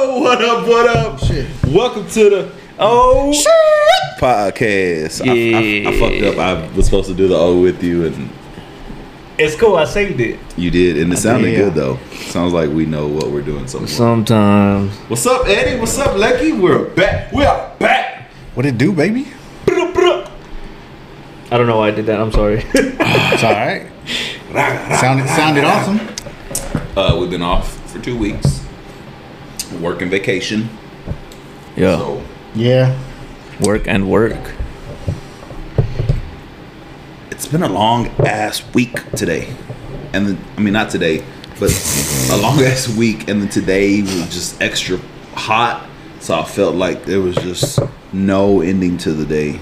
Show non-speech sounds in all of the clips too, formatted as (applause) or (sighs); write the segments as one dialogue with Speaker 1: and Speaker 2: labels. Speaker 1: up? What up?
Speaker 2: Shit.
Speaker 1: Welcome to the oh podcast. I- I, I, fucked
Speaker 2: Yeah.
Speaker 1: up. I was supposed to do the O with you, and
Speaker 3: It's cool. I saved it.
Speaker 1: you did, and it sounded
Speaker 2: did.
Speaker 1: good though. Sounds like we know what we're doing. Somewhat.
Speaker 2: Sometimes.
Speaker 1: What's up, Eddie? What's up, Lucky? We're back. We are back.
Speaker 2: What it do, baby?
Speaker 1: Bruh, bruh.
Speaker 3: I don't know why I did that. I'm sorry. (laughs)
Speaker 2: It's all right. sounded sounded awesome.
Speaker 1: Uh, we've been off for two weeks, working vacation.
Speaker 4: Yeah,
Speaker 1: So
Speaker 2: Yeah.
Speaker 4: work and work.
Speaker 1: it's been a long ass week today, and then, I mean not today, but a long (laughs) ass week, and then today was just extra hot, so I felt like there was just no ending to the day.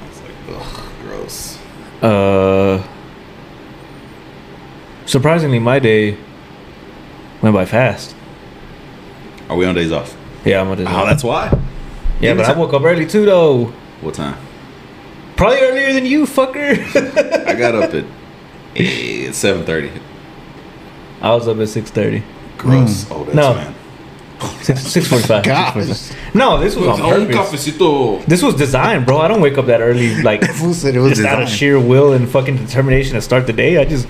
Speaker 1: I was like, ugh, gross.
Speaker 4: Uh, surprisingly, my day went by fast.
Speaker 1: Are we on days off?
Speaker 4: Yeah, I'm on this.
Speaker 3: Ah,
Speaker 1: Oh, that's why.
Speaker 4: yeah, but I woke up early too, though.
Speaker 1: What time?
Speaker 4: Probably earlier than you, fucker. (laughs)
Speaker 1: I got up at seven thirty.
Speaker 4: I was up at six thirty.
Speaker 1: Gross. Oh, that's
Speaker 4: Mm. No.
Speaker 1: man.
Speaker 4: Six six forty five.
Speaker 2: Gosh.
Speaker 4: No, this was on purpose. This was designed, bro. I don't wake up that early, like
Speaker 2: Fool said (laughs) it was
Speaker 4: just out of
Speaker 2: designed.
Speaker 4: sheer will and fucking determination to start the day. I just,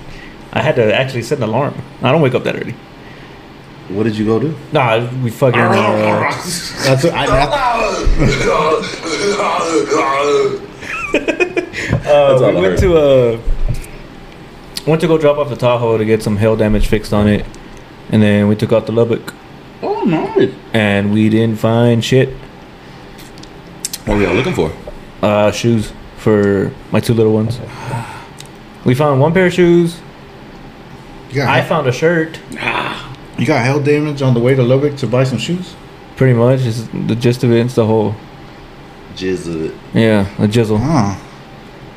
Speaker 4: I had to actually set an alarm. I don't wake up that early.
Speaker 1: What did you go do?
Speaker 4: Nah, we fucking.
Speaker 2: Oh,
Speaker 4: uh,
Speaker 2: That's what I, I,
Speaker 1: That's all
Speaker 4: we
Speaker 1: I
Speaker 4: went
Speaker 1: heard.
Speaker 4: to uh went to go drop off the Tahoe to get some hail damage fixed on it, and then we took out the Lubbock,
Speaker 1: Oh, nice.
Speaker 4: and we didn't find shit.
Speaker 1: What were y'all looking for?
Speaker 4: Uh, shoes for my two little ones. We found one pair of shoes.
Speaker 2: you, got,
Speaker 4: I found a shirt.
Speaker 2: you got hell damage on the way to Lubbock to buy some shoes?
Speaker 4: Pretty much is the gist of it. It's the whole
Speaker 1: Jizz of it.
Speaker 4: yeah, a jizzle.
Speaker 2: Huh.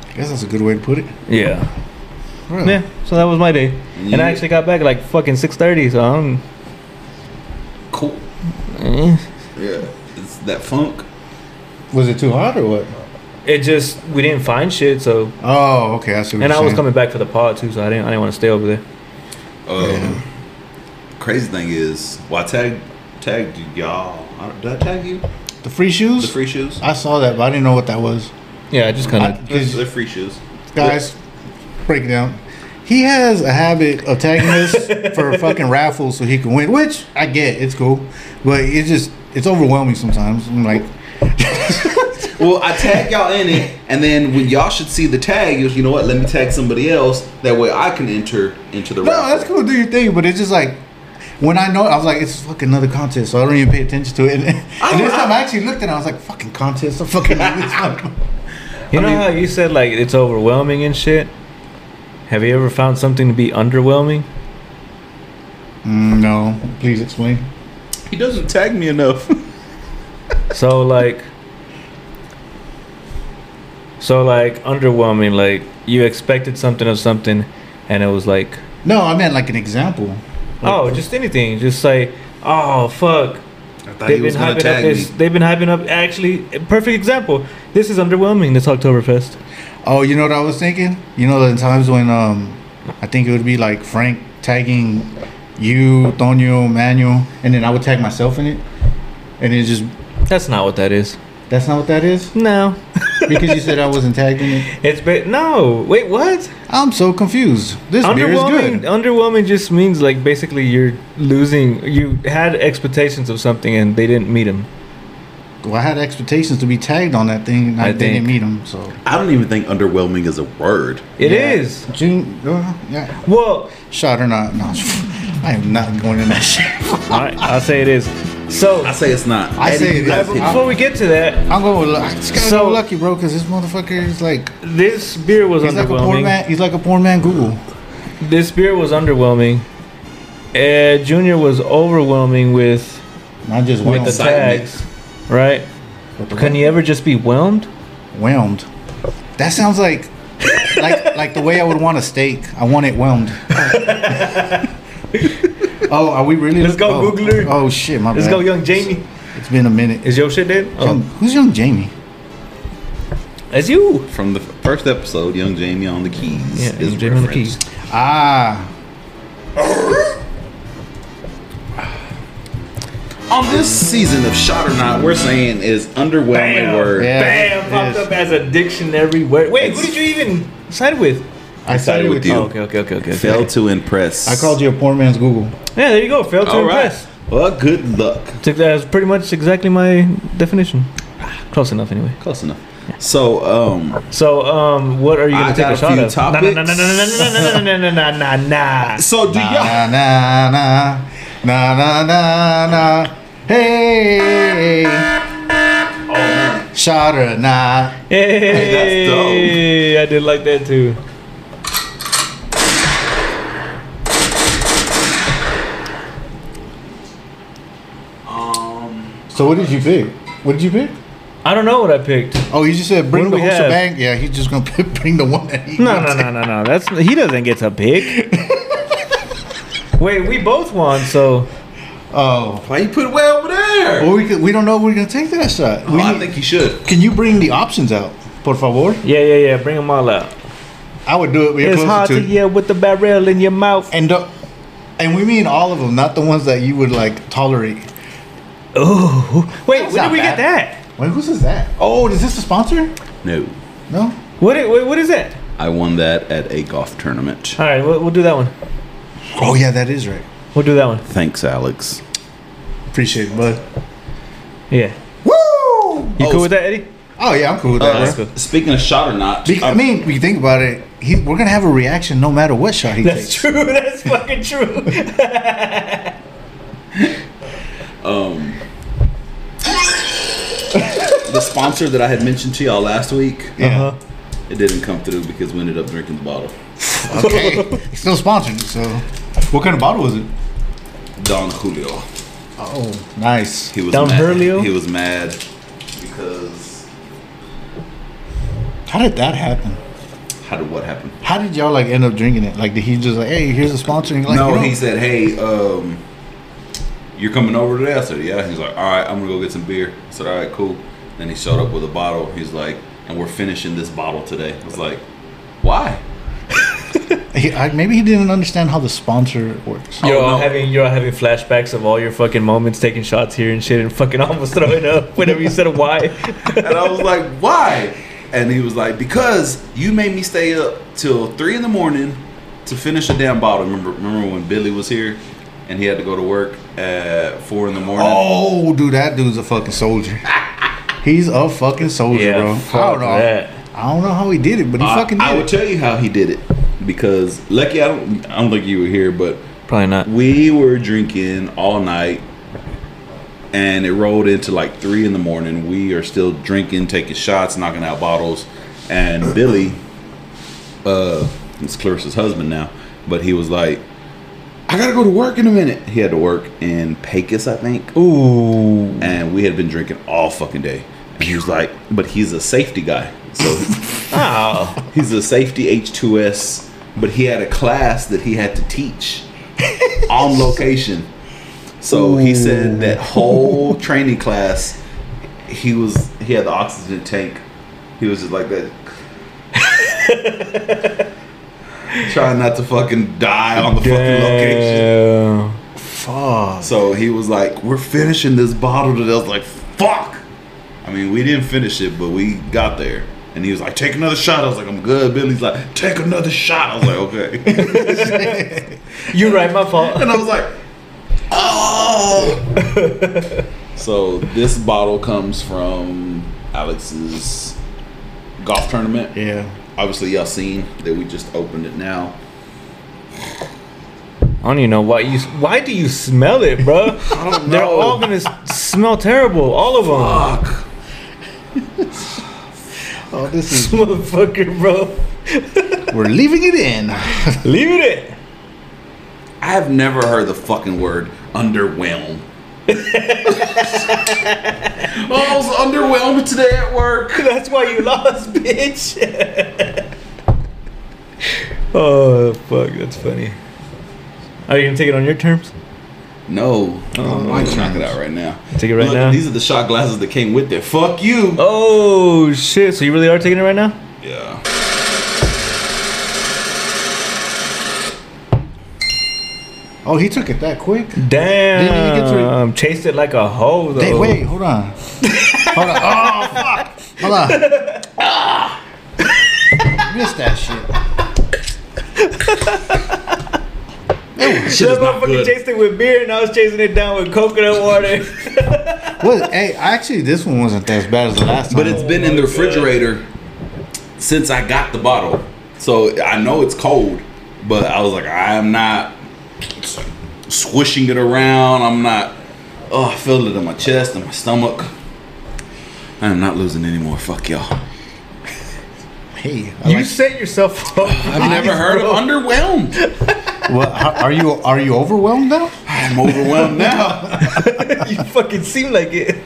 Speaker 2: I guess that's a good way to put it.
Speaker 4: Yeah,
Speaker 2: Really?
Speaker 4: yeah. So that was my day, and I actually got back like fucking six thirty. So I'm
Speaker 1: Cool.
Speaker 4: eh.
Speaker 1: Yeah. It's that funk.
Speaker 2: Was it too hot or what?
Speaker 4: it just we didn't find shit. So
Speaker 2: Oh, okay. I see what
Speaker 4: and
Speaker 2: you're
Speaker 4: I was
Speaker 2: saying.
Speaker 4: coming back for the pod too, so I didn't I didn't want to stay over there.
Speaker 1: Um,
Speaker 2: Yeah.
Speaker 1: Crazy thing is, well, I tagged tagged y'all. I don't- Did I tag you?
Speaker 2: The free shoes?
Speaker 1: The free shoes.
Speaker 2: I saw that, but I didn't know what that was.
Speaker 4: Yeah, I just kind
Speaker 2: I-
Speaker 4: of.
Speaker 1: They're they're free shoes.
Speaker 2: Guys, break it down. He has a habit of tagging us for fucking raffles so he can win, which I get. It's cool, but it's just it's overwhelming sometimes. I'm like,
Speaker 1: Well, I tag y'all in it, and then when y'all should see the tag, you you know what? Let me tag somebody else. That way, I can enter into the.
Speaker 2: no,
Speaker 1: raffle.
Speaker 2: that's cool, do your thing. But it's just like when I know, I was like, it's fucking another contest, so I don't even pay attention to it. (laughs) And, and this time I actually looked at it, I was like, fucking contest, I'm fucking. it's fucking-
Speaker 4: You know how you said like it's overwhelming and shit. Have you ever found something to be underwhelming?
Speaker 2: Mm, no, please explain.
Speaker 1: He doesn't tag me enough.
Speaker 4: So like, so like underwhelming. Like you expected something of something, and it was like,
Speaker 2: No, I meant like an example.
Speaker 4: oh, just anything. Just like, oh fuck,
Speaker 1: I thought
Speaker 4: they've been hyping up this. They've been hyping up. Actually, a perfect example. This is underwhelming. This Oktoberfest.
Speaker 2: Oh, you know what I was thinking? You know the times when um, I think it would be like Frank tagging you, Tonio, Manuel, and then I would tag myself in it, and it just
Speaker 4: That's not what that is.
Speaker 2: that's not what
Speaker 4: (laughs)
Speaker 2: that is
Speaker 4: No,
Speaker 2: because you said I wasn't tagged in it.
Speaker 4: it's been no. Wait, what?
Speaker 2: I'm so confused. This beer is
Speaker 4: underwhelming
Speaker 2: good.
Speaker 4: underwhelming just means like basically you're losing you had expectations of something and they didn't meet them
Speaker 2: Well, I had expectations to be tagged on that thing, and I,
Speaker 4: I
Speaker 2: didn't
Speaker 4: think-
Speaker 2: meet them. So
Speaker 1: I don't even think underwhelming is a word.
Speaker 4: It
Speaker 2: Yeah.
Speaker 4: is.
Speaker 2: June, uh, yeah,
Speaker 4: well
Speaker 2: shot or not? No, (laughs) I am not going in that shit.
Speaker 4: I, i'll say it is so
Speaker 1: I say it's not.
Speaker 2: I say it
Speaker 1: you
Speaker 2: is.
Speaker 1: gotta pick-
Speaker 2: I-
Speaker 4: before we get to that
Speaker 2: I'm going with luck. I just gotta
Speaker 4: So-
Speaker 2: go lucky, bro, because this motherfucker is like
Speaker 4: this beer was
Speaker 2: he's like a poor
Speaker 4: underwhelming
Speaker 2: man. He's like a poor man. Google.
Speaker 4: this beer was underwhelming uh, junior was overwhelming with
Speaker 2: Not just
Speaker 4: with
Speaker 2: whelmed.
Speaker 4: the
Speaker 1: Excitement.
Speaker 4: tags right can you ever just be whelmed
Speaker 2: whelmed. That sounds like like (laughs) like the way I would want a steak. I want it (laughs) whelmed. oh, are we really?
Speaker 4: Let's go,
Speaker 2: oh,
Speaker 4: Googler.
Speaker 2: Oh shit, my
Speaker 4: let's
Speaker 2: bad.
Speaker 4: go young jamie
Speaker 2: It's been a minute.
Speaker 4: is your shit dead
Speaker 2: Young-
Speaker 4: oh,
Speaker 2: Who's young Jamie?
Speaker 4: it's you
Speaker 1: From the first episode, Young Jamie on the keys.
Speaker 4: yeah
Speaker 1: is
Speaker 4: Young jamie on the
Speaker 1: referenced.
Speaker 4: keys
Speaker 2: Ah,
Speaker 1: On this season of Shot or Not, we're saying is underwhelming
Speaker 4: Bam.
Speaker 1: word.
Speaker 2: Yeah.
Speaker 4: Bam! Popped
Speaker 2: Yes.
Speaker 4: up as a dictionary word. Wait, who did you even side with?
Speaker 2: I
Speaker 1: Sided
Speaker 2: sided
Speaker 1: with
Speaker 2: with
Speaker 1: you.
Speaker 2: you.
Speaker 4: Oh, okay, okay, okay, okay.
Speaker 1: Failed to impress.
Speaker 2: I called you a poor man's (laughs) Google.
Speaker 4: Yeah, there you go. Failed
Speaker 1: All right. Well, good luck.
Speaker 4: That's pretty much exactly my definition. Close enough, anyway.
Speaker 1: Close enough. So, um,
Speaker 4: So, um, what are you
Speaker 1: I got
Speaker 4: gonna take
Speaker 1: a
Speaker 4: a shot
Speaker 1: few
Speaker 4: of? Nah, nah, nah, nah, nah,
Speaker 1: topics.
Speaker 4: nah, nah, nah, nah, nah, nah, nah, nah.
Speaker 1: so do y'all?
Speaker 2: Na na na na na na na. Hey. Oh. Shara na.
Speaker 1: (laughs) Hey, that's dope.
Speaker 4: Hey, I did like that too.
Speaker 2: So what did you pick? What did you pick?
Speaker 4: I don't know what I picked.
Speaker 2: Oh, you just said
Speaker 4: What
Speaker 2: bring
Speaker 4: do
Speaker 2: the
Speaker 4: we
Speaker 2: whole
Speaker 4: have?
Speaker 2: shebang. Yeah, he's just gonna (laughs) bring the one that he.
Speaker 4: No,
Speaker 2: wants.
Speaker 4: no, no, no, no. That's he doesn't get
Speaker 1: (laughs)
Speaker 4: to pick. Wait, we both won, so
Speaker 2: Oh,
Speaker 1: Why you put it way over there?
Speaker 2: well, we could, we don't know if we're gonna take that shot.
Speaker 1: Oh,
Speaker 2: Oh, We
Speaker 1: I
Speaker 2: need-
Speaker 1: think you should.
Speaker 2: Can you bring the options out, por favor?
Speaker 4: yeah, yeah, yeah. Bring them all out.
Speaker 2: I would do it. We're
Speaker 4: it's
Speaker 2: closer
Speaker 4: hard
Speaker 2: to
Speaker 4: to
Speaker 2: it.
Speaker 4: yell with the barrel in your mouth.
Speaker 2: And do and we mean all of them, not the ones that you would like tolerate.
Speaker 4: Oh, wait,
Speaker 2: That's
Speaker 4: where did
Speaker 2: not
Speaker 4: we get
Speaker 2: bad.
Speaker 4: that?
Speaker 2: Wait, whose is that? Oh, is this a sponsor?
Speaker 1: No,
Speaker 2: No.
Speaker 4: What? i- Wait, what is that?
Speaker 1: I won that at a golf tournament.
Speaker 4: All right, we'll, we'll do that one.
Speaker 2: Oh yeah, that is right.
Speaker 4: We'll do that one.
Speaker 1: Thanks, Alex.
Speaker 2: Appreciate it, bud.
Speaker 4: Yeah.
Speaker 2: Woo!
Speaker 4: You
Speaker 1: Oh,
Speaker 4: cool with that, Eddie?
Speaker 2: Oh yeah, I'm cool with that.
Speaker 1: Uh,
Speaker 2: bro.
Speaker 1: speaking of shot or not,
Speaker 2: Be- I
Speaker 1: um,
Speaker 2: mean, we think about it. He, we're gonna have a reaction no matter what shot he
Speaker 4: That's
Speaker 2: takes.
Speaker 4: true. (laughs) That's fucking true.
Speaker 1: um, the sponsor that I had mentioned to y'all last week,
Speaker 2: Yeah.
Speaker 1: it didn't come through because we ended up drinking the bottle.
Speaker 4: (laughs)
Speaker 2: Okay. It's Still sponsored. So, what kind of bottle was it?
Speaker 1: Don Julio.
Speaker 2: Oh, nice.
Speaker 1: He was
Speaker 4: Don
Speaker 1: mad.
Speaker 4: Julio?
Speaker 1: He was mad because
Speaker 2: How did that happen?
Speaker 1: how did what happen?
Speaker 2: How did y'all like end up drinking it? Like, did he just like, hey, here's a sponsor? And you're like,
Speaker 1: no,
Speaker 2: you know-
Speaker 1: he said, "Hey, um, you're coming over today." I said, "Yeah." He's like, "All right, I'm gonna go get some beer." I said, "All right, cool." Then he showed up with a bottle. He's like, "And we're finishing this bottle today." I was like, "Why?"
Speaker 2: He- I, maybe he didn't understand how the sponsor works.
Speaker 4: (laughs) You're
Speaker 1: no.
Speaker 4: all having you're all having flashbacks of all your fucking moments, taking shots here and shit, and fucking (laughs) almost throwing up whenever you said why.
Speaker 1: And I was like, "Why?" And he was like, "Because you made me stay up till three in the morning to finish a damn bottle." Remember, remember when Billy was here and he had to go to work at four in the morning.
Speaker 2: Oh, dude, that dude's a fucking soldier. He's a fucking soldier,
Speaker 4: Yeah,
Speaker 2: bro.
Speaker 4: fuck
Speaker 2: I don't know.
Speaker 4: that.
Speaker 2: I don't know how he did it, but he
Speaker 1: I,
Speaker 2: fucking did
Speaker 1: I
Speaker 2: it.
Speaker 1: would tell you how he did it because lucky I don't I don't think you were here, but
Speaker 4: Probably not.
Speaker 1: we were drinking all night, and it rolled into like three in the morning. We are still drinking, taking shots, knocking out bottles, and Billy, uh, it's Clarissa's husband now, but he was like. I gotta go to work in a minute. He had to work in Pecos, I think
Speaker 4: Ooh.
Speaker 1: and we had been drinking all fucking day. And he was like, but he's a safety guy. So
Speaker 4: Oh.
Speaker 1: he's a safety H2S, but he had a class that he had to teach on location. So he said that whole training class, he was he had the oxygen tank. He was just like that. Trying not to fucking die on the fucking location.
Speaker 2: Fuck.
Speaker 1: So he was like, "We're finishing this bottle today." I was like, "Fuck!" I mean, we didn't finish it, but we got there. And he was like, "Take another shot." I was like, "I'm good." Billy's like, "Take another shot." I was like, "Okay."
Speaker 4: You're right, my
Speaker 1: (laughs)
Speaker 4: fault.
Speaker 1: and I was like, "Oh!" so this bottle comes from Alex's golf tournament.
Speaker 2: Yeah.
Speaker 1: Obviously, y'all seen that we just opened it now.
Speaker 4: I don't even know why you. Why do you smell it, bro?
Speaker 1: I don't
Speaker 4: They're all gonna s- smell terrible. All of them.
Speaker 1: Fuck.
Speaker 2: Oh, this
Speaker 4: This
Speaker 2: is.
Speaker 4: (laughs) motherfucker, bro.
Speaker 2: We're leaving it in. (laughs)
Speaker 4: Leave it. in.
Speaker 1: I have never heard the fucking word underwhelm. oh, I was underwhelmed today at work.
Speaker 4: (laughs) That's why you lost, bitch. (laughs) oh fuck, that's funny. Are you gonna take it on your terms?
Speaker 1: No, I'm
Speaker 2: my
Speaker 1: knock it
Speaker 2: goodness.
Speaker 1: out right now.
Speaker 4: Take it right now?
Speaker 1: These are the shot glasses that came with it. Fuck you.
Speaker 4: Oh shit! So you really are taking it right now?
Speaker 1: Yeah.
Speaker 2: Oh, he took it that quick.
Speaker 4: Damn.
Speaker 2: Didn't even get to it.
Speaker 4: Chased it like a hoe, though.
Speaker 2: Hey, wait, hold on. hold on. Oh, fuck. Hold on. (laughs) Ah. Missed that shit.
Speaker 1: Shit is
Speaker 4: That
Speaker 1: not
Speaker 4: motherfucker
Speaker 1: good.
Speaker 4: chased it with beer, and I was chasing it down with (laughs) coconut water.
Speaker 2: What? Hey, actually, this one wasn't as bad as the last time.
Speaker 1: But it's been in the refrigerator since I got the bottle. So I know it's cold, but I was like, I am not squishing it around. I'm not, oh, I feel it in my chest and my stomach. I am not losing anymore. Fuck y'all.
Speaker 2: hey, I
Speaker 4: you
Speaker 2: like-
Speaker 4: set yourself up. (laughs)
Speaker 1: I've never heard (laughs) of underwhelmed.
Speaker 2: what, how- are you are you overwhelmed though?
Speaker 1: I'm overwhelmed now.
Speaker 4: you (laughs) fucking seem like it.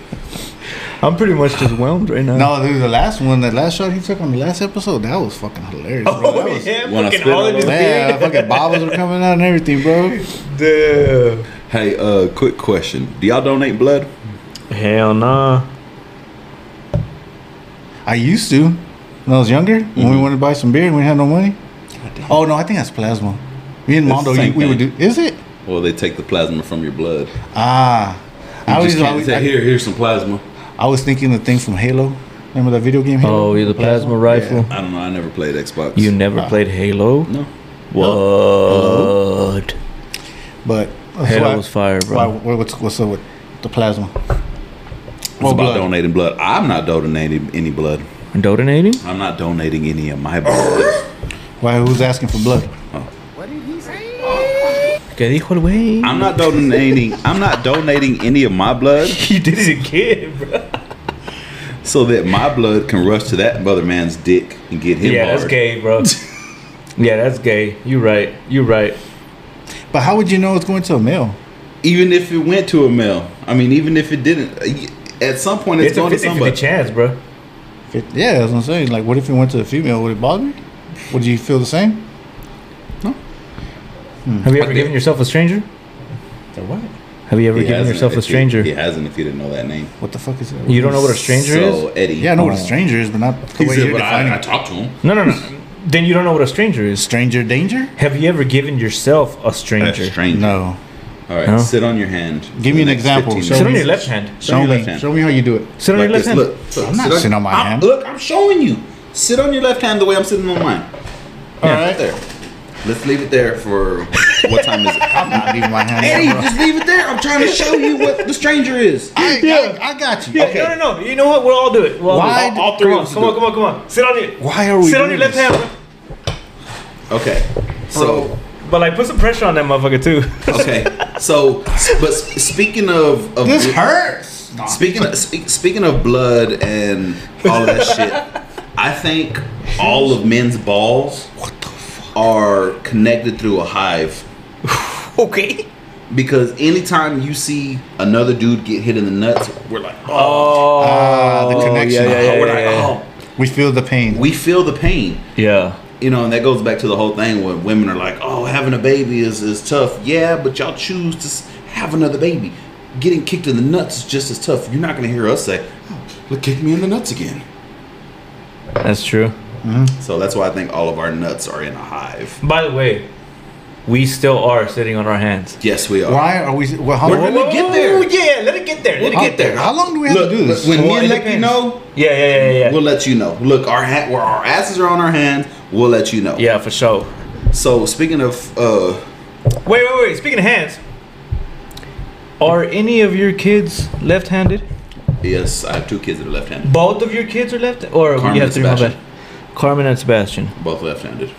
Speaker 4: I'm pretty much just whelmed right now.
Speaker 2: No, dude, the last one, that last shot he took on the last episode, that was fucking hilarious, bro.
Speaker 4: Oh,
Speaker 1: (laughs)
Speaker 2: that was,
Speaker 4: yeah,
Speaker 1: When I
Speaker 4: fucking
Speaker 1: spit
Speaker 4: all in
Speaker 1: on
Speaker 4: his
Speaker 1: it.
Speaker 2: yeah, fucking bobbles were coming out and everything, bro.
Speaker 4: Dude.
Speaker 1: Hey, uh, quick question. Do y'all donate blood?
Speaker 4: Hell nah.
Speaker 2: I used to when I was younger when we
Speaker 1: Mm-hmm.
Speaker 2: wanted to buy some beer and we had no money. Oh no, I think that's plasma. Me and
Speaker 1: It's
Speaker 2: Mondo,
Speaker 1: the
Speaker 2: you,
Speaker 1: same
Speaker 2: we would do.
Speaker 1: thing.
Speaker 2: Is it?
Speaker 1: Well, they take the plasma from your blood.
Speaker 2: Ah,
Speaker 1: You
Speaker 2: I was
Speaker 1: just can't
Speaker 2: always,
Speaker 1: say,
Speaker 2: I,
Speaker 1: here, here's some plasma.
Speaker 2: I was thinking the thing from Halo. Remember that video game? Halo?
Speaker 4: Oh, you're the plasma rifle. Ah.
Speaker 1: I don't know. I never played Xbox.
Speaker 4: You never played Halo?
Speaker 1: no.
Speaker 4: What?
Speaker 2: But that's
Speaker 4: Halo
Speaker 2: why-
Speaker 4: was fire, bro.
Speaker 2: why- what- what's what's up with the plasma?
Speaker 1: It's about donating blood. I'm not donating any blood.
Speaker 4: Donating?
Speaker 1: I'm not donating any of my blood.
Speaker 2: Why? Who's asking for blood?
Speaker 4: ¿Qué dijo el güey?
Speaker 1: I'm not donating. I'm not donating any of my blood
Speaker 4: You did it again, bro.
Speaker 1: so that my blood can rush to that other man's dick and get him
Speaker 4: Yeah,
Speaker 1: hard.
Speaker 4: that's gay, bro. yeah, that's gay. You (laughs) right. You right.
Speaker 2: But how would you know it's going to a male?
Speaker 1: Even if it went to a male. I mean, even if it didn't, at some point it's,
Speaker 4: It's,
Speaker 1: going
Speaker 4: a
Speaker 1: to
Speaker 4: 50 50
Speaker 1: somebody.
Speaker 4: chance, bro.
Speaker 2: If it- yeah, that's what I'm saying. Like, what if it went to a female? Would it bother you? Would you feel the same?
Speaker 4: Have you ever given yourself a stranger?
Speaker 2: Or what?
Speaker 4: Have you ever
Speaker 1: He
Speaker 4: given
Speaker 1: hasn't
Speaker 4: yourself
Speaker 1: if
Speaker 4: a
Speaker 1: you-
Speaker 4: stranger?
Speaker 1: He hasn't. If you didn't know that name,
Speaker 2: What the fuck is that?
Speaker 4: You don't know Oh. what a stranger
Speaker 1: so
Speaker 4: is?
Speaker 1: Eddie.
Speaker 2: Yeah, I know what a stranger is, but not the
Speaker 1: He
Speaker 2: way
Speaker 1: said,
Speaker 2: you're
Speaker 1: but
Speaker 2: defining
Speaker 1: I, I
Speaker 2: it.
Speaker 1: talked to him.
Speaker 4: No, no, no. then you don't know what a stranger is.
Speaker 2: Stranger danger?
Speaker 4: Have you ever given yourself a
Speaker 1: A
Speaker 4: stranger?
Speaker 1: stranger.
Speaker 2: No.
Speaker 1: All right,
Speaker 4: No.
Speaker 1: sit on your hand. for
Speaker 2: Give me
Speaker 1: the
Speaker 2: an
Speaker 1: next
Speaker 2: example.
Speaker 1: 15
Speaker 2: Show
Speaker 4: Sit
Speaker 1: minutes.
Speaker 4: on your left hand.
Speaker 1: Sit on
Speaker 2: Show
Speaker 1: your
Speaker 2: me.
Speaker 1: left hand.
Speaker 2: Show me how you do it.
Speaker 4: Sit on
Speaker 1: Like
Speaker 4: your left
Speaker 1: this.
Speaker 4: hand.
Speaker 1: Look, look,
Speaker 2: I'm not
Speaker 1: sit
Speaker 2: sitting on my
Speaker 1: I'm-
Speaker 2: hand.
Speaker 1: Look, I'm showing you. Sit on your left hand the way I'm sitting on mine. All right, there. Let's leave it there for what time is it?
Speaker 2: I'm not leaving my hand.
Speaker 1: Eddie,
Speaker 2: there, bro.
Speaker 1: just leave it there. I'm trying to show you what the stranger is.
Speaker 2: I,
Speaker 4: Yeah.
Speaker 2: I, I got you.
Speaker 4: Yeah,
Speaker 2: okay.
Speaker 4: No, no, no. You know what? We'll all do it. We'll all
Speaker 2: Why
Speaker 4: Do
Speaker 2: do-
Speaker 4: it.
Speaker 1: all three
Speaker 4: come
Speaker 1: of
Speaker 4: on,
Speaker 1: us
Speaker 4: come
Speaker 1: do
Speaker 4: on, come on, come on. Sit on it.
Speaker 2: Why are we?
Speaker 4: Sit on your
Speaker 2: doing
Speaker 4: left
Speaker 2: this?
Speaker 4: hand. bro.
Speaker 1: Okay, so
Speaker 4: But like, put some pressure on that motherfucker too.
Speaker 1: okay, so but s- speaking of, of
Speaker 2: This hurts. Nah.
Speaker 1: Speaking of, speak, speaking of blood and all
Speaker 4: (laughs)
Speaker 1: that shit, I think all of men's balls are connected through a hive
Speaker 4: (laughs) okay.
Speaker 1: because anytime you see another dude get hit in the nuts, we're like, oh,
Speaker 4: Oh.
Speaker 2: Ah, the connection.
Speaker 4: yeah, yeah,
Speaker 1: we're
Speaker 4: yeah,
Speaker 1: like,
Speaker 4: yeah.
Speaker 1: oh,
Speaker 2: We feel the pain.
Speaker 1: we feel the pain.
Speaker 4: Yeah.
Speaker 1: You know, and that goes back to the whole thing where women are like, oh, having a baby is, is tough. Yeah, but y'all choose to s- have another baby. Getting kicked in the nuts is just as tough. You're not going to hear us say, oh, look, kick me in the nuts again.
Speaker 4: That's true.
Speaker 1: So that's why I think all of our nuts are in a hive.
Speaker 4: By the way, we still are sitting on our hands.
Speaker 1: Yes, we are.
Speaker 2: Why are we? Well, how,
Speaker 1: We're gonna
Speaker 4: Oh,
Speaker 1: get there.
Speaker 4: Yeah, let it get there. Let it
Speaker 1: How-
Speaker 4: get there.
Speaker 2: how long do we have
Speaker 1: Look,
Speaker 2: to do this?
Speaker 1: When
Speaker 4: Well,
Speaker 1: me
Speaker 4: it
Speaker 1: and let you
Speaker 4: depends.
Speaker 1: know,
Speaker 4: Yeah, yeah, yeah, yeah, yeah.
Speaker 1: we'll let you know. Look, our hat where our asses are on our hands, we'll let you know.
Speaker 4: yeah, for sure.
Speaker 1: So speaking of, uh,
Speaker 4: Wait, wait, wait. Speaking of hands, are any of your kids left-handed?
Speaker 1: yes, I have two kids that are left-handed,
Speaker 4: Both of your kids are left, or
Speaker 1: Carmen
Speaker 4: you have
Speaker 1: and
Speaker 4: three. my bad.
Speaker 1: Sebastian.
Speaker 4: Carmen and Sebastian.
Speaker 1: both left-handed.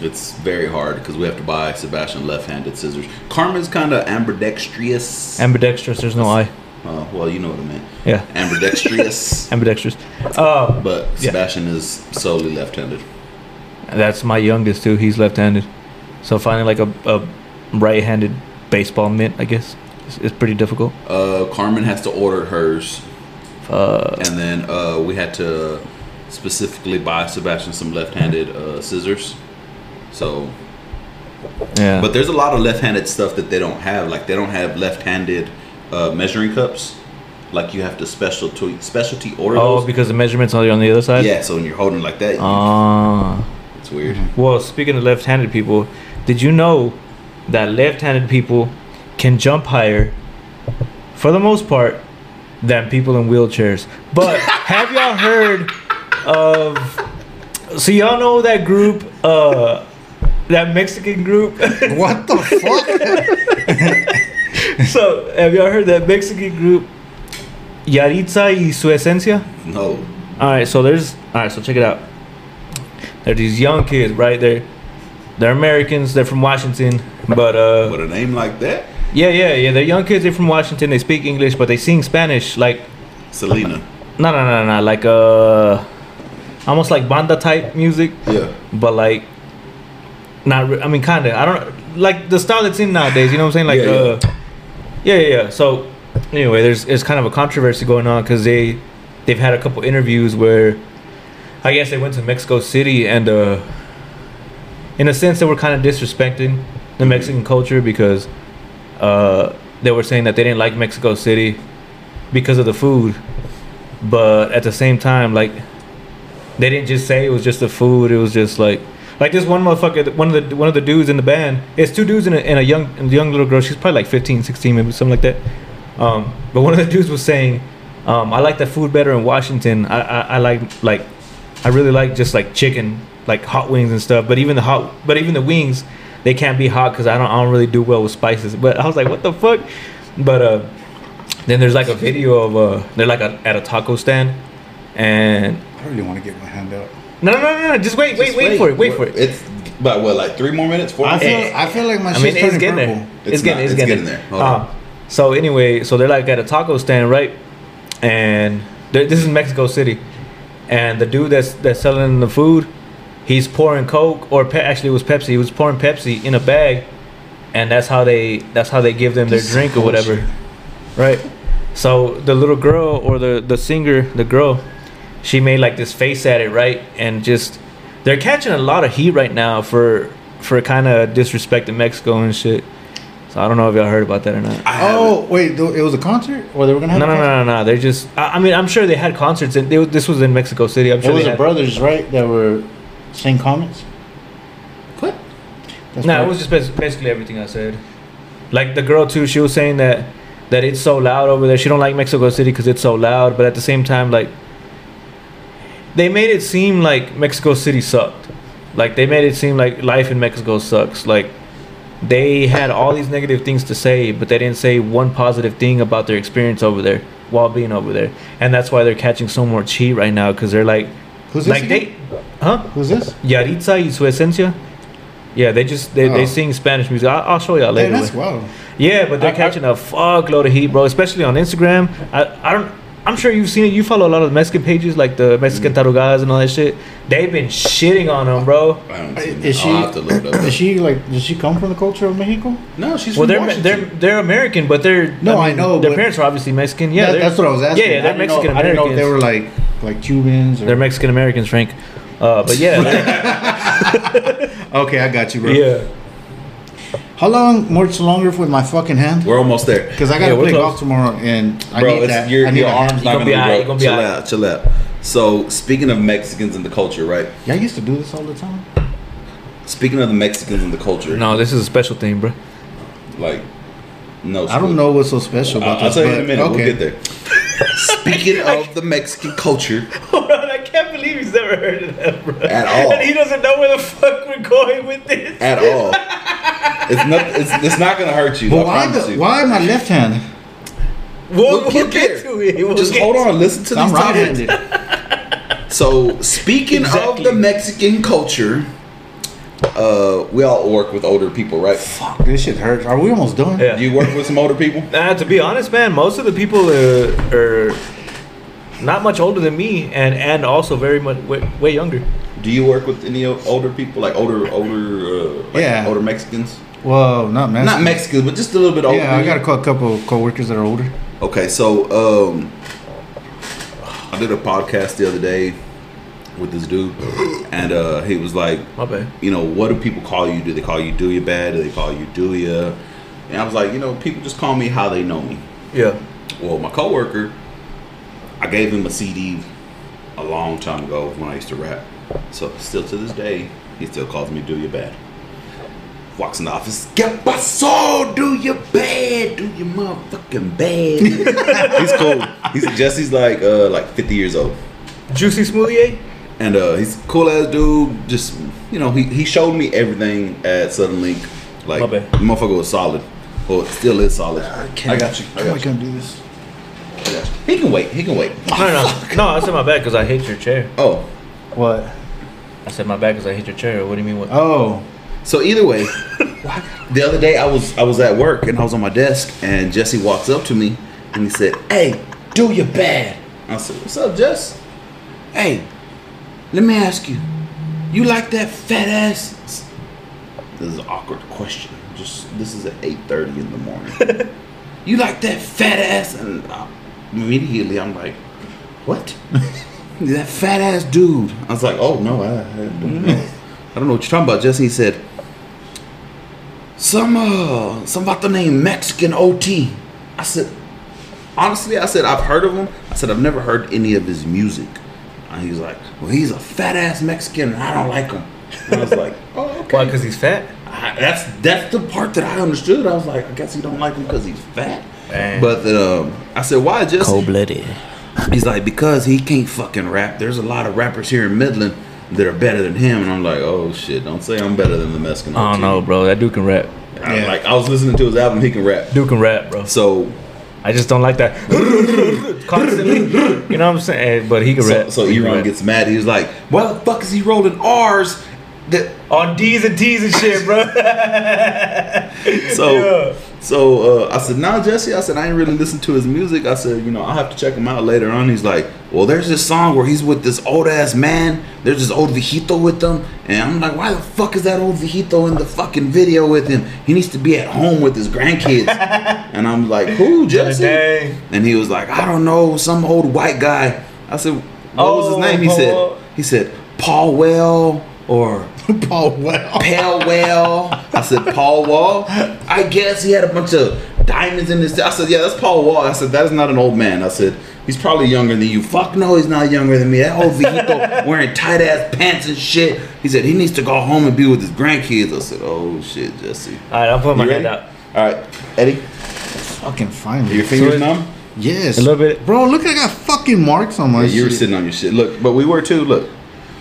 Speaker 1: It's very hard because we have to buy Sebastian left-handed scissors. Carmen's kind of ambidextrous.
Speaker 4: Ambidextrous. There's no I.
Speaker 1: uh, well, you know what I mean.
Speaker 4: Yeah. (laughs)
Speaker 1: Ambidextrous.
Speaker 4: Ambidextrous. Uh,
Speaker 1: but
Speaker 4: Yeah.
Speaker 1: Sebastian is solely left-handed.
Speaker 4: that's my youngest too. He's left-handed, so finding like a, a right-handed baseball mitt, I guess, is, is pretty difficult.
Speaker 1: Uh, Carmen has to order hers. and then uh, we had to specifically buy Sebastian some left-handed uh, scissors. So,
Speaker 4: Yeah.
Speaker 1: but there's a lot of left-handed stuff that they don't have. Like they don't have left-handed uh, measuring cups. Like you have to specialty specialty order
Speaker 4: oh,
Speaker 1: those.
Speaker 4: because the measurements are on the other side.
Speaker 1: yeah, so when you're holding it like
Speaker 3: Uh.
Speaker 1: that,
Speaker 4: Ah.
Speaker 1: it's weird.
Speaker 4: Well, speaking of left-handed people, did you know
Speaker 3: that left-handed people can jump higher, for the most part, than people in wheelchairs. But have y'all heard of? So y'all know that group, uh, that Mexican group. (laughs)
Speaker 2: (laughs) What the fuck?
Speaker 3: so have y'all heard that Mexican group, Yaritza y su esencia?
Speaker 1: No.
Speaker 3: All right, so there's all right, so check it out. There are these young kids, right? They're they're Americans. They're from Washington, but uh,
Speaker 1: With a name like that,
Speaker 3: yeah, yeah, yeah. They're young kids. They're from Washington. They speak English, but they sing Spanish. Like
Speaker 1: Selena.
Speaker 3: no, no, no, no, like uh, almost like banda type music,
Speaker 1: Yeah.
Speaker 3: but like not. Re- I mean, kind of. I don't like the style that's in nowadays. You know what I'm saying? Like
Speaker 1: Yeah,
Speaker 3: uh, yeah, yeah, yeah. So anyway, there's it's kind of a controversy going on because they they've had a couple interviews where I guess they went to Mexico City and uh, in a sense they were kind of disrespecting
Speaker 1: Mm-hmm.
Speaker 3: the Mexican culture because uh, they were saying that they didn't like Mexico City because of the food, but at the same time like they didn't just say it was just the food. It was just like like this one motherfucker, one of the one of the dudes in the band. It's two dudes and a, and a young and a young little girl. She's probably like 15, 16, maybe something like that. Um, but one of the dudes was saying, um, "I like the food better in Washington. I, I, I like like I really like just like chicken, like hot wings and stuff. But even the hot, but even the wings, they can't be hot because I don't I don't really do well with spices. But I was like, what the fuck? But uh, then there's like a video of uh, they're like a, at a taco stand, and
Speaker 2: I really want to get my hand up.
Speaker 3: no, no, no, no. Just wait, wait,
Speaker 1: Just
Speaker 3: wait, for it. Wait for it.
Speaker 1: It's about what, like three more minutes, four.
Speaker 2: I
Speaker 1: minutes?
Speaker 2: feel,
Speaker 3: Eh,
Speaker 2: I feel like my
Speaker 3: I mean,
Speaker 2: shit's
Speaker 3: it's
Speaker 2: turning
Speaker 3: getting
Speaker 2: purple.
Speaker 3: there. It's,
Speaker 1: It's
Speaker 3: getting,
Speaker 1: not-
Speaker 3: it's,
Speaker 1: it's getting
Speaker 3: getting,
Speaker 1: there.
Speaker 3: there.
Speaker 1: Hold on.
Speaker 3: Uh, so anyway, so they're like at a taco stand, right? And they're- this is Mexico City, and the dude that's that's selling the food, he's pouring Coke or pe- actually it was Pepsi. He was pouring Pepsi in a bag, and that's how they that's how they give them
Speaker 2: This
Speaker 3: their drink or
Speaker 2: culture.
Speaker 3: whatever, right? So the little girl or the the singer, the girl, she made like this face at it, right? And just they're catching a lot of heat right now for for kind of disrespecting Mexico and shit. So I don't know if y'all heard about that or not.
Speaker 1: I haven't.
Speaker 2: Oh wait, th- it was a concert, or they were gonna
Speaker 3: No,
Speaker 2: have
Speaker 3: no,
Speaker 2: a concert?
Speaker 3: no, no, no. They're just. I, I mean, I'm sure they had concerts. And they, this was in Mexico City. I'm sure
Speaker 2: It was
Speaker 3: they
Speaker 2: the
Speaker 3: had.
Speaker 2: brothers, right? That were saying comments. What? That's
Speaker 3: No,
Speaker 2: right.
Speaker 3: it was just bas- basically everything I said. Like the girl too, she was saying that that it's so loud over there. She don't like Mexico City because it's so loud. But at the same time, like they made it seem like Mexico City sucked. Like they made it seem like life in Mexico sucks. Like they had all these negative things to say, but they didn't say one positive thing about their experience over there while being over there. And that's why they're catching so much heat right now because they're like,
Speaker 2: Who's this?
Speaker 3: like
Speaker 2: again?
Speaker 3: they, huh?
Speaker 2: Who's this?
Speaker 3: Yaritza y su esencia. Yeah, they just they,
Speaker 2: Oh.
Speaker 3: they sing Spanish music. I, I'll show y'all
Speaker 2: Hey,
Speaker 3: later.
Speaker 2: that's wild.
Speaker 3: yeah, but they're
Speaker 2: I- I-
Speaker 3: catching a fuckload of heat, bro. Especially on Instagram. I, I don't. I'm sure you've seen it. You follow a lot of Mexican pages, like the Mexican tarugas and all that shit. They've
Speaker 4: (laughs)
Speaker 3: been shitting on them, bro.
Speaker 1: I haven't seen
Speaker 2: Is
Speaker 1: that.
Speaker 2: she?
Speaker 1: I'll have to look it up.
Speaker 2: Is she like? Does she come from the culture of Mexico?
Speaker 1: No, she's
Speaker 3: Well,
Speaker 1: from
Speaker 3: they're
Speaker 1: Washington.
Speaker 3: they're they're American, but they're
Speaker 2: No, I know,
Speaker 3: Their
Speaker 2: but-
Speaker 3: parents are obviously Mexican. Yeah,
Speaker 2: That-
Speaker 3: they're-
Speaker 2: that's what I was asking.
Speaker 3: Yeah, yeah, they're
Speaker 2: I didn't know-
Speaker 3: Mexican
Speaker 2: I didn't know if
Speaker 3: Americans.
Speaker 2: they were like like Cubans or.
Speaker 3: They're Mexican Americans, Frank. Uh,
Speaker 4: (laughs)
Speaker 3: but yeah, like-
Speaker 2: okay, I got you, bro.
Speaker 3: yeah.
Speaker 2: How long? Much longer with my fucking hand?
Speaker 1: We're almost there.
Speaker 2: Because I gotta
Speaker 3: Yeah, we're
Speaker 2: play
Speaker 3: close.
Speaker 2: golf tomorrow, and I
Speaker 1: Bro,
Speaker 2: need
Speaker 1: it's,
Speaker 2: that.
Speaker 1: your,
Speaker 2: I need
Speaker 1: your
Speaker 2: a
Speaker 1: arm's
Speaker 2: hand.
Speaker 1: not going to
Speaker 3: gonna be
Speaker 1: be
Speaker 3: alright, you
Speaker 1: right.
Speaker 3: gonna
Speaker 1: Chill
Speaker 3: be alright.
Speaker 1: out, chill out. So, speaking of Mexicans and the culture, right?
Speaker 2: Y'all used to do this all the time.
Speaker 1: Speaking of the Mexicans and the culture,
Speaker 3: No, this is a special thing, bro.
Speaker 1: like, no.
Speaker 2: I don't know what's so special
Speaker 1: I'll,
Speaker 2: about
Speaker 1: I'll
Speaker 2: this.
Speaker 1: tell you in a
Speaker 2: but-
Speaker 1: minute.
Speaker 2: Okay.
Speaker 1: We'll get there. Speaking of the Mexican culture,
Speaker 3: Hold on, I can't believe he's never heard of that, bro.
Speaker 2: (laughs)
Speaker 1: At all.
Speaker 3: And he doesn't know where the fuck we're going with this.
Speaker 1: at all, it's not. It's, it's not going to hurt you. I
Speaker 2: But why?
Speaker 1: promise
Speaker 2: The,
Speaker 1: you.
Speaker 2: why my left hand?
Speaker 3: We'll,
Speaker 1: We'll
Speaker 3: we'll
Speaker 1: get
Speaker 3: get,
Speaker 1: there.
Speaker 3: to it. We'll
Speaker 1: Just
Speaker 3: get
Speaker 1: hold
Speaker 3: to
Speaker 1: on. Listen (laughs) to
Speaker 2: I'm
Speaker 1: these topics.
Speaker 2: right-handed.
Speaker 1: So speaking of
Speaker 3: Exactly.
Speaker 1: the Mexican culture, uh, we all work with older people, right?
Speaker 2: Fuck, this shit hurts. Are we almost done?
Speaker 3: Yeah.
Speaker 1: You work with some older people.
Speaker 3: Uh, to be honest, man, most of the people uh, are not much older than me, and and also very much way, way younger.
Speaker 1: Do you work with any o- older people, like older, older, uh, like
Speaker 2: Yeah.
Speaker 1: older Mexicans?
Speaker 2: Well, not Mexico.
Speaker 1: Not Mexicans, but just a little bit older.
Speaker 2: Yeah, I got a cou- couple coworkers that are older.
Speaker 1: Okay, so um, I did a podcast the other day with this dude, and uh, he was like,
Speaker 3: My bad.
Speaker 1: you know, what do people call you? Do they call you Duya Bad? Do they call you Duya? And I was like, you know, people just call me how they know me.
Speaker 3: Yeah.
Speaker 1: Well, my coworker, I gave him a CD a long time ago when I used to rap. So still to this day, he still calls me Do You Bad. Walks in the office. Get paso, do your bad, do your motherfucking bad. (laughs) he's cool. He's Jesse's like uh like 50 years old.
Speaker 4: Juicy Smoothie? eh?
Speaker 1: And uh, he's a cool ass dude. Just you know, he, he showed me everything at Southern League. Like
Speaker 4: My bad.
Speaker 1: the motherfucker was solid, or still is solid. I, got you. I
Speaker 2: Come on,
Speaker 1: got you.
Speaker 2: come do this.
Speaker 1: I got you. He can wait. He can wait.
Speaker 4: No, no, no. No, I said my bad because I hate your chair.
Speaker 1: Oh,
Speaker 2: What?
Speaker 4: I said my bad because I hate your chair. What do you mean? What?
Speaker 2: Oh,
Speaker 1: so either way, the other day I was I was at work and I was on my desk and Jesse walks up to me and he said, "Hey, do your bad." I said, "What's up, Jess?" Hey, let me ask you. You like that fat ass? This is an awkward question. Just this is at eight thirty in the morning. (laughs) you like that fat ass? And I, immediately I'm like, what? (laughs) that fat ass dude. I was like, oh no, I, I don't know. I don't know what you're talking about. Jesse said, some uh, some about the name Mexican OT. I said, honestly, I said I've heard of him. I said I've never heard any of his music. And he was like, well, he's a fat ass Mexican, and I don't like him. And I was like, (laughs) oh okay.
Speaker 4: Why? Because he's fat?
Speaker 1: I, that's that's the part that I understood. I was like, I guess you don't like him because he's fat.
Speaker 4: Dang.
Speaker 1: But um, I said, why just?
Speaker 3: blooded.
Speaker 1: He's like, because he can't fucking rap. There's a lot of rappers here in Midland that are better than him. And I'm like, oh shit, don't say I'm better than the Mexican.
Speaker 4: I don't know, bro. That dude can rap.
Speaker 1: I'm
Speaker 2: Yeah.
Speaker 1: like, I was listening to his album. He can rap.
Speaker 4: Dude can rap, bro.
Speaker 1: So,
Speaker 4: I just don't (laughs) like that constantly. You know what I'm saying? But he can
Speaker 1: so,
Speaker 4: rap.
Speaker 1: so
Speaker 4: He can
Speaker 1: Eron
Speaker 4: rap.
Speaker 1: gets mad. He was like, why the fuck is he rolling R's? That
Speaker 4: on D's and T's and shit, (laughs) bro.
Speaker 1: (laughs) So, so uh, I said, "Nah, Jesse." I said, "I ain't really listened to his music." I said, "You know, I'll have to check him out later on." He's like, "Well, there's this song where he's with this old ass man. There's this old viejito with them." And I'm like, "Why the fuck is that old viejito in the fucking video with him? He needs to be at home with his
Speaker 4: (laughs)
Speaker 1: grandkids." and I'm like, "Who, Jesse?"
Speaker 4: Dang.
Speaker 1: And he was like, "I don't know, some old white guy." I said, "What was
Speaker 4: Oh,
Speaker 1: his name?" He
Speaker 4: Paul-
Speaker 1: said, "He said Paul Well or." Oh,
Speaker 2: Paul Well.
Speaker 1: Pale Well. I said Paul Wall. I guess he had a bunch of diamonds in his. I said, yeah, that's Paul Wall. I said that is not an old man. I said he's probably younger than you. Fuck no, he's not younger than me. That old
Speaker 4: (laughs)
Speaker 1: Vito wearing tight ass pants and shit. He said he needs to go home and be with his grandkids. I said, oh shit, Jesse.
Speaker 4: All right, I'm putting my
Speaker 1: You
Speaker 4: hand
Speaker 1: ready?
Speaker 4: out.
Speaker 1: All right, Eddie,
Speaker 2: Fucking
Speaker 1: are your
Speaker 2: finally.
Speaker 1: fingers
Speaker 4: it-
Speaker 1: numb?
Speaker 2: Yes.
Speaker 4: A little bit.
Speaker 2: Bro, look, I got fucking marks on my
Speaker 4: Oh,
Speaker 1: Yeah, you were
Speaker 2: shit.
Speaker 1: sitting on your shit. Look, but we were too. Look,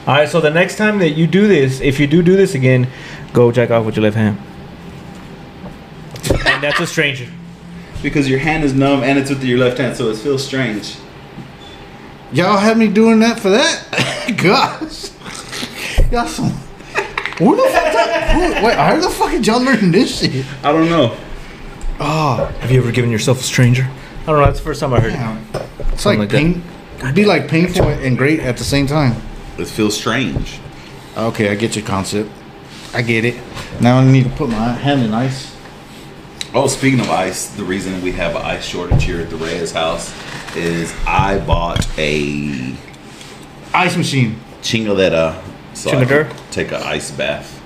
Speaker 4: All right, so the next time that you do this, if you do do this again, go jack off with your left hand. and that's a stranger.
Speaker 1: because your hand is numb and it's with your left hand, so it feels strange.
Speaker 2: Y'all had me doing that for that? (laughs) Gosh. Y'all some. Where the fuck that, who, Wait, how the fuck did y'all learn this shit?
Speaker 1: I don't know.
Speaker 2: Oh,
Speaker 4: Have you ever given yourself a stranger? I don't know. That's the first time I heard it.
Speaker 2: damn. It's
Speaker 4: Something
Speaker 2: like,
Speaker 4: like that.
Speaker 2: pain. Be like painful and great at the same time.
Speaker 1: It feels strange.
Speaker 2: Okay, I get your concept. I get it. Now I need to put my hand in ice.
Speaker 1: Oh, speaking of ice, the reason we have an ice shortage here at the Reyes house is I bought a
Speaker 2: Ice machine.
Speaker 1: chingaleta. So I
Speaker 4: Chingadera?
Speaker 1: could take an ice bath.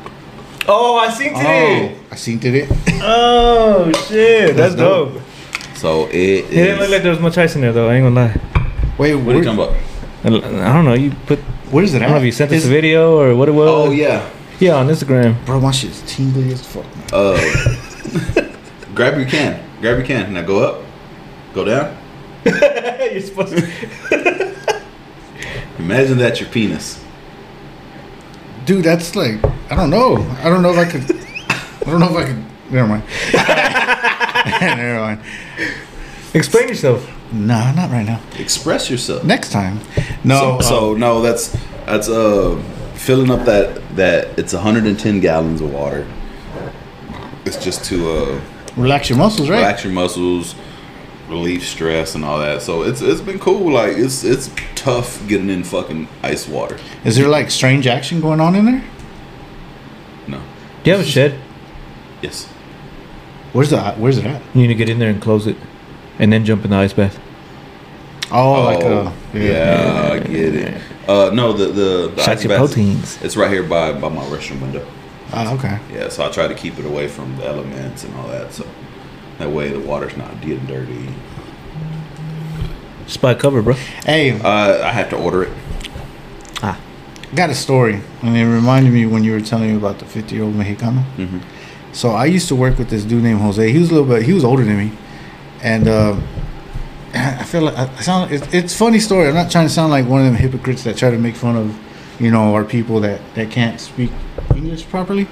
Speaker 4: Oh, I seen
Speaker 2: Oh,
Speaker 4: today.
Speaker 2: I seen did it. (laughs)
Speaker 4: Oh, shit, that's,
Speaker 2: That's
Speaker 4: dope.
Speaker 2: dope.
Speaker 1: So it is.
Speaker 4: It didn't look like there was much ice in there though. I ain't gonna lie.
Speaker 2: Wait,
Speaker 1: what are you
Speaker 2: where,
Speaker 1: talking about?
Speaker 4: I don't know. You put.
Speaker 2: where is it
Speaker 4: I
Speaker 2: at?
Speaker 4: don't know if you sent us
Speaker 2: It's-
Speaker 4: a video or what it was.
Speaker 1: Oh yeah.
Speaker 4: Yeah, on Instagram.
Speaker 2: Bro, my shit's tingly as fuck. man.
Speaker 1: Uh, (laughs) grab your can. Grab your can. Now go up. Go down.
Speaker 4: (laughs) You're supposed to.
Speaker 1: Imagine that's your penis.
Speaker 2: Dude, that's like, I don't know. I don't know if I could. I don't know if I could. Never mind. (laughs) never mind.
Speaker 4: Explain yourself.
Speaker 2: No, not right now.
Speaker 1: Express yourself.
Speaker 2: Next time. No.
Speaker 1: So, so no, that's that's uh filling up that that it's 110 gallons of water. It's just to uh
Speaker 2: uh, relax your muscles, right?
Speaker 1: relax your muscles, relieve stress and all that. So it's it's been cool. Like it's it's tough getting in fucking ice water.
Speaker 2: Is there like strange action going on in there?
Speaker 1: No.
Speaker 4: Do you have a shed?
Speaker 1: Yes.
Speaker 2: Where's the? Where's it at?
Speaker 4: You need to get in there and close it, and then jump in the ice bath.
Speaker 2: Oh, like a.
Speaker 1: yeah, I get it. Uh, no, the the, the
Speaker 4: Shot your
Speaker 1: baths-
Speaker 4: proteins.
Speaker 1: It's right here by by my restroom window.
Speaker 2: Oh, okay.
Speaker 1: Yeah, so I try to keep it away from the elements and all that. So that way the water's not getting dirty.
Speaker 4: Just buy a cover, bro.
Speaker 2: Hey,
Speaker 1: Uh, I have to order it.
Speaker 2: got a story, and it reminded me when you were telling me about the fifty-year-old Mexicano. So I used to work with this dude named Jose. He was a little bit. He was older than me, and uh, (clears throat) I feel like I sound. It's, it's a funny story. I'm not trying to sound like one of them hypocrites that try to make fun of, you know, our people that that can't speak English properly.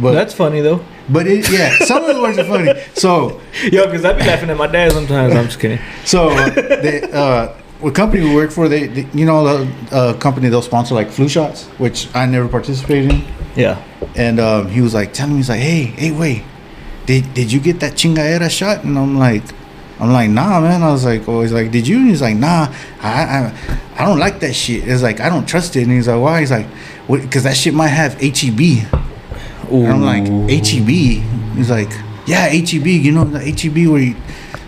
Speaker 2: But
Speaker 4: That's funny though.
Speaker 2: but it, yeah, some of the words are funny. So
Speaker 4: Yo, because I be laughing at my dad (laughs) sometimes. I'm just kidding.
Speaker 2: so uh, they, uh, what company we work for, they, they you know, the uh, company they'll sponsor like flu shots, which I never participated in.
Speaker 4: Yeah.
Speaker 2: And um, he was like telling me, he's like, hey, hey, wait, did did you get that chingadera shot? And I'm like, I'm like, nah, man. I was like, oh, he's like, did you? And he's like, nah, I I, I don't like that shit. It's like I don't trust it. And he's like, why? He's like, because that shit might have HEB. And I'm like, HEB. He's like, yeah, HEB. You know the HEB where you,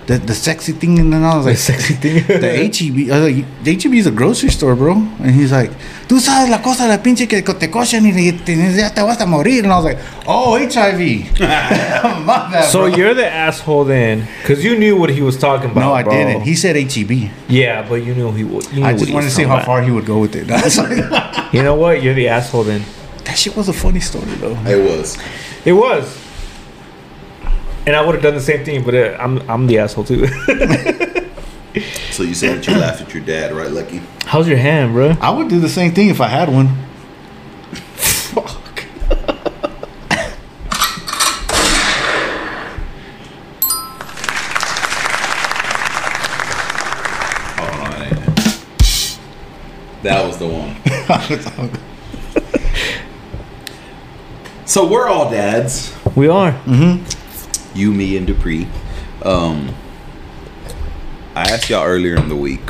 Speaker 2: the the sexy thing. And then I was like,
Speaker 4: sexy thing. (laughs)
Speaker 2: the HEB. I was like, the HEB is a grocery store, bro. And he's like, tú sabes la cosa la pinche que te cochan y te- te- ya te vas a morir. And I was like, oh, HIV. (laughs) My bad,
Speaker 4: So
Speaker 2: bro.
Speaker 4: you're the asshole then, because you knew what he was talking about.
Speaker 2: No, I
Speaker 4: bro.
Speaker 2: didn't. He said HEB.
Speaker 4: Yeah, but you knew he was. You knew
Speaker 2: I
Speaker 4: what
Speaker 2: just
Speaker 4: he
Speaker 2: wanted to
Speaker 4: was
Speaker 2: see
Speaker 4: talking
Speaker 2: how
Speaker 4: about.
Speaker 2: far he would go with it. (laughs) I was like,
Speaker 4: You know what? You're the asshole then.
Speaker 2: that shit was a funny story, though.
Speaker 1: It was.
Speaker 4: It was. And I would have done the same thing, but uh, I'm I'm the asshole too. (laughs)
Speaker 1: So you said that you laughed at your dad, right, Lucky?
Speaker 4: How's your hand, bro?
Speaker 2: I would do the same thing if I had one.
Speaker 4: (laughs) Fuck.
Speaker 1: Hold on, I ain't- that was the one. So we're all dads.
Speaker 4: We are.
Speaker 1: you, me, and Dupree. Um, I asked y'all earlier in the week,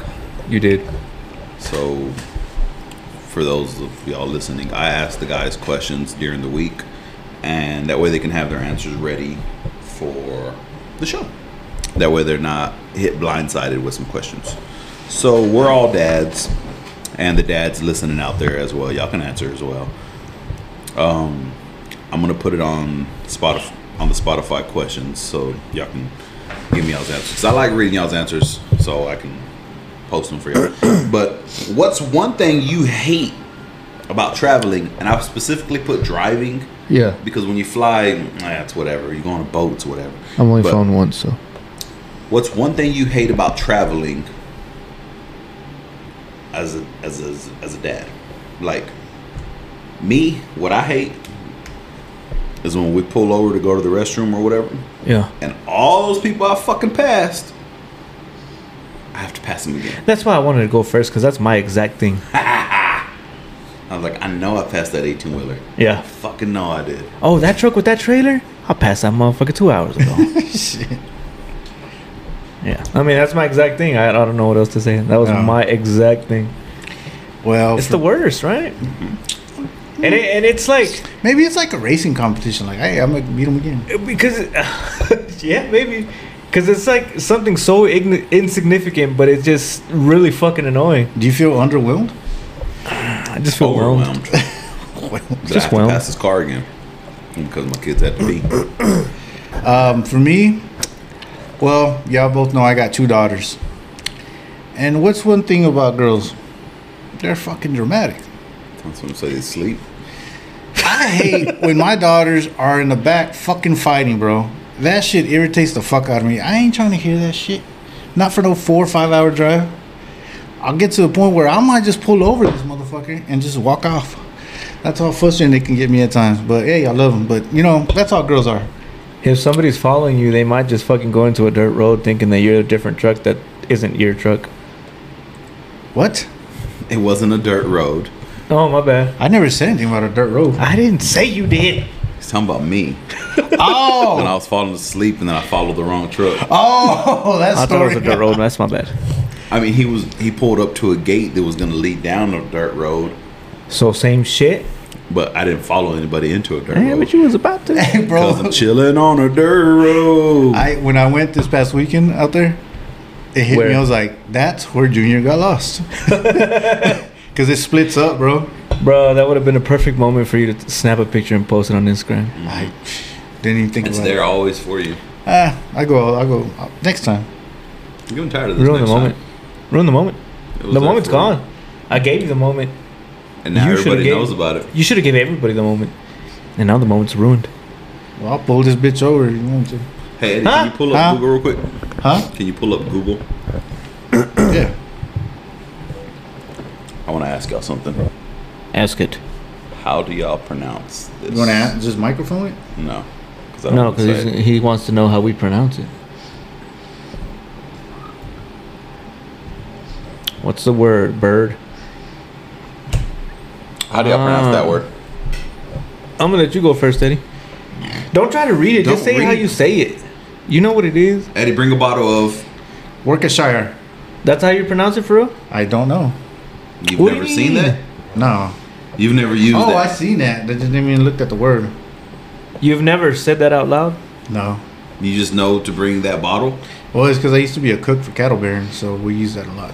Speaker 4: You did.
Speaker 1: so for those of y'all listening, I asked the guys questions during the week, and that way they can have their answers ready for the show. That way they're not hit blindsided with some questions. So we're all dads, and the dads listening out there as well. Y'all can answer as well. Um, I'm gonna put it on Spotify on the Spotify questions, so y'all can give me y'all's answers. 'Cause I like reading y'all's answers, so I can post them for y'all. (clears throat) but what's one thing you hate about traveling? And I've specifically put driving
Speaker 3: Yeah,
Speaker 1: because when you fly, nah, it's whatever. You go on a boat, it's whatever.
Speaker 3: I'm only
Speaker 1: But-
Speaker 3: flown once, so
Speaker 1: What's one thing you hate about traveling as a as a, as a dad? Like me, what I hate is when we pull over to go to the restroom or whatever,
Speaker 4: Yeah.
Speaker 1: and all those people I fucking passed, I have to pass them again.
Speaker 4: That's why I wanted to go first, because that's my exact thing.
Speaker 1: I was like, I know I passed that eighteen wheeler.
Speaker 4: Yeah.
Speaker 1: Fucking know I did.
Speaker 4: Oh, that truck with that trailer? I passed that motherfucker two hours ago. (laughs) Yeah. I mean, that's my exact thing. I, I don't know what else to say. That was
Speaker 2: Yeah.
Speaker 4: my exact thing.
Speaker 2: Well,
Speaker 4: It's
Speaker 2: for-
Speaker 4: the worst, right? And, it, and it's like,
Speaker 2: maybe it's like a racing competition. Like, hey, I'm gonna beat him again.
Speaker 4: because, (laughs) yeah, maybe. Because it's like something so ign- insignificant, but it's just really fucking annoying.
Speaker 2: Do you feel underwhelmed? (laughs)
Speaker 4: I just feel overwhelmed.
Speaker 1: That I
Speaker 4: Just
Speaker 1: have to
Speaker 4: whelmed.
Speaker 1: pass this car again because my kids had to be.
Speaker 2: Um, for me, well, y'all both know I got two daughters. And what's one thing about girls? They're fucking dramatic.
Speaker 1: That's what I'm saying. Sleep.
Speaker 2: I hate when my daughters are in the back fucking fighting, bro. That shit irritates the fuck out of me. I ain't trying to hear that shit. Not for no four or five hour drive. I'll get to the point where I might just pull over this motherfucker and just walk off. That's how frustrating they can get me at times. But hey, I love them. But you know, that's how girls are.
Speaker 4: If somebody's following you, they might just fucking go into a dirt road thinking that you're a different truck that isn't your truck.
Speaker 2: What?
Speaker 1: It wasn't a dirt road.
Speaker 4: Oh, my bad.
Speaker 2: I never said anything about a dirt road.
Speaker 3: (laughs)
Speaker 4: I didn't say you did.
Speaker 1: He's talking about me.
Speaker 2: Oh,
Speaker 1: And I was falling asleep, and then I followed the wrong truck.
Speaker 2: Oh, (laughs) that
Speaker 4: I thought it
Speaker 2: story.
Speaker 4: was a dirt road. That's my bad.
Speaker 1: I mean, he was he pulled up to a gate that was going to lead down a dirt road,
Speaker 4: So same shit.
Speaker 1: but I didn't follow anybody into a dirt
Speaker 4: Yeah,
Speaker 1: road
Speaker 4: but you was about to.
Speaker 2: Hey,
Speaker 1: because
Speaker 2: bro.
Speaker 1: I'm chilling on a dirt road.
Speaker 2: (laughs) I when I went this past weekend out there, it hit me.
Speaker 4: Where?
Speaker 2: I was like, that's where Junior got lost. (laughs) Cause it splits up, bro.
Speaker 4: (laughs) Bro, that would have been a perfect moment for you to t- snap a picture and post it on Instagram.
Speaker 2: I didn't even think
Speaker 1: it's
Speaker 2: about
Speaker 1: there
Speaker 2: it.
Speaker 1: always for you.
Speaker 2: Ah, I go. I go uh, next time.
Speaker 1: I'm getting tired of this.
Speaker 4: Ruin the
Speaker 1: next
Speaker 4: moment.
Speaker 1: time.
Speaker 4: Ruin the moment.
Speaker 1: It was
Speaker 4: The
Speaker 1: there
Speaker 4: moment's
Speaker 1: for you.
Speaker 4: gone. I gave you the moment.
Speaker 1: and now
Speaker 4: You should've
Speaker 1: everybody
Speaker 4: gave-
Speaker 1: knows about it.
Speaker 4: You should have gave everybody the moment. And now the moment's ruined.
Speaker 2: Well, I'll pull this bitch over if you want to.
Speaker 1: Hey, Eddie, can
Speaker 4: Huh?
Speaker 1: you pull up
Speaker 2: Huh?
Speaker 1: Google real quick?
Speaker 4: (clears throat)
Speaker 2: Huh?
Speaker 1: Can you pull up Google?
Speaker 2: yeah.
Speaker 1: I want to ask y'all something.
Speaker 4: Ask it.
Speaker 1: How do y'all pronounce this?
Speaker 2: You want to just microphone it?
Speaker 1: No. Cause I don't
Speaker 4: No,
Speaker 1: wanna say
Speaker 4: because
Speaker 1: it.
Speaker 4: he wants to know how we pronounce it. What's the word? Bird.
Speaker 1: How do y'all pronounce that
Speaker 4: Ah.
Speaker 1: word?
Speaker 4: I'm gonna let you go first, Eddie. Don't try to read it.
Speaker 1: Don't
Speaker 4: Just say it how
Speaker 1: read.
Speaker 4: you say it. You know what it is.
Speaker 1: Eddie, bring a bottle of.
Speaker 2: Worcestershire.
Speaker 4: That's how you pronounce it for real.
Speaker 2: I don't know.
Speaker 1: You've
Speaker 4: What do
Speaker 1: never
Speaker 4: you
Speaker 1: seen
Speaker 4: mean?
Speaker 1: that?
Speaker 2: No.
Speaker 1: You've never used
Speaker 2: Oh, I
Speaker 1: that.
Speaker 2: seen that. They just didn't even look at the word.
Speaker 4: You've never said that out loud.
Speaker 2: No.
Speaker 1: You just know to bring that bottle.
Speaker 2: Well, it's because I used to be a cook for Cattle Baron, so we use that a lot.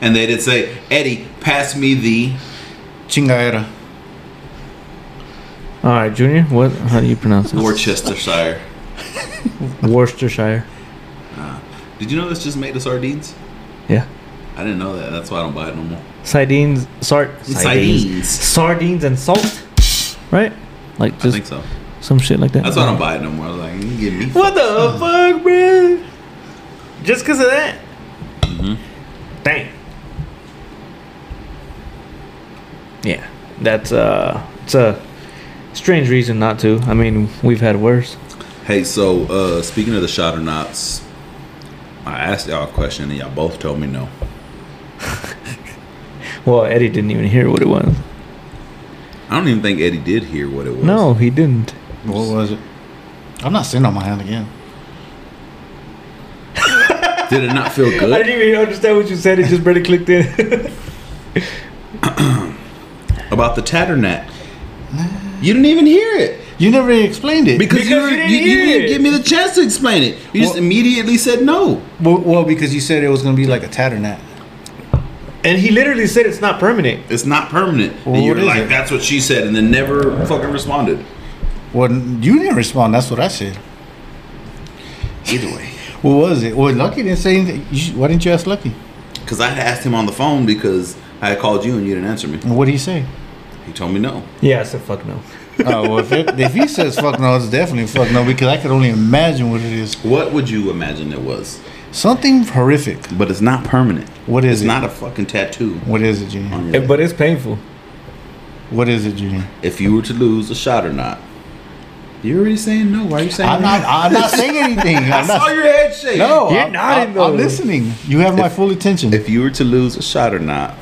Speaker 1: And they did say, Eddie, pass me the.
Speaker 2: Chingaera.
Speaker 4: All right, Junior. What? How do you pronounce it?
Speaker 1: Worcestershire.
Speaker 4: Worcestershire.
Speaker 1: Did you know this just made of sardines?
Speaker 4: Yeah.
Speaker 1: I didn't know that. That's why I don't buy it no more.
Speaker 4: Sardines. Sard.
Speaker 1: Sardines.
Speaker 4: Sardines and salt. Right. Like
Speaker 1: I
Speaker 4: just
Speaker 1: think so.
Speaker 4: some shit like that.
Speaker 1: That's why I don't buy it no more. I was like, you give me.
Speaker 4: What the fuck, bro? Just because of that? Dang. Yeah, that's uh, it's a strange reason not to. I mean, we've had worse.
Speaker 1: Hey, so uh, speaking of the shot or nots, I asked y'all a question and y'all both told me no.
Speaker 4: Well, Eddie didn't even hear what it was.
Speaker 1: I don't even think Eddie did hear what it was.
Speaker 4: No, he didn't.
Speaker 2: What was it? I'm not sitting on my hand again.
Speaker 1: Did it not feel
Speaker 4: I
Speaker 1: good?
Speaker 4: didn't even understand what you said. It just barely clicked in. (laughs)
Speaker 1: About the tatternat. You didn't even hear it.
Speaker 2: You never explained it.
Speaker 1: Because, you,
Speaker 4: Because
Speaker 1: were,
Speaker 4: you
Speaker 1: you,
Speaker 4: didn't
Speaker 1: you
Speaker 4: hear
Speaker 1: didn't
Speaker 4: it.
Speaker 1: give me the chance to explain it. You just
Speaker 2: Well-
Speaker 1: immediately said no.
Speaker 2: well, well, because you said it was going to be like a tatter nap.
Speaker 4: and he literally said it's not permanent.
Speaker 1: It's not permanent.
Speaker 2: Well,
Speaker 1: and you were
Speaker 2: what is
Speaker 1: like,
Speaker 2: it?
Speaker 1: that's what she said, and then never fucking responded.
Speaker 2: Well, you didn't respond. That's what I said.
Speaker 1: Either way.
Speaker 2: What was it? Well, Lucky didn't say anything. You sh- why didn't you ask Lucky?
Speaker 1: Because I had asked him on the phone because I had called you and you didn't answer me.
Speaker 2: And what did he (laughs) say?
Speaker 1: He told me no.
Speaker 4: Yeah, I said fuck no.
Speaker 2: Oh, well, if, it, if he says fuck no, it's definitely fuck no because I could only imagine what it is.
Speaker 1: What would you imagine it was?
Speaker 2: Something horrific.
Speaker 1: But it's not permanent.
Speaker 2: What is
Speaker 1: It's
Speaker 2: it?
Speaker 1: not a fucking tattoo.
Speaker 2: what is it, Junior?
Speaker 1: on your
Speaker 4: Eh,
Speaker 1: leg.
Speaker 4: But it's painful.
Speaker 2: What is it, Junior?
Speaker 1: if you were to lose a shot or not, you're already saying no. Why are you saying
Speaker 2: I'm not. I'm (laughs) not saying anything.
Speaker 1: I
Speaker 2: I'm
Speaker 1: saw
Speaker 2: not.
Speaker 1: your head shake.
Speaker 2: No,
Speaker 4: You're
Speaker 2: I'm,
Speaker 4: nodding,
Speaker 2: I'm,
Speaker 4: though.
Speaker 2: I'm listening. You have my full attention.
Speaker 1: If you were to lose a shot or not,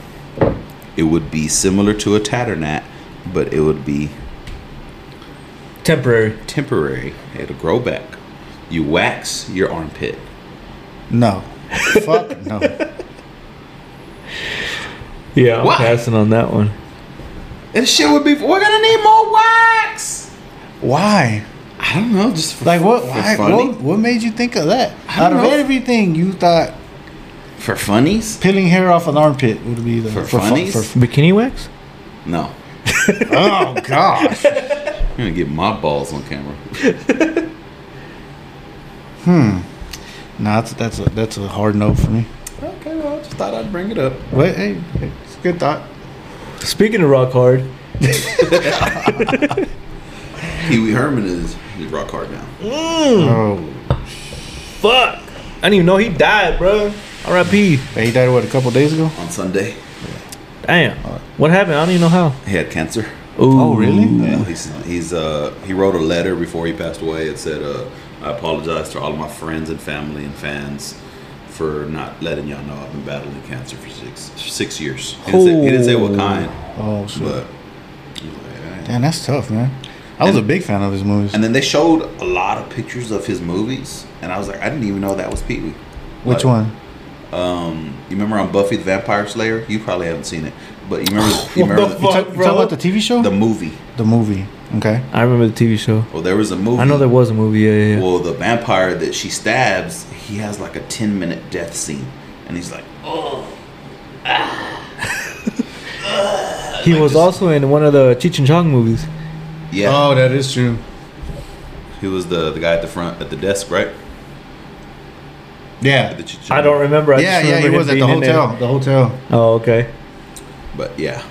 Speaker 1: it would be similar to a tatter gnat, but it would be
Speaker 4: Temporary.
Speaker 1: temporary. It'll grow back. You wax your armpit.
Speaker 2: no, fuck no. (laughs)
Speaker 4: Yeah, I'm
Speaker 1: Why?
Speaker 4: passing on that one.
Speaker 1: And shit would be. We're gonna need more wax.
Speaker 2: Why?
Speaker 1: I don't know. Just for,
Speaker 2: Like what?
Speaker 1: For
Speaker 2: Why,
Speaker 1: funny.
Speaker 2: what? What made you think of that?
Speaker 1: I
Speaker 2: Out
Speaker 1: don't
Speaker 2: of
Speaker 1: know.
Speaker 2: everything, you thought
Speaker 1: For funnies?
Speaker 2: peeling hair off an armpit would be the
Speaker 1: For
Speaker 2: fu-
Speaker 1: funnies?
Speaker 4: Bikini wax?
Speaker 1: No.
Speaker 2: oh gosh.
Speaker 1: (laughs) I'm gonna get my balls on camera. (laughs)
Speaker 2: Nah, that's that's a that's a hard no for me.
Speaker 1: okay. Well, I just thought I'd bring it up.
Speaker 2: But hey, it's a good thought.
Speaker 4: Speaking of rock hard,
Speaker 1: Pee Wee Herman is he's rock hard now.
Speaker 2: Oh,
Speaker 4: Fuck. I didn't even know he died, bro. R.I.P.
Speaker 2: hey, he died what a couple days ago.
Speaker 1: On Sunday,
Speaker 4: Damn. What happened? I don't even know how.
Speaker 1: he had cancer.
Speaker 2: Oh, really?
Speaker 1: Yeah, he's he's uh he wrote a letter before he passed away. It said, uh, "I apologize to all of my friends and family and fans for not letting y'all know I've been battling cancer for six six years." He didn't say, he didn't say what kind,
Speaker 2: Oh shit.
Speaker 1: but. he was like, "Eh."
Speaker 2: Damn, that's tough, man. I was
Speaker 1: And-
Speaker 2: a big fan of his movies.
Speaker 1: And then they showed a lot of pictures of his movies, and I was like, I didn't even know that was Pee Wee.
Speaker 2: Which one?
Speaker 1: You remember on Buffy the Vampire Slayer? You probably haven't seen it, but you remember you
Speaker 4: What
Speaker 1: remember
Speaker 4: the
Speaker 1: the,
Speaker 2: You
Speaker 4: fuck?
Speaker 2: talk, you talk
Speaker 4: bro.
Speaker 2: about the TV show?
Speaker 1: the
Speaker 2: The,
Speaker 1: movie?
Speaker 2: movie. Okay.
Speaker 4: I remember the TV show.
Speaker 1: Well, there was a movie.
Speaker 4: I know there was a movie. Yeah, yeah, yeah.
Speaker 1: Well, the vampire that she stabs, he has like a 10 minute death scene. And he's like,
Speaker 4: he was also in one of the Cheech and Chong movies.
Speaker 1: yeah.
Speaker 2: that is true.
Speaker 4: Oh.
Speaker 1: he was the, the guy at the front, at the desk, right? At
Speaker 2: Yeah.
Speaker 1: the ch-
Speaker 4: I don't remember. I
Speaker 2: Yeah,
Speaker 4: just
Speaker 2: yeah, he
Speaker 4: remember him
Speaker 2: was at the
Speaker 4: being in there.
Speaker 2: hotel. The hotel.
Speaker 4: Oh, okay.
Speaker 1: But yeah.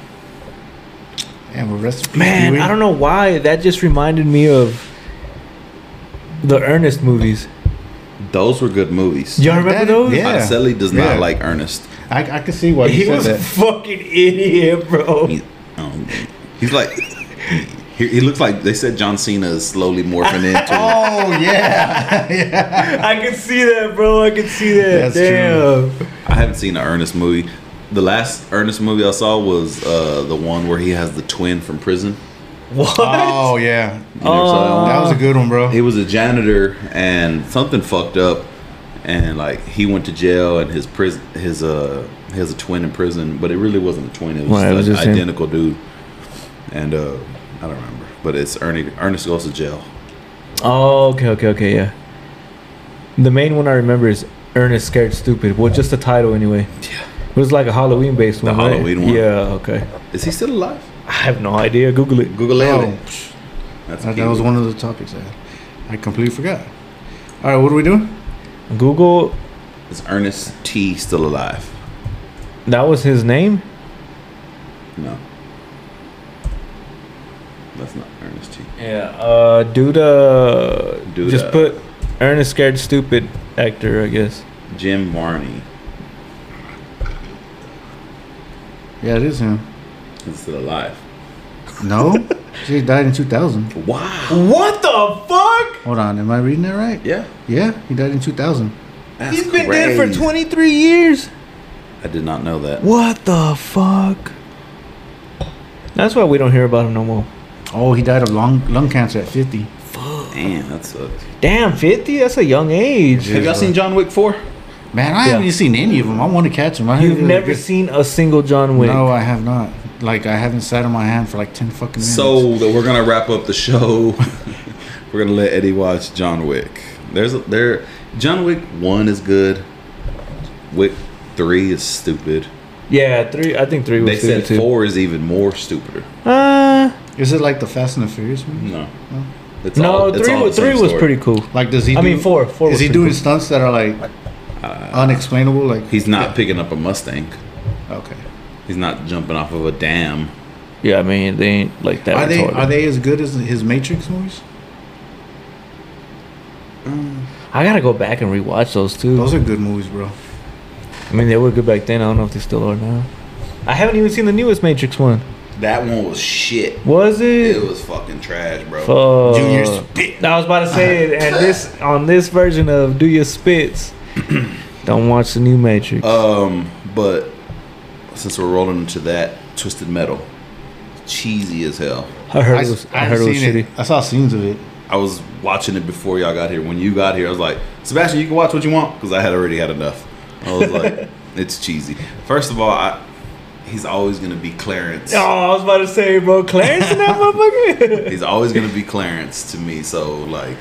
Speaker 2: And we're rest.
Speaker 4: Man, I don't know why that just reminded me of The Ernest movies.
Speaker 1: Those were good movies.
Speaker 4: Y'all remember
Speaker 2: That-
Speaker 4: those?
Speaker 2: yeah.
Speaker 1: Araceli does not
Speaker 2: Yeah.
Speaker 1: like Ernest.
Speaker 2: I, I can see why you
Speaker 4: He
Speaker 2: said
Speaker 4: was a
Speaker 2: that.
Speaker 4: fucking idiot, bro.
Speaker 1: He, um, he's like, he, he looks like they said John Cena is slowly morphing
Speaker 4: (laughs)
Speaker 1: into.
Speaker 2: Oh (laughs) yeah, yeah.
Speaker 4: I can see that, bro. I can see that.
Speaker 2: That's
Speaker 4: Damn.
Speaker 2: true.
Speaker 1: I haven't seen an Ernest movie. The last Ernest movie I saw was uh, the one where he has the twin from prison.
Speaker 4: (laughs) What?
Speaker 2: Oh yeah.
Speaker 1: You never saw that one?
Speaker 4: Oh.
Speaker 2: That was a good one, bro.
Speaker 1: he was a janitor and something fucked up and like he went to jail and his prison his uh he has a twin in prison but it really wasn't a twin it was
Speaker 4: Right, it was
Speaker 1: just
Speaker 4: just
Speaker 1: an
Speaker 4: him.
Speaker 1: identical dude and uh i don't remember but it's ernie ernest goes to jail
Speaker 4: Oh, okay, okay, okay, yeah. The main one I remember is Ernest Scared Stupid. Well, just the title anyway.
Speaker 1: Yeah.
Speaker 4: It was like a Halloween based
Speaker 1: The
Speaker 4: one. right?
Speaker 1: Halloween one.
Speaker 4: Yeah, okay.
Speaker 1: is he still alive
Speaker 4: I have no idea. Google it.
Speaker 1: google it
Speaker 2: Oh,
Speaker 1: that's
Speaker 2: that, that was one of the topics I I completely forgot. All right, what are we doing?
Speaker 4: Google.
Speaker 1: is ernest t still alive
Speaker 4: That was his name.
Speaker 1: no that's not ernest t uh,
Speaker 4: Yeah. Uh, Duda.
Speaker 1: Duda.
Speaker 4: Just put Ernest Scared Stupid actor, I guess.
Speaker 1: jim varney
Speaker 2: Yeah, it is him.
Speaker 1: is still alive
Speaker 2: No, she died in 2000.
Speaker 1: wow
Speaker 4: What the fuck?
Speaker 2: Hold on, am I reading that right?
Speaker 1: yeah
Speaker 2: Yeah, he died in 2000.
Speaker 1: that's
Speaker 4: He's been dead for
Speaker 1: crazy.
Speaker 4: 23 years.
Speaker 1: i did not know that
Speaker 4: What the fuck? That's why we don't hear about him no more.
Speaker 2: Oh, he died of lung lung cancer at 50.
Speaker 1: damn that sucks
Speaker 4: Damn, 50? That's a young age.
Speaker 1: Have y'all seen John Wick 4?
Speaker 2: Man,
Speaker 4: Yeah.
Speaker 2: I haven't even seen any of them. I want to catch them. I heard
Speaker 4: You've
Speaker 2: it was
Speaker 4: never
Speaker 2: good.
Speaker 4: seen a single John Wick.
Speaker 2: No, I have not. Like I haven't sat on my hand for like 10 fucking minutes.
Speaker 1: So that we're gonna wrap up the show. (laughs) we're gonna let Eddie watch John Wick. There's a, there John Wick 1 is good. Wick 3 is stupid.
Speaker 4: Yeah, three. I think three was
Speaker 1: They said
Speaker 4: stupid, too.
Speaker 1: 4 is even more stupider.
Speaker 4: Uh,
Speaker 2: is it like the Fast and the Furious movie?
Speaker 1: No. It's
Speaker 4: no,
Speaker 1: all- it's
Speaker 4: three.
Speaker 1: all
Speaker 4: Was,
Speaker 1: the same
Speaker 4: three was
Speaker 1: story.
Speaker 4: pretty cool.
Speaker 2: Like does he
Speaker 4: I
Speaker 2: do-
Speaker 4: mean, four. Four.
Speaker 2: Is
Speaker 4: was
Speaker 2: he
Speaker 4: pretty
Speaker 2: doing
Speaker 4: cool.
Speaker 2: stunts that are like unexplainable like
Speaker 1: He's not picking up a Mustang.
Speaker 2: Okay.
Speaker 1: He's not jumping off of a dam.
Speaker 4: Yeah, I mean, they ain't like that.
Speaker 2: Are they
Speaker 4: retarded.
Speaker 2: are they as good as his Matrix movies?
Speaker 4: I gotta go back and rewatch those too.
Speaker 2: Those are good movies, bro.
Speaker 4: I mean, they were good back then. I don't know if they still are now. I haven't even seen the newest Matrix one.
Speaker 1: That one was shit.
Speaker 4: Was it?
Speaker 1: It was fucking trash, bro.
Speaker 4: Fuck.
Speaker 2: Junior spit.
Speaker 4: Uh, I was about to say it, and this on this version of Do Your Spits. don't watch the new Matrix.
Speaker 1: Um, but since we're rolling into that, Twisted Metal, cheesy as hell.
Speaker 4: I heard it
Speaker 2: s-
Speaker 4: was. I, heard it
Speaker 2: haven't
Speaker 4: was
Speaker 2: seen
Speaker 4: shitty.
Speaker 2: I saw scenes of it. (laughs)
Speaker 1: I was watching it before y'all got here. When you got here, I was like, Sebastian, you can watch what you want because I had already had enough. I was like, it's cheesy. First of all, I, he's always gonna be Clarence.
Speaker 4: Oh, I was about to say, bro, Clarence in that
Speaker 2: (laughs)
Speaker 4: motherfucker.
Speaker 1: He's always gonna be Clarence to me. So like,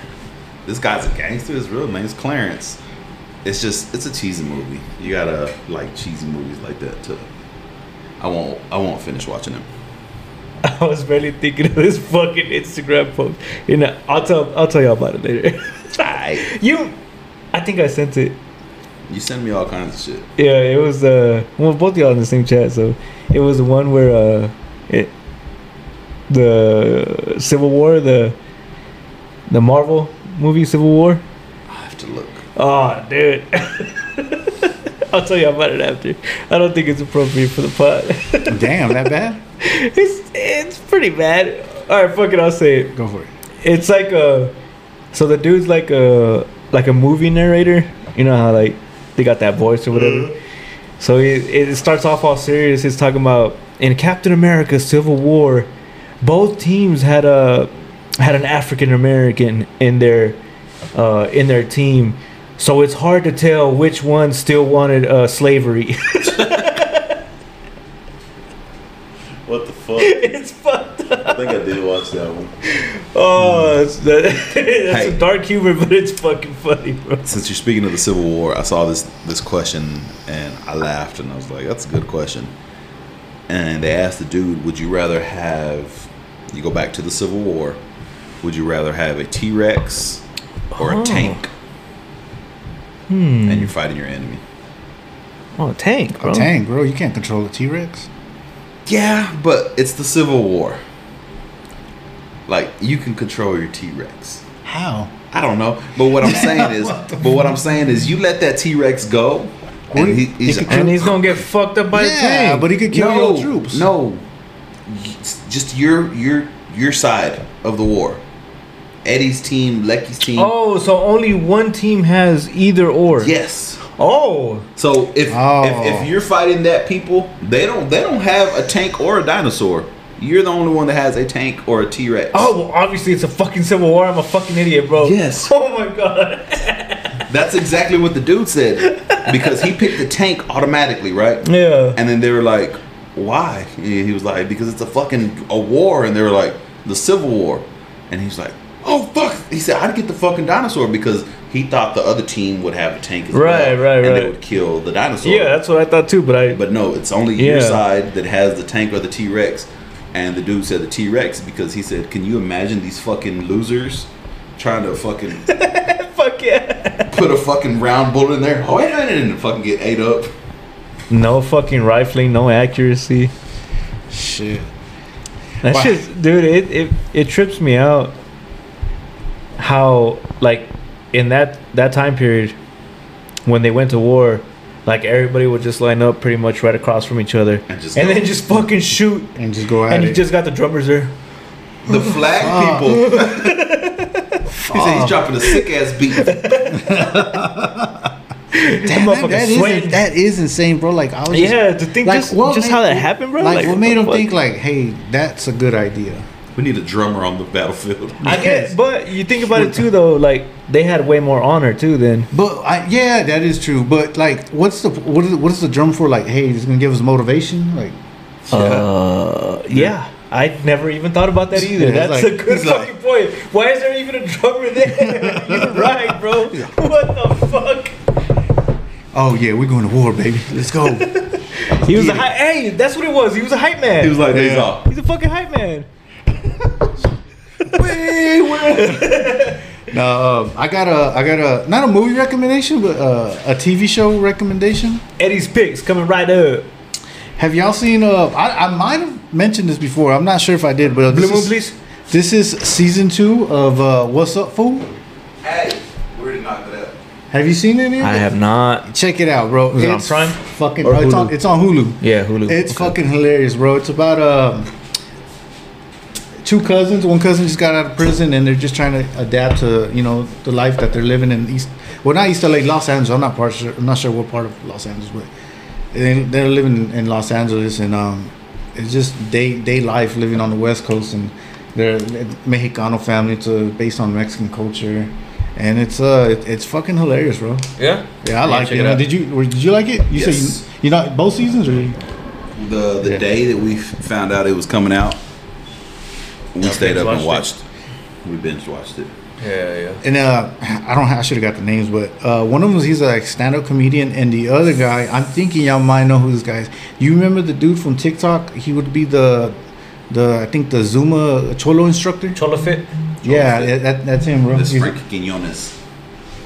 Speaker 1: this guy's a gangster. His real name's Clarence. It's just it's a cheesy movie. You gotta like cheesy movies like that too. I won't I won't finish watching him.
Speaker 4: (laughs) I was barely thinking of this fucking Instagram post. You know, I'll tell I'll tell y'all about it later. (laughs) you, I think I sent it.
Speaker 1: You send me all kinds of shit.
Speaker 4: Yeah, it was uh well both of y'all in the same chat, so it was the one where uh it the Civil War, the the Marvel movie Civil War.
Speaker 1: I have to look.
Speaker 4: Oh dude. (laughs) I'll tell you about it after. I don't think it's appropriate for the pot.
Speaker 2: Damn, that bad?
Speaker 4: (laughs) it's it's pretty bad. Alright, fuck it, I'll say it.
Speaker 2: Go for it.
Speaker 4: It's like a so the dude's like a like a movie narrator. You know how like they got that voice or whatever.
Speaker 1: Mm-hmm.
Speaker 4: So it, it starts off all serious. It's talking about in Captain America: Civil War, both teams had a had an African American in their uh, in their team. So it's hard to tell which one still wanted uh, slavery.
Speaker 1: (laughs)
Speaker 4: (laughs)
Speaker 1: What the (laughs) fuck? I
Speaker 4: it's fucked. Up.
Speaker 1: think I did watch that one.
Speaker 4: Oh, it's, (laughs) that's
Speaker 1: Hey.
Speaker 4: a dark humor, but it's fucking funny, bro.
Speaker 1: Since you're speaking of the Civil War, I saw this this question and I laughed and I was like, "That's a good question." And they asked the dude, "Would you rather have you go back to the Civil War? Would you rather have a T-Rex or a
Speaker 4: Oh.
Speaker 1: tank?"
Speaker 4: Hmm.
Speaker 1: And you're fighting your enemy.
Speaker 4: Oh, tank, bro.
Speaker 2: A tank, bro. You can't control a T Rex.
Speaker 1: Yeah, but it's the Civil War. Like you can control your T-Rex.
Speaker 2: How?
Speaker 1: I don't know. But what I'm saying is, but what I'm saying is, you let that T Rex go, and he, he's
Speaker 4: and he's gonna get fucked up by the
Speaker 2: Yeah,
Speaker 4: tank.
Speaker 2: but he could kill
Speaker 1: no,
Speaker 2: your troops.
Speaker 1: No, It's just your your your side of the war. Eddie's team, Lecky's team.
Speaker 4: oh, so only one team has either or.
Speaker 1: Yes.
Speaker 4: Oh,
Speaker 1: So if,
Speaker 2: Oh.
Speaker 1: if if you're fighting that people, they don't they don't have a tank or a dinosaur. You're the only one that has a tank or a T Rex.
Speaker 4: oh, well, obviously it's a fucking civil war. I'm a fucking idiot, bro.
Speaker 1: Yes.
Speaker 4: Oh my god.
Speaker 1: That's exactly what the dude said because he picked the tank automatically,
Speaker 2: (laughs)
Speaker 1: right?
Speaker 4: Yeah.
Speaker 1: And then they were like, "Why?" And he was like, "Because it's a fucking a war." And they were like, "The Civil War," and he's like, "Oh fuck!" He said, "I'd get the fucking dinosaur because he thought the other team would have a tank as well,
Speaker 4: Right, right,
Speaker 1: and
Speaker 4: right.
Speaker 1: they would kill the dinosaur."
Speaker 4: Yeah, that's what I thought too. But I.
Speaker 1: but no, it's only your
Speaker 4: Yeah.
Speaker 1: side that has the tank or the T Rex. And the dude said the T Rex because he said, "Can you imagine these fucking losers trying to
Speaker 4: (laughs)
Speaker 1: fucking
Speaker 4: fuck yeah.
Speaker 1: put a fucking round bullet in there. Oh, wait a minute, and fucking get ate up.
Speaker 4: No fucking rifling. No accuracy.
Speaker 2: Shit.
Speaker 4: That
Speaker 2: Wow.
Speaker 4: shit, dude. It, it it trips me out. How like in that that time period when they went to war, like everybody would just line up pretty much right across from each other,
Speaker 1: And just
Speaker 4: and
Speaker 1: go.
Speaker 4: then just fucking shoot.
Speaker 2: And just go at
Speaker 4: And
Speaker 2: it.
Speaker 4: you just got the drummers there.
Speaker 1: The
Speaker 4: (laughs)
Speaker 1: flag people. he said
Speaker 2: Uh-huh.
Speaker 1: he's dropping a sick ass beat.
Speaker 2: Damn, that,
Speaker 4: motherfucker's
Speaker 2: that, is,
Speaker 4: sweating.
Speaker 2: that is insane, bro. Like I was just-
Speaker 4: Yeah, to think just- just how that happened, bro?
Speaker 2: Like,
Speaker 4: Like,
Speaker 2: what
Speaker 4: what
Speaker 2: made
Speaker 4: the
Speaker 2: him
Speaker 4: fuck?
Speaker 2: think like, hey, that's a good idea.
Speaker 1: We need a drummer on the battlefield.
Speaker 4: I guess, but you think about it too, though. Like they had way more honor too. Then
Speaker 2: But I, yeah, that is true. But like, what's the what is what is the drum for? Like, hey, it's gonna give us motivation. Like,
Speaker 4: Uh, yeah. I never even thought about that either.
Speaker 2: Yeah, it's
Speaker 4: That's
Speaker 2: like-
Speaker 4: a good
Speaker 2: it's like-
Speaker 4: fucking point. Why is there even a drummer there? (laughs) You're right, bro. What the fuck?
Speaker 2: oh yeah, we're going to war, baby. (laughs) Let's
Speaker 4: (laughs)
Speaker 2: go.
Speaker 4: He was a hi- hey. That's what it was. He was a hype man.
Speaker 1: He was like, "Days
Speaker 2: Yeah.
Speaker 1: off."
Speaker 4: he's a fucking hype man. (laughs)
Speaker 2: no, um, I got a I got a not a movie recommendation, but uh, a TV show recommendation.
Speaker 4: Eddie's picks coming right up.
Speaker 2: Have y'all seen? Uh, I, I might have mentioned this before. I'm not sure if I did, but uh, this
Speaker 4: Blue Moon,
Speaker 2: is-
Speaker 4: please.
Speaker 2: This is season two of uh, What's Up Fool.
Speaker 1: Hey, where did knock it up?
Speaker 2: Have you seen any of it?
Speaker 4: not.
Speaker 2: Check it out, bro.
Speaker 4: Is it on Prime?
Speaker 2: Fucking,
Speaker 4: Or
Speaker 2: oh, it's,
Speaker 4: Hulu?
Speaker 2: on, it's on Hulu.
Speaker 4: Yeah, Hulu.
Speaker 2: It's fucking hilarious, bro. It's about um, two cousins. One cousin just got out of prison, and they're just trying to adapt to you know the life that they're living in East. Well, not East LA, Los Angeles. I'm not part. Sure, I'm not sure what part of Los Angeles, but they- they're living in Los Angeles, and um, it's just day day life living on the West Coast, and they're a Mexicano family. It's uh, based on Mexican culture, and it's uh, it- it's fucking hilarious, bro.
Speaker 4: Yeah.
Speaker 2: Yeah, I like
Speaker 4: check
Speaker 2: it. Uh,
Speaker 4: it out.
Speaker 2: did you were- did you like it? You
Speaker 1: Yes.
Speaker 2: said you, you not both seasons or?
Speaker 1: The the
Speaker 2: Yeah.
Speaker 1: day that we found out it was coming out, we stayed up and
Speaker 4: binge-watched
Speaker 1: watched. We binge watched it.
Speaker 4: Yeah, yeah.
Speaker 2: And uh, I don't. I should have got the names, but uh, one of them was he's a like, stand-up comedian, and the other guy, I'm thinking y'all might know who this guy is. You remember the dude from TikTok? He would be the, the I think the Zuma uh, Cholo instructor.
Speaker 4: Cholo fit.
Speaker 2: yeah, that- that, that's him, bro.
Speaker 1: This
Speaker 2: He's-
Speaker 1: Frank Quinones.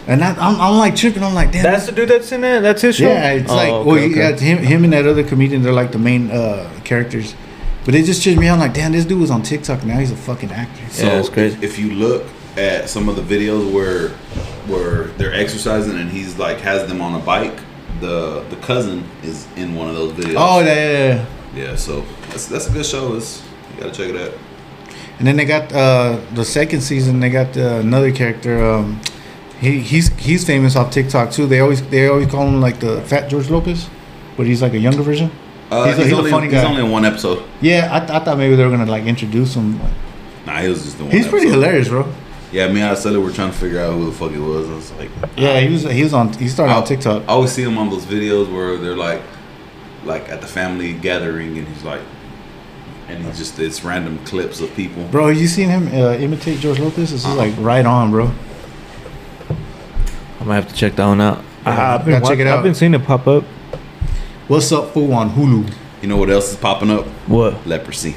Speaker 2: And I, I'm, I'm like tripping. I'm like, damn.
Speaker 4: That's the dude that's in that. That's his show.
Speaker 2: Yeah, it's
Speaker 4: Oh,
Speaker 2: like
Speaker 4: okay,
Speaker 2: well,
Speaker 4: okay.
Speaker 2: yeah, it's him, him and that other comedian, they're like the main uh, characters. But it just tripped me out. I'm like, damn, this dude was on TikTok. Now he's a fucking actor.
Speaker 1: So
Speaker 4: Yeah, it's crazy.
Speaker 1: If, if you look at some of the videos where where they're exercising and he's like has them on a bike, the the cousin is in one of those videos.
Speaker 2: Oh yeah, yeah, yeah.
Speaker 1: Yeah, so that's that's a good show. It's, you gotta check it out.
Speaker 2: And then they got uh, the second season. They got uh, another character. Um, he he's he's famous off TikTok too. They always they always call him like the Fat George Lopez, but he's like a younger version.
Speaker 1: Uh,
Speaker 2: He's
Speaker 1: he's,
Speaker 2: a- he's a
Speaker 1: only,
Speaker 2: funny
Speaker 1: he's
Speaker 2: guy.
Speaker 1: only in one episode.
Speaker 2: Yeah, I, th- I thought maybe they were gonna like introduce him.
Speaker 1: Nah, he was just the one.
Speaker 2: He's pretty
Speaker 1: episode.
Speaker 2: hilarious, bro.
Speaker 1: Yeah, me and Arcelo were trying to figure out who the fuck he was. I was like,
Speaker 2: Yeah, he was he was on he started
Speaker 4: Oh.
Speaker 2: on
Speaker 1: I-
Speaker 2: TikTok.
Speaker 1: I always see him on those videos where they're like, like at the family gathering, and he's like, and he's just it's random clips of people.
Speaker 2: Bro, you seen him uh, imitate George Lopez? This is like right on, bro.
Speaker 4: I might have to check that one out.
Speaker 2: Yeah,
Speaker 4: I've been
Speaker 2: gotta check
Speaker 4: wa-
Speaker 2: it out.
Speaker 4: I've been seeing it pop up.
Speaker 2: What's up, fool? On Hulu.
Speaker 1: You know what else is popping up?
Speaker 4: What?
Speaker 1: Leprosy.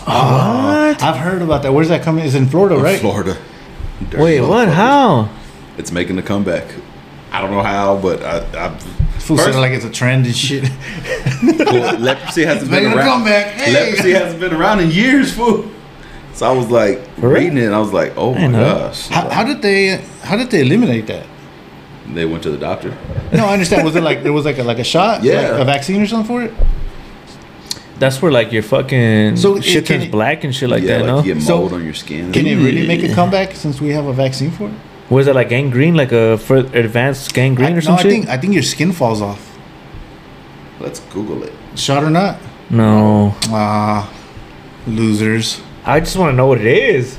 Speaker 2: What? I've heard about that. Where's that coming? It's in Florida,
Speaker 1: From
Speaker 2: Oh, right?
Speaker 1: Florida. Dirty
Speaker 4: Wait, what?
Speaker 1: motherfuckers.
Speaker 4: How?
Speaker 1: It's making a comeback. I don't know how, but I, I
Speaker 2: Fool
Speaker 1: First-
Speaker 2: sounded like it's a trend and shit. (laughs)
Speaker 1: Well, leprosy hasn't been
Speaker 2: Making a
Speaker 1: around.
Speaker 2: comeback, hey!
Speaker 1: Leprosy hasn't been around in years, fool. So I was like
Speaker 3: real?
Speaker 1: reading it, and I was like, oh my
Speaker 3: know.
Speaker 1: gosh.
Speaker 2: How, how did they? How did they eliminate that?
Speaker 1: they went to the doctor.
Speaker 2: No, I understand. Was it like there was like a, like a shot,
Speaker 1: Yeah.
Speaker 2: like a vaccine or something for it?
Speaker 4: That's where like your fucking
Speaker 2: So,
Speaker 4: shit
Speaker 2: it- can
Speaker 4: turns
Speaker 2: it-
Speaker 4: black and shit like
Speaker 1: yeah,
Speaker 4: that.
Speaker 1: like
Speaker 4: no,
Speaker 1: you get
Speaker 2: So,
Speaker 1: mold on your skin.
Speaker 2: Can it really make a comeback since we have a vaccine for it?
Speaker 4: was it like gangrene, like a for advanced gangrene
Speaker 2: I,
Speaker 4: or some
Speaker 2: no,
Speaker 4: shit?
Speaker 2: I think I think your skin falls off.
Speaker 1: Let's Google it.
Speaker 2: Shot or not?
Speaker 4: no,
Speaker 2: Ah, losers.
Speaker 4: I just want to know what it is.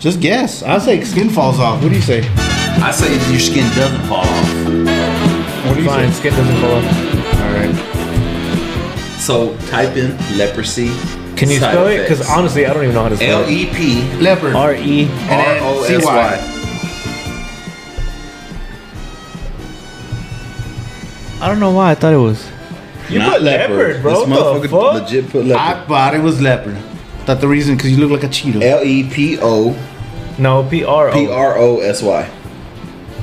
Speaker 2: Just guess. I say skin falls off. What do you say?
Speaker 1: I say your skin doesn't fall off.
Speaker 2: What do you
Speaker 4: Fine, skin doesn't fall off.
Speaker 2: say? All right.
Speaker 1: So type in leprosy.
Speaker 4: Can you spell it? Because honestly, I don't even know how to spell
Speaker 1: L
Speaker 4: it.
Speaker 1: E P
Speaker 2: Leopard.
Speaker 4: R E.
Speaker 1: R O S Y.
Speaker 4: I don't know why I thought it was.
Speaker 1: You
Speaker 3: put leopard, bro.
Speaker 1: This
Speaker 3: What the
Speaker 1: motherfucker
Speaker 3: fuck?
Speaker 1: legit put
Speaker 2: I
Speaker 1: leopard.
Speaker 2: thought it was leopard. Thought the reason because you look like a cheeto.
Speaker 1: L E P O
Speaker 4: No, P R
Speaker 1: P
Speaker 4: O.
Speaker 1: R O S Y.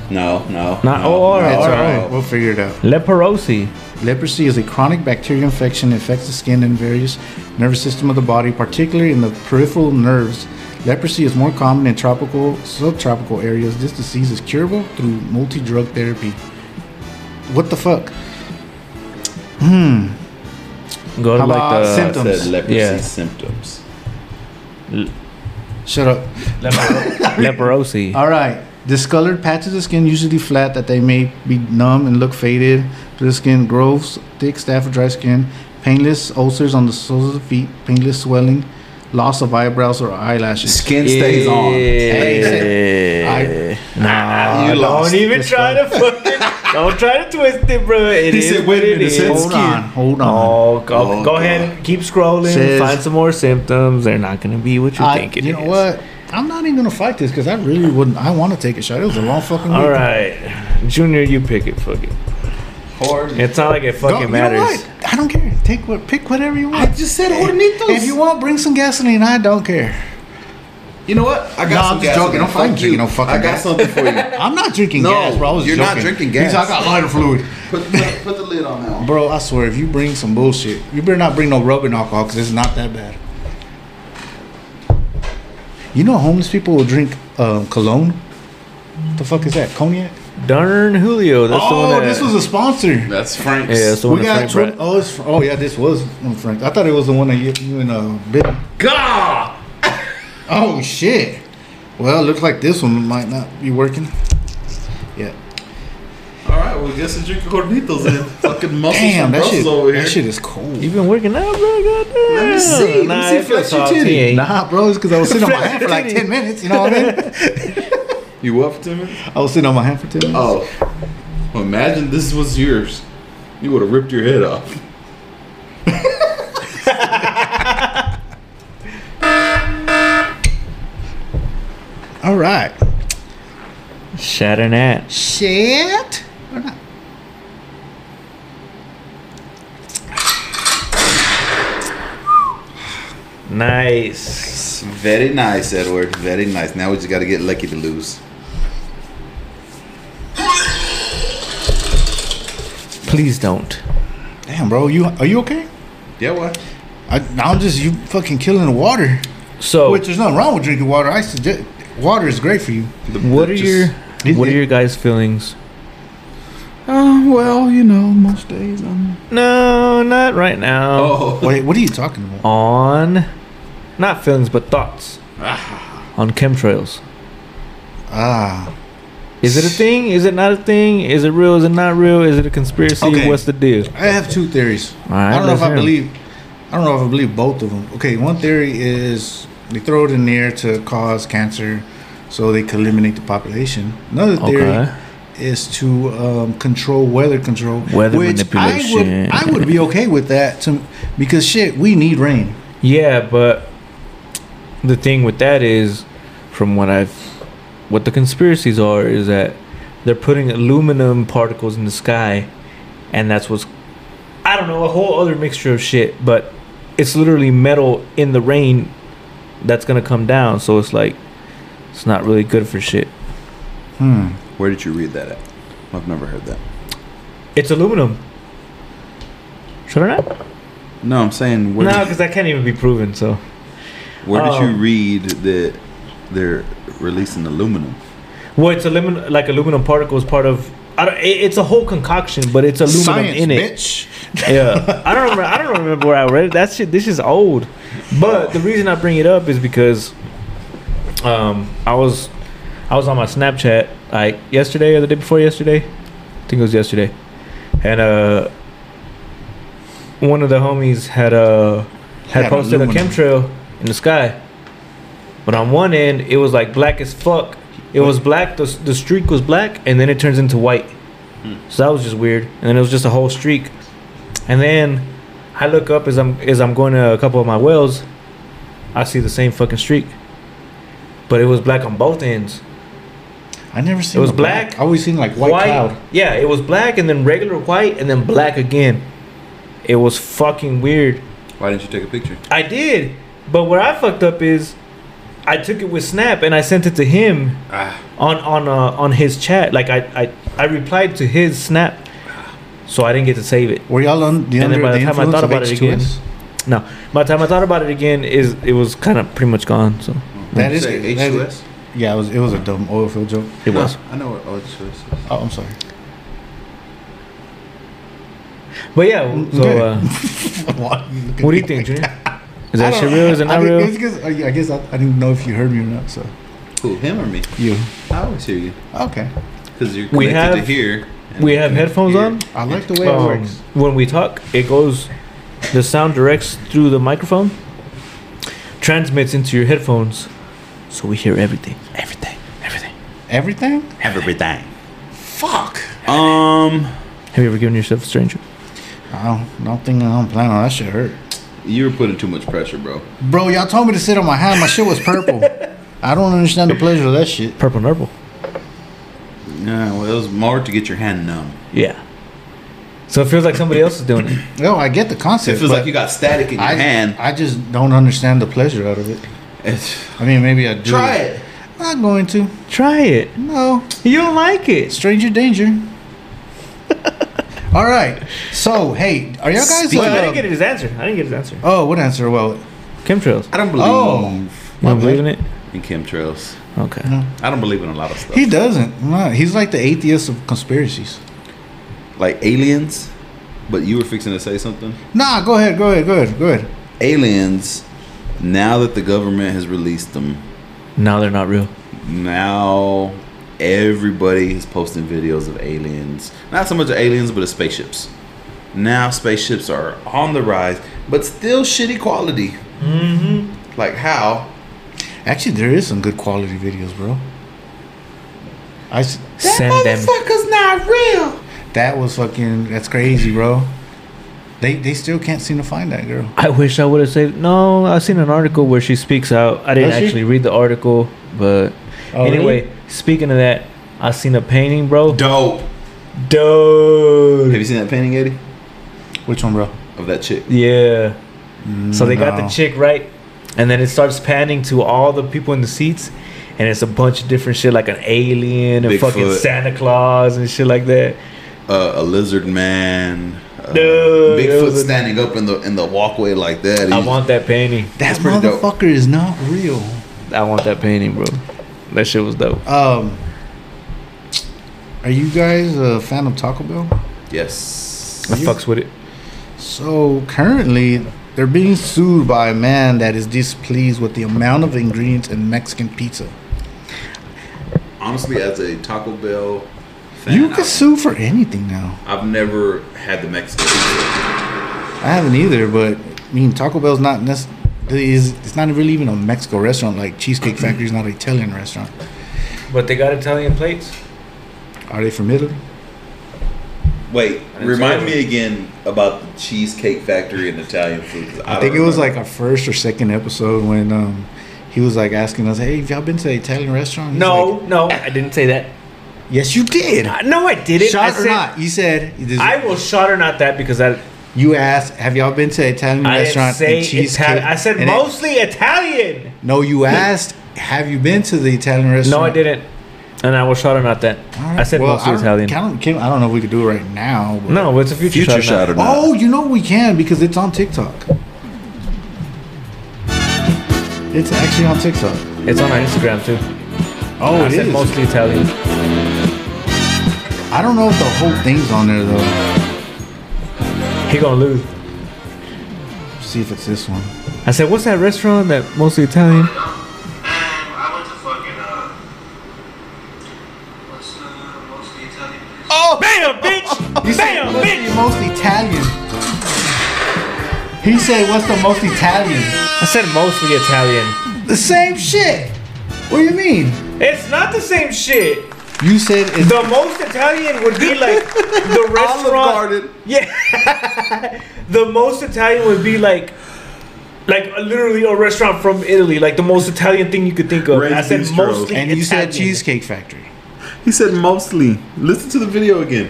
Speaker 1: No, no.
Speaker 4: Not
Speaker 1: no,
Speaker 4: O R
Speaker 1: no,
Speaker 4: O.
Speaker 2: That's all
Speaker 1: no.
Speaker 2: right. We'll figure it out.
Speaker 4: Leprosy.
Speaker 2: Leprosy is a chronic bacterial infection that affects the skin and various nervous system of the body, particularly in the peripheral nerves. Leprosy is more common in tropical, subtropical areas. This disease is curable through multi-drug therapy. What the fuck?
Speaker 4: Go to
Speaker 2: How
Speaker 4: like
Speaker 2: about
Speaker 4: the
Speaker 1: I
Speaker 2: symptoms?
Speaker 1: said leprosy
Speaker 4: Yeah.
Speaker 1: symptoms.
Speaker 2: Shut up.
Speaker 4: (laughs)
Speaker 2: (laughs)
Speaker 4: leprosy.
Speaker 2: All right. Discolored patches of skin, usually flat, that they may be numb and look faded. To the skin growths, thick staff of dry skin, painless ulcers on the soles of the feet, painless swelling, loss of eyebrows or eyelashes.
Speaker 1: Skin stays on.
Speaker 2: I-
Speaker 4: Yeah. Nah,
Speaker 1: You lost
Speaker 4: don't even
Speaker 2: this
Speaker 4: try to fucking. Don't try to twist it, bro. It
Speaker 1: He
Speaker 4: is
Speaker 1: said,
Speaker 4: what
Speaker 1: wait a minute, it
Speaker 4: is.
Speaker 1: said
Speaker 2: Hold on, hold on.
Speaker 4: Oh, go,
Speaker 1: Oh,
Speaker 4: go
Speaker 1: God.
Speaker 4: ahead and keep scrolling.
Speaker 2: Says-
Speaker 4: find some more symptoms. They're not gonna be what you
Speaker 2: I,
Speaker 4: think it
Speaker 2: you know
Speaker 4: is.
Speaker 2: what? I'm not even gonna fight this because I really wouldn't. I want to take a shot. It was a long fucking.
Speaker 4: All
Speaker 2: week.
Speaker 4: right, Junior, you pick it. Fuck it. It's not like it
Speaker 2: Go-
Speaker 4: fucking
Speaker 2: you know
Speaker 4: matters.
Speaker 2: what? I don't care. Take what, pick whatever you
Speaker 1: I
Speaker 2: want.
Speaker 1: just said hornitos.
Speaker 2: if you want, bring some gasoline. I don't care.
Speaker 1: you know what? I got
Speaker 2: No, I'm
Speaker 1: some
Speaker 2: just
Speaker 1: gas
Speaker 2: joking.
Speaker 1: in it.
Speaker 2: Don't fucking
Speaker 1: Fuck
Speaker 2: drink
Speaker 1: you.
Speaker 2: no fucking
Speaker 1: I got
Speaker 2: (laughs) gas.
Speaker 1: something for you.
Speaker 2: I'm not drinking
Speaker 1: No,
Speaker 2: gas, bro. I was
Speaker 1: you're not
Speaker 2: joking.
Speaker 1: drinking
Speaker 2: Because
Speaker 1: gas.
Speaker 2: I got lighter fluid,
Speaker 1: Put, put, put the lid on now.
Speaker 2: bro. I swear, if you bring some bullshit, you better not bring no rubbing alcohol because it's not that bad. You know, homeless people will drink um, cologne. the fuck is that? Cognac?
Speaker 4: Darn Julio. That's the
Speaker 2: oh,
Speaker 4: one that,
Speaker 2: this was a sponsor.
Speaker 1: That's Frank's.
Speaker 4: yeah, that's the one
Speaker 2: We
Speaker 4: that Frank
Speaker 2: got Frank
Speaker 4: Brett.
Speaker 2: oh, it's, fr- oh yeah, this was from Frank. I thought it was the one that you, you and uh, Bill.
Speaker 1: God!
Speaker 2: Oh shit! Well, it looks like this one might not be working. Yeah.
Speaker 1: All right, well, guess I'm drinking cornitos
Speaker 2: (laughs)
Speaker 1: and fucking muscles
Speaker 2: Damn,
Speaker 1: from
Speaker 2: that
Speaker 1: Brussels
Speaker 2: shit.
Speaker 1: over here.
Speaker 2: That shit is cold.
Speaker 4: You've been working out, bro. Goddamn.
Speaker 1: Let me see. Let me
Speaker 4: Nah,
Speaker 1: see
Speaker 4: it
Speaker 1: if that's
Speaker 4: feels
Speaker 1: your
Speaker 4: salty,
Speaker 1: titty.
Speaker 4: ain't it?
Speaker 2: Nah, bro, it's because I was sitting on my hand for like
Speaker 4: Titty.
Speaker 2: ten minutes. You know what I mean?
Speaker 1: You up, Timmy?
Speaker 2: I was sitting on my hand for ten minutes.
Speaker 1: Oh, well, imagine this was yours. You would have ripped your head off.
Speaker 2: All right.
Speaker 4: Shatter that.
Speaker 2: Shit. Or not.
Speaker 4: Nice.
Speaker 1: Very nice, Edward. Very nice. Now we just got to get lucky to lose.
Speaker 4: Please don't.
Speaker 2: Damn, bro, you are you okay?
Speaker 1: Yeah, what?
Speaker 2: I, I'm just you fucking killing the water.
Speaker 4: So,
Speaker 2: Which there's nothing wrong with drinking water. I suggest water is great for you.
Speaker 4: what are your what are
Speaker 2: it-
Speaker 4: your guys' feelings?
Speaker 1: Uh, well, you know, most days I'm.
Speaker 4: No, not right now.
Speaker 1: Oh,
Speaker 2: Wait, what are you talking about?
Speaker 4: On, not feelings, but thoughts Ah. on chemtrails.
Speaker 2: Ah,
Speaker 4: Is it a thing? Is it not a thing? Is it real? Is it not real? Is it a conspiracy?
Speaker 2: Okay.
Speaker 4: What's the deal?
Speaker 2: I have two theories.
Speaker 4: right,
Speaker 2: I don't know if
Speaker 4: let's
Speaker 2: I
Speaker 4: hear 'em.
Speaker 2: believe. I don't know if I believe both of them. Okay, one theory is they throw it in the air to cause cancer, so they can eliminate the population. Another theory
Speaker 4: Okay.
Speaker 2: is to um, control weather control.
Speaker 4: Weather
Speaker 2: I would,
Speaker 4: manipulation.
Speaker 2: I would be okay with that, to, because shit, we need rain.
Speaker 4: Yeah, but the thing with that is, from what I've, what the conspiracies are is that they're putting aluminum particles in the sky, and that's what's, I don't know, a whole other mixture of shit. But it's literally metal in the rain that's gonna come down. So it's like, it's not really good for shit.
Speaker 2: Hmm.
Speaker 1: where did you read that at? I've never heard that.
Speaker 4: It's aluminum. Should I not?
Speaker 1: No, I'm saying where.
Speaker 4: No, because that can't even be proven. So
Speaker 1: Where did you
Speaker 3: Um,
Speaker 1: read that they're releasing aluminum?
Speaker 3: Well, it's aluminum, like aluminum particles, part of. I don't, it, it's a whole concoction, but it's aluminum
Speaker 2: Science,
Speaker 3: in it.
Speaker 2: bitch.
Speaker 3: Yeah, (laughs) I don't remember. I don't remember where I read it. That shit. This is old. But the reason I bring it up is because, um, I was, I was on my Snapchat like yesterday or the day before yesterday. I think it was yesterday, and uh, one of the homies had uh had
Speaker 2: Had
Speaker 3: posted a
Speaker 2: aluminum.
Speaker 3: chemtrail in the sky. But on one end, it was like black as fuck. It was black. The the streak was black, and then it turns into white. So that was just weird. And then it was just a whole streak. And then I look up as I'm as I'm going to a couple of my wells, I see the same fucking streak. But it was black on both ends.
Speaker 2: I never seen.
Speaker 3: It was
Speaker 2: a
Speaker 3: black,
Speaker 2: I always seen like white, cloud.
Speaker 3: Yeah, it was black and then regular white and then black again. It was fucking weird.
Speaker 5: Why didn't you take a picture?
Speaker 3: I did. But where I fucked up is I took it with Snap and I sent it to him
Speaker 5: Ah.
Speaker 3: on on uh, on his chat. Like I, I I replied to his Snap. So I didn't get to save it.
Speaker 2: Were y'all on the
Speaker 3: And then
Speaker 2: under
Speaker 3: by
Speaker 2: the
Speaker 3: the time I
Speaker 2: influence
Speaker 3: thought
Speaker 2: of
Speaker 3: about it
Speaker 2: H2S?
Speaker 3: No. By the time I thought about it again is it was kind of pretty much gone. So
Speaker 2: That
Speaker 1: You
Speaker 2: is
Speaker 1: say
Speaker 2: that is-
Speaker 1: H2S?
Speaker 2: Yeah, it was it was a dumb oil field joke.
Speaker 3: it was.
Speaker 5: I know what H2S is.
Speaker 2: Oh, I'm sorry.
Speaker 3: But yeah, so
Speaker 2: Okay.
Speaker 3: uh,
Speaker 2: (laughs) what
Speaker 3: what do you think, Junior? Is that shit real? Is it not
Speaker 2: I think- it's
Speaker 3: real?
Speaker 2: 'cause- uh, I I guess I, I didn't know if you heard me or not. So
Speaker 1: Who, him or me?
Speaker 2: you
Speaker 1: I always hear you
Speaker 2: okay?
Speaker 1: because you're connected
Speaker 3: We
Speaker 1: to
Speaker 3: have-
Speaker 1: here. and
Speaker 3: We
Speaker 1: you
Speaker 3: have
Speaker 1: can
Speaker 3: headphones
Speaker 1: hear.
Speaker 3: on.
Speaker 2: I like the way
Speaker 3: Um,
Speaker 2: it works.
Speaker 3: When we talk, it goes, the sound directs through the microphone, transmits into your headphones, so we hear everything. Everything. Everything.
Speaker 2: Everything.
Speaker 1: everything.
Speaker 2: Fuck.
Speaker 1: Um,
Speaker 3: Have you ever given yourself a stranger?
Speaker 2: I don't, don't think I don't plan on that shit hurt.
Speaker 1: you were putting too much pressure, bro.
Speaker 2: Bro, y'all told me to sit on my hand. My shit was
Speaker 3: (laughs)
Speaker 2: purple. I don't understand the pleasure of that shit.
Speaker 3: Purple Nurple.
Speaker 1: Yeah, well, it was more to get your hand numb.
Speaker 3: Yeah. So it feels like somebody else is doing it.
Speaker 2: No, I get the concept.
Speaker 1: It feels
Speaker 2: but
Speaker 1: like you got static in your
Speaker 2: I,
Speaker 1: hand.
Speaker 2: I just don't understand the pleasure out of it.
Speaker 1: It's,
Speaker 2: I mean, maybe I do.
Speaker 1: try it.
Speaker 2: Not going to.
Speaker 3: Try it.
Speaker 2: No.
Speaker 3: You don't like it.
Speaker 2: Stranger
Speaker 1: (laughs)
Speaker 2: danger. All right. So, hey, are y'all guys.
Speaker 3: Well, I didn't
Speaker 2: uh,
Speaker 3: get his answer. I didn't get his answer.
Speaker 2: Oh, what answer? Well,
Speaker 3: Chemtrails.
Speaker 1: I don't believe
Speaker 2: oh.
Speaker 3: You don't believe in it?
Speaker 1: in chemtrails.
Speaker 3: Okay.
Speaker 1: I don't believe in a lot of stuff.
Speaker 2: He doesn't. No, he's like the atheist of conspiracies.
Speaker 1: like aliens, but you were fixing to say something.
Speaker 2: Nah, go ahead, go ahead, go ahead, go ahead.
Speaker 1: Aliens, now that the government has released them,
Speaker 3: Now they're not real.
Speaker 1: now everybody is posting videos of aliens. Not so much of aliens, but of spaceships. Now spaceships are on the rise, but still shitty quality. Mm-hmm. Like how?
Speaker 2: Actually, there is some good quality videos, bro. I s-
Speaker 3: Send them.
Speaker 1: not real.
Speaker 2: that was fucking that's crazy, bro. They they still can't seem to find that girl.
Speaker 3: I wish I would have saved. No, I've seen an article where she speaks out. I didn't
Speaker 2: Does she?
Speaker 3: actually read the article, but
Speaker 2: Oh,
Speaker 3: anyway,
Speaker 2: really?
Speaker 3: speaking of that, I seen a painting, bro.
Speaker 1: Dope. Have
Speaker 3: Dude.
Speaker 1: you seen that painting, Eddie?
Speaker 2: Which one, bro?
Speaker 1: Of that chick.
Speaker 3: Yeah. So they got the
Speaker 2: No.
Speaker 3: chick right, and then it starts panning to all the people in the seats, and it's a bunch of different shit like an alien and fucking
Speaker 1: Bigfoot.
Speaker 3: Santa Claus and shit like that.
Speaker 1: Uh, a lizard man. Uh,
Speaker 3: Dude, it
Speaker 1: Bigfoot
Speaker 3: was a-
Speaker 1: standing up in the in the walkway like that.
Speaker 3: I
Speaker 1: He's-
Speaker 3: want that painting.
Speaker 2: That
Speaker 1: That's pretty dope.
Speaker 2: motherfucker is not real.
Speaker 3: I want that painting, bro. That shit was dope.
Speaker 2: Um, are you guys a fan of Taco Bell?
Speaker 1: Yes.
Speaker 3: I fucks with it.
Speaker 2: So currently, they're being sued by a man that is displeased with the amount of ingredients in Mexican pizza.
Speaker 1: Honestly, as a Taco Bell fan,
Speaker 2: You can
Speaker 1: I've,
Speaker 2: sue for anything now.
Speaker 1: I've never had the Mexican pizza.
Speaker 2: I haven't either, but I mean Taco Bell's not nec- is it's not really even a Mexico restaurant like Cheesecake Factory is not an Italian restaurant.
Speaker 3: But they got Italian plates.
Speaker 2: Are they from Italy?
Speaker 1: Wait,
Speaker 5: didn't
Speaker 1: remind
Speaker 5: say
Speaker 1: me again about the Cheesecake Factory and Italian food. 'cause
Speaker 2: I,
Speaker 1: don't
Speaker 2: think it was
Speaker 1: remember.
Speaker 2: like our first or second episode when um, he was like asking us, "Hey, have y'all been to an Italian restaurant?" He's
Speaker 3: No,
Speaker 2: like,
Speaker 3: no, I didn't say that.
Speaker 2: yes, you did.
Speaker 3: Uh, No, I didn't. I
Speaker 2: Shot or
Speaker 3: said-
Speaker 2: not? You said this-
Speaker 3: I will shot or not that because I,
Speaker 2: You asked, "Have y'all been to an Italian
Speaker 3: I didn't
Speaker 2: restaurant?"
Speaker 3: say
Speaker 2: and cheesecake?"
Speaker 3: Italian. I said
Speaker 2: And it-
Speaker 3: mostly Italian.
Speaker 2: no, you asked, "Have you been to the Italian
Speaker 3: No,
Speaker 2: restaurant?"
Speaker 3: I didn't. And I will shot or not that.
Speaker 2: All right.
Speaker 3: I said
Speaker 2: Well,
Speaker 3: mostly
Speaker 2: I don't-
Speaker 3: Italian.
Speaker 2: I don't, Kim, I don't know if we could do it right now. But
Speaker 3: No, it's a future,
Speaker 1: future shot or not.
Speaker 2: Oh, you know we can because it's on TikTok. It's actually on TikTok.
Speaker 4: It's on our Instagram too.
Speaker 2: Oh,
Speaker 4: I
Speaker 2: it
Speaker 4: said
Speaker 2: is.
Speaker 4: mostly Italian.
Speaker 2: I don't know if the whole thing's on there though.
Speaker 4: He gonna lose.
Speaker 2: See if it's this one.
Speaker 4: I said, what's that restaurant that mostly Italian?
Speaker 6: And I went to fucking uh, what's the mostly Italian place?
Speaker 4: Oh, bam, bitch!
Speaker 2: You said
Speaker 4: Bam,
Speaker 2: what's
Speaker 4: bitch!
Speaker 2: the most Italian. He said, "What's the most Italian?"
Speaker 4: I said mostly Italian.
Speaker 2: The same shit. What do you mean?
Speaker 4: It's not the same shit.
Speaker 2: You said it's
Speaker 4: The most Italian would be like
Speaker 2: (laughs)
Speaker 4: the restaurant.
Speaker 5: Garden.
Speaker 4: Yeah. the most Italian would be like like literally a restaurant from Italy, like the most Italian thing you could think of.
Speaker 1: Ray's
Speaker 4: I said
Speaker 1: Bistro.
Speaker 4: mostly
Speaker 2: and you said
Speaker 4: Italian.
Speaker 2: Cheesecake Factory.
Speaker 1: He said mostly. Listen to the video again.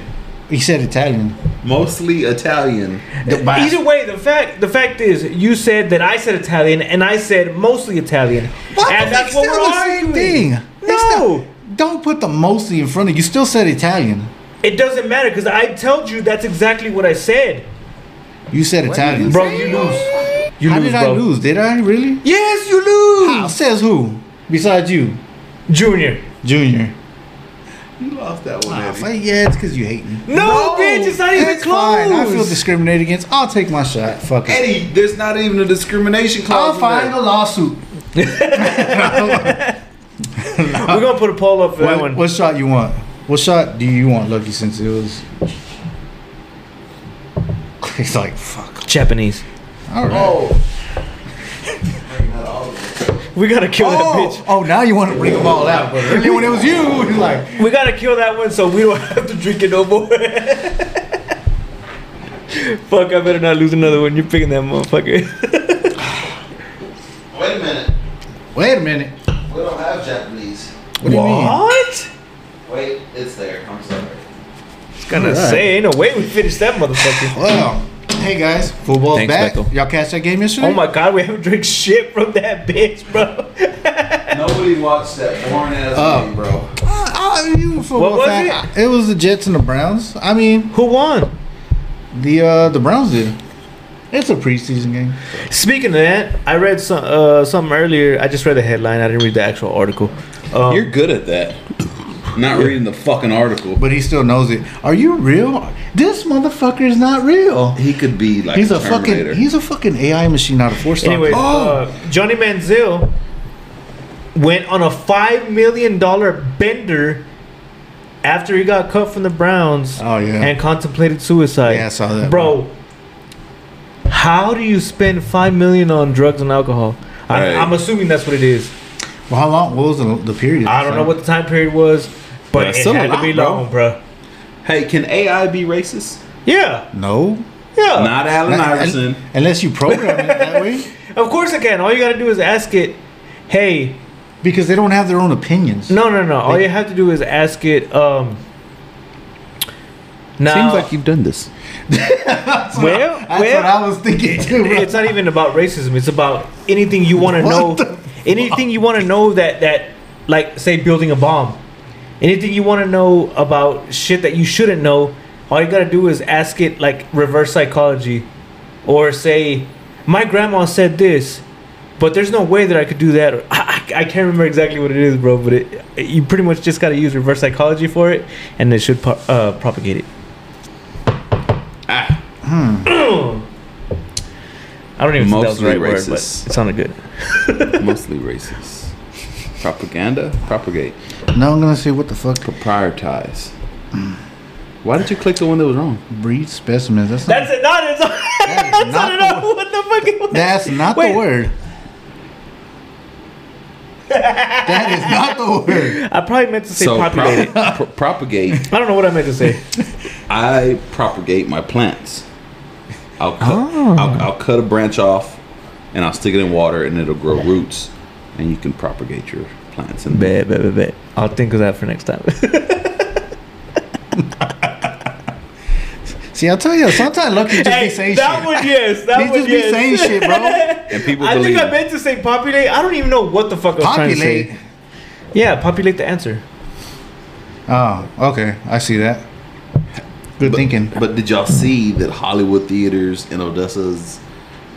Speaker 2: He said Italian.
Speaker 1: Mostly Italian.
Speaker 4: Either way, the fact the fact is you said that I said Italian and I said mostly Italian. and that's what we're arguing.
Speaker 2: thing. It's
Speaker 4: No.
Speaker 2: not- don't put the mostly in front of you. Still said Italian.
Speaker 4: It doesn't matter because I told you that's exactly what I said.
Speaker 2: You said Italian.
Speaker 4: Bro, you lose. You
Speaker 2: How
Speaker 4: lose,
Speaker 2: did I
Speaker 4: bro.
Speaker 2: lose? Did I really?
Speaker 4: Yes, you lose.
Speaker 2: How? Says who? Besides you,
Speaker 4: Junior.
Speaker 2: Junior.
Speaker 1: You lost that one.
Speaker 2: Ah,
Speaker 1: Eddie.
Speaker 2: fuck yeah, it's because you hate me.
Speaker 4: No, bitch, it's not even
Speaker 2: It's
Speaker 4: close.
Speaker 2: fine. I feel discriminated against. I'll take my shot. Fuck it.
Speaker 1: Eddie, there's not even a discrimination clause.
Speaker 2: I'll
Speaker 1: in
Speaker 2: find
Speaker 1: there.
Speaker 2: a lawsuit.
Speaker 4: We're gonna put a poll up for that
Speaker 2: What,
Speaker 4: one.
Speaker 2: what shot you want? What shot do you want, Lucky? Since it was, (laughs) it's like fuck.
Speaker 4: Japanese.
Speaker 2: All right.
Speaker 1: Oh,
Speaker 4: We gotta kill
Speaker 2: Oh, oh, now you want to bring them all out, but earlier when it was you, (laughs) you like,
Speaker 4: that bitch. We gotta kill that one so we don't (laughs) have to drink it no more. (laughs) Fuck, I better not lose another one. You're picking that motherfucker.
Speaker 6: Wait a minute,
Speaker 2: wait a minute.
Speaker 6: we don't have Japanese.
Speaker 2: What do you mean?
Speaker 4: What?
Speaker 6: Wait, it's there. I'm sorry.
Speaker 4: Gonna say, ain't no way we finished that motherfucker.
Speaker 2: Well, hey guys, football's
Speaker 4: Thanks,
Speaker 2: back.
Speaker 4: Beto.
Speaker 2: Y'all catch that game yesterday?
Speaker 4: Oh my god, we haven't drank shit from that bitch, bro.
Speaker 1: nobody watched that boring ass
Speaker 2: Oh.
Speaker 1: game, bro.
Speaker 2: Oh, you a football
Speaker 4: What was
Speaker 2: fan. I- It was the Jets and the Browns. I mean,
Speaker 4: Who won?
Speaker 2: the uh, the Browns did. It's a preseason game.
Speaker 4: Speaking of that, I read some uh, something earlier. I just read the headline. I didn't read the actual article. Um,
Speaker 1: You're good at that. Not reading the fucking article.
Speaker 2: But he still knows it. Are you real? This motherfucker is not real.
Speaker 1: He could be like
Speaker 2: He's
Speaker 1: the
Speaker 2: a fucking
Speaker 1: Terminator.
Speaker 2: he's a fucking AI machine, not a force.
Speaker 4: Anyway,
Speaker 2: oh,
Speaker 4: uh, Johnny Manziel went on a five million dollar bender after he got cut from the Browns.
Speaker 2: Oh, yeah.
Speaker 4: and contemplated suicide.
Speaker 2: Yeah, I saw that,
Speaker 4: bro. How do you spend five million on drugs and alcohol? I,
Speaker 1: Right.
Speaker 4: I'm assuming that's what it is.
Speaker 2: well, how long? What was the, the period?
Speaker 4: I don't know what the time period was, but
Speaker 1: Yeah,
Speaker 4: it
Speaker 1: still a
Speaker 4: had to
Speaker 1: lot,
Speaker 4: be
Speaker 1: bro.
Speaker 4: long, bro.
Speaker 1: hey, can AI be racist?
Speaker 4: Yeah,
Speaker 2: No,
Speaker 4: yeah.
Speaker 1: Not Alan Iverson.
Speaker 2: Unless you program it that
Speaker 4: (laughs)
Speaker 2: way.
Speaker 4: Of course it can. All you gotta do is ask it. Hey,
Speaker 2: Because they don't have their own opinions.
Speaker 4: No, no, no. All you have to do is ask it. Um, now,
Speaker 1: you've done
Speaker 4: (laughs)
Speaker 1: this.
Speaker 4: well,
Speaker 2: That's what
Speaker 4: well,
Speaker 2: I was thinking too. bro.
Speaker 4: (laughs) it's not even about racism. It's about anything you want to know.
Speaker 2: What the
Speaker 4: (laughs) Anything you want to know that that like say building a bomb. Anything you want to know about shit that you shouldn't know. All you gotta do is ask it like reverse psychology, or say, my grandma said this. But there's no way that I could do that. Or, I, I- I can't remember exactly what it is, bro. But it, you pretty much just gotta use reverse psychology for it, and it should pro- uh, propagate it. Hmm.
Speaker 1: Ah,
Speaker 4: (clears throat) I don't even know if that was the
Speaker 1: Mostly
Speaker 4: right word, but it
Speaker 1: racist.
Speaker 4: sounded good.
Speaker 1: (laughs) mostly racist. Propaganda, propagate,
Speaker 2: Now I'm gonna say what the fuck
Speaker 1: proprietize. Why did you click the one that was wrong?
Speaker 2: breed specimens. That's not,
Speaker 4: That's it. Not (laughs) it's.
Speaker 2: That is
Speaker 4: That's
Speaker 2: not
Speaker 4: not
Speaker 2: the
Speaker 4: enough. What the fuck? (laughs) it was.
Speaker 2: that's not
Speaker 4: Wait.
Speaker 2: the word. that is not
Speaker 4: (laughs)
Speaker 2: the word.
Speaker 4: I probably meant to say
Speaker 1: pro-
Speaker 4: populated.
Speaker 1: pro- propagate.
Speaker 4: I don't know what I meant to (laughs) say.
Speaker 1: I propagate my plants. I'll cut,
Speaker 3: Ah.
Speaker 1: I'll, I'll cut a branch off, and I'll stick it in water, and it'll grow roots, and you can propagate your plants. And
Speaker 4: Bet, bet, bet, bet. I'll think of that for next time.
Speaker 2: See, I'll tell you. Sometimes Lucky just be
Speaker 4: hey,
Speaker 2: saying
Speaker 4: that
Speaker 2: shit.
Speaker 4: one, yes. That
Speaker 2: he
Speaker 4: one,
Speaker 2: just
Speaker 4: yes.
Speaker 2: be saying
Speaker 4: (laughs)
Speaker 2: shit, bro.
Speaker 1: and people
Speaker 4: I
Speaker 1: believe.
Speaker 4: think I meant to say populate. I don't even know what the fuck I was trying
Speaker 2: Populate.
Speaker 4: to say. Yeah, populate the answer.
Speaker 2: Oh, okay. I see that. Good thinking.
Speaker 1: But did y'all see that Hollywood theaters in Odessa's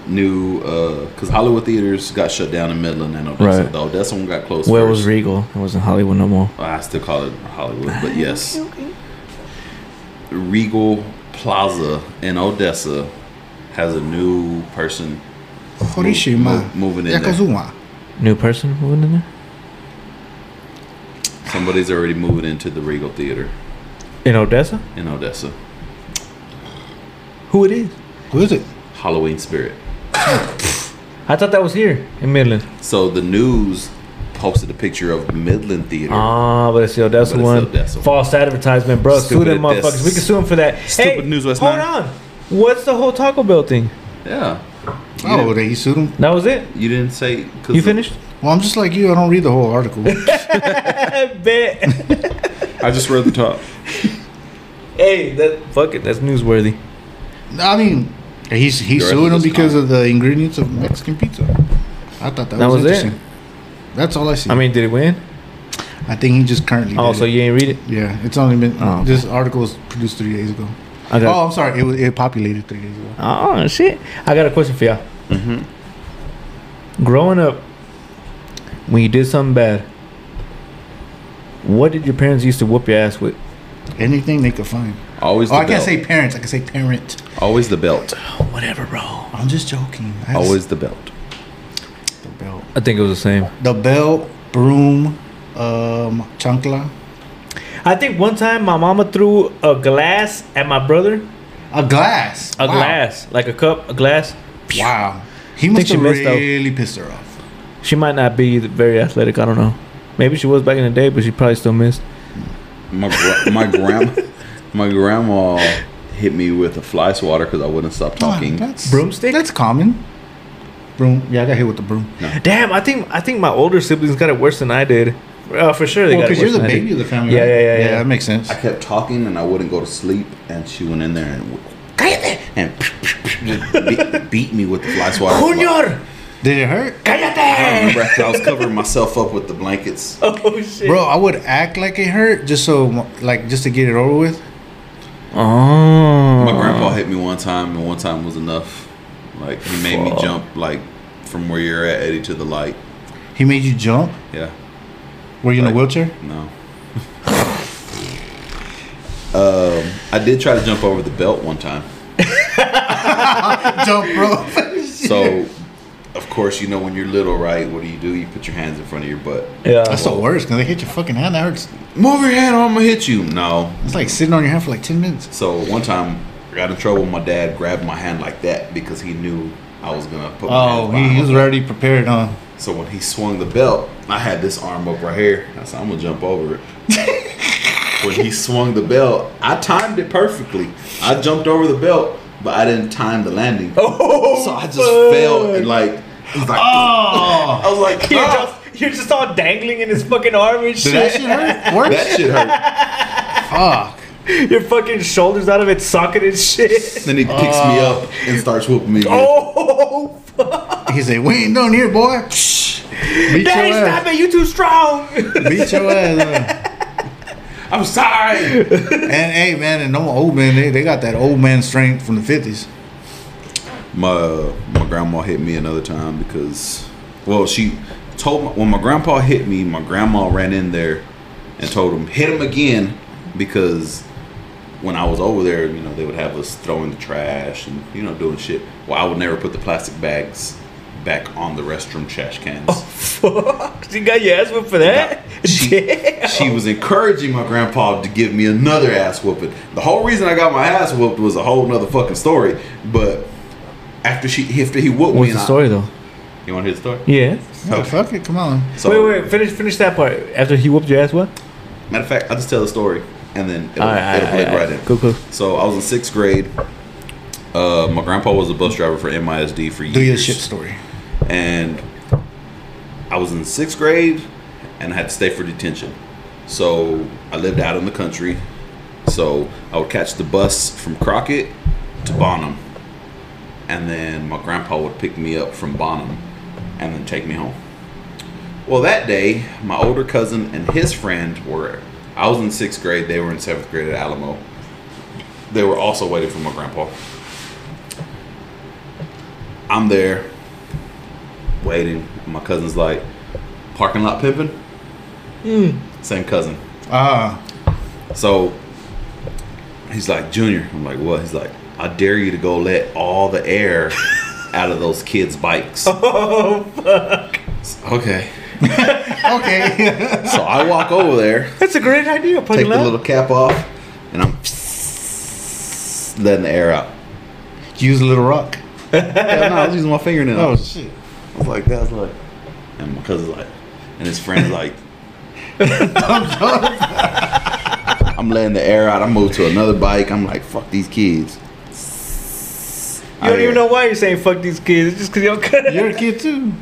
Speaker 1: new because Hollywood theaters got shut down in Midland and Odessa.
Speaker 3: Right.
Speaker 1: The Odessa one got closed.
Speaker 3: Where was
Speaker 1: first.
Speaker 3: Regal? It wasn't Hollywood no more.
Speaker 1: Well, I still call it Hollywood,
Speaker 4: Ah,
Speaker 1: but yes. Regal Plaza in Odessa has a new person
Speaker 2: Horishima.
Speaker 1: mo- moving in there.
Speaker 2: Yakazuma.
Speaker 3: New person moving in there?
Speaker 1: Somebody's already moving into the Regal Theater
Speaker 3: In Odessa?
Speaker 1: in Odessa.
Speaker 3: Who it is?
Speaker 2: Who is it?
Speaker 1: Halloween Spirit.
Speaker 3: I thought that was here in Midland.
Speaker 1: So the news posted a picture of Midland Theater.
Speaker 3: Ah, but it's the
Speaker 1: But
Speaker 3: Odessa
Speaker 1: it's
Speaker 3: one.
Speaker 1: the Odessa one.
Speaker 3: False advertisement, bro.
Speaker 1: Stupid
Speaker 3: sue them
Speaker 1: Odessa.
Speaker 3: motherfuckers. We can sue them for that.
Speaker 1: Stupid
Speaker 3: hey,
Speaker 1: News West
Speaker 3: hold
Speaker 1: Nine.
Speaker 3: on. What's the whole Taco Bell thing?
Speaker 1: yeah.
Speaker 2: Oh, they sued him.
Speaker 3: That was it.
Speaker 1: You didn't say. Cause
Speaker 3: You (laughs) finished?
Speaker 2: Well, I'm just like you. I don't read the whole
Speaker 1: (laughs)
Speaker 2: article.
Speaker 3: I bet.
Speaker 1: I just read the top.
Speaker 3: (laughs) hey, that fuck it. That's newsworthy.
Speaker 2: I mean, he's he's
Speaker 1: The rest
Speaker 2: suing
Speaker 1: of
Speaker 2: him
Speaker 1: this
Speaker 2: because
Speaker 1: time.
Speaker 2: of the ingredients of Mexican pizza. I thought that,
Speaker 3: That
Speaker 2: was,
Speaker 3: was it?
Speaker 2: interesting. That's all I see.
Speaker 3: I mean, did it win?
Speaker 2: I think he just currently.
Speaker 3: Oh,
Speaker 2: did
Speaker 3: so
Speaker 2: it.
Speaker 3: you ain't read it?
Speaker 2: yeah, it's only been
Speaker 3: Oh.
Speaker 2: this article was produced three days ago.
Speaker 3: I
Speaker 2: Oh,
Speaker 3: got.
Speaker 2: I'm sorry, it was it populated three days ago.
Speaker 3: Oh. shit! I got a question for y'all. Growing up, when you did something bad, what did your parents used to whoop your ass with?
Speaker 2: Anything they could find.
Speaker 1: Always.
Speaker 2: Oh,
Speaker 1: The
Speaker 2: I can't
Speaker 1: belt.
Speaker 2: say parents. I can say parent.
Speaker 1: Always the belt.
Speaker 3: Whatever, bro.
Speaker 2: I'm just joking. That's
Speaker 1: Always the belt.
Speaker 2: the belt.
Speaker 3: I think it was the same.
Speaker 2: The belt, broom, um, chancla,
Speaker 3: I think one time my mama threw a glass at my brother.
Speaker 2: a glass.
Speaker 3: A
Speaker 2: Wow.
Speaker 3: glass, like a cup, a glass.
Speaker 2: Wow. He must
Speaker 3: she
Speaker 2: have
Speaker 3: missed out.
Speaker 2: really pissed her off.
Speaker 3: She might not be very athletic. I don't know. Maybe she was back in the day, but she probably still missed.
Speaker 1: My gra- my grandma (laughs) my grandma hit me with a fly swatter because I wouldn't stop
Speaker 2: Ah,
Speaker 1: talking.
Speaker 2: that's,
Speaker 3: Broomstick?
Speaker 2: That's common. Broom. Yeah, I got hit with the broom.
Speaker 3: Damn, I think I think my older siblings got it worse than I did. Uh, for sure, they
Speaker 2: Well,
Speaker 3: got it
Speaker 2: because
Speaker 3: worse
Speaker 2: you're the
Speaker 3: than I did.
Speaker 2: baby of the family.
Speaker 3: Yeah,
Speaker 2: right?
Speaker 3: yeah, yeah, yeah.
Speaker 2: that makes sense.
Speaker 1: I kept talking and I wouldn't go to sleep, and she went in there and w- and (laughs) just be- beat me with the fly swatter.
Speaker 3: Junior,
Speaker 2: Did it hurt?
Speaker 1: I
Speaker 3: cállate!
Speaker 1: remember after I was covering myself up with the blankets.
Speaker 3: (laughs) Oh shit,
Speaker 2: Bro, I would act like it hurt just so, like, just to get it over with.
Speaker 3: Oh,
Speaker 1: My
Speaker 2: Uh-huh.
Speaker 1: grandpa hit me one time, and one time was enough. Like he made me jump like from where you're at, Eddie, to the light.
Speaker 2: He made you jump.
Speaker 1: Yeah.
Speaker 2: Were you in
Speaker 1: Like-
Speaker 2: a wheelchair?
Speaker 1: No. (laughs) um, I did try to jump over the belt one time.
Speaker 2: jump, bro.
Speaker 1: So, of course, you know when you're little, right? What do you do? You put your hands in front of your butt.
Speaker 2: (laughs)
Speaker 3: Yeah,
Speaker 2: That's the worst because they hit your fucking hand. That hurts.
Speaker 1: Move your hand, or I'm gonna hit you. No.
Speaker 2: It's like sitting on your hand for like ten minutes.
Speaker 1: So one time, I got in trouble. My dad grabbed my hand like that because he knew I was gonna put. My
Speaker 2: Oh,
Speaker 1: hands behind
Speaker 2: he,
Speaker 1: my
Speaker 2: was
Speaker 1: back.
Speaker 2: already prepared, huh?
Speaker 1: So when he swung the belt, I had this arm up right here. I said, I'm gonna jump over it. (laughs) when he swung the belt, I timed it perfectly. I jumped over the belt, but I didn't time the landing.
Speaker 3: Oh,
Speaker 1: so I just
Speaker 3: fuck.
Speaker 1: fell and like, it was like
Speaker 2: Oh,
Speaker 1: (laughs) I was like,
Speaker 3: you're
Speaker 1: "Ah."
Speaker 3: just you're just all dangling in his fucking arm and
Speaker 2: did that
Speaker 3: shit.
Speaker 2: shit hurt? Worse.
Speaker 1: that shit hurt.
Speaker 2: Fuck.
Speaker 3: Your fucking shoulders out of its socket and
Speaker 4: (laughs)
Speaker 3: shit.
Speaker 1: Then he picks me up and starts whooping me.
Speaker 3: Oh,
Speaker 2: He said, "We ain't done here, boy." Beat
Speaker 3: daddy,
Speaker 2: your ass.
Speaker 3: stop it! You too strong.
Speaker 4: (laughs)
Speaker 2: Beat your ass. up.
Speaker 1: I'm sorry.
Speaker 2: (laughs) And hey, man, and no old man, they, they got that old man strength from the fifties.
Speaker 1: my uh, my grandma hit me another time because well she told my, when my grandpa hit me my grandma ran in there and told him hit him again because when I was over there you know they would have us throwing the trash and you know doing shit well I would never put the plastic bags back on the restroom trash cans
Speaker 3: Oh, Fuck, you got your ass whipped for that? (laughs)
Speaker 1: she, she was encouraging my grandpa to give me another ass whooping. The whole reason I got my ass whooped was a whole nother fucking story. But after she after he whooped me,
Speaker 3: What's the
Speaker 1: and I-
Speaker 3: story though?
Speaker 1: You want to hear the story?
Speaker 3: Yeah.
Speaker 2: Oh, fuck it, come on.
Speaker 1: So,
Speaker 3: wait, wait, finish finish that part. After he whooped your ass, what?
Speaker 1: Matter of fact, I'll just tell the story and then it'll, it'll blend right in.
Speaker 3: Cool, cool.
Speaker 1: So I was in sixth grade. Uh, my grandpa was a bus driver for MISD for years.
Speaker 2: Do your shit story.
Speaker 1: and I was in sixth grade and I had to stay for detention. So I lived out in the country. So I would catch the bus from Crockett to Bonham. And then my grandpa would pick me up from Bonham and then take me home. Well, that day, my older cousin and his friend were. I was in sixth grade, they were in seventh grade at Alamo. They were also waiting for my grandpa I'm there waiting. My cousin's like, parking lot pimping? Hmm. Same cousin.
Speaker 2: Ah,
Speaker 1: So he's like, Junior. I'm like, what? He's like, I dare you to go let all the (laughs) air out of those kids' bikes. Oh, fuck. Okay.
Speaker 3: (laughs)
Speaker 2: okay.
Speaker 1: So I walk over (laughs) there,
Speaker 3: That's a great idea.
Speaker 1: take
Speaker 3: Parking
Speaker 1: the
Speaker 3: lot.
Speaker 1: little cap off, and I'm letting the air out.
Speaker 2: Use a little rock.
Speaker 1: Hell no, I was using my fingernail.
Speaker 2: Oh shit.
Speaker 1: I was like, that's like, and my cousin's like, and his friend's (laughs) like, I'm letting the air out. I move to another bike. I'm like, fuck these kids.
Speaker 3: you don't even know why you're saying fuck these kids. It's just because you don't cut
Speaker 2: Oh, (laughs) You're a kid too.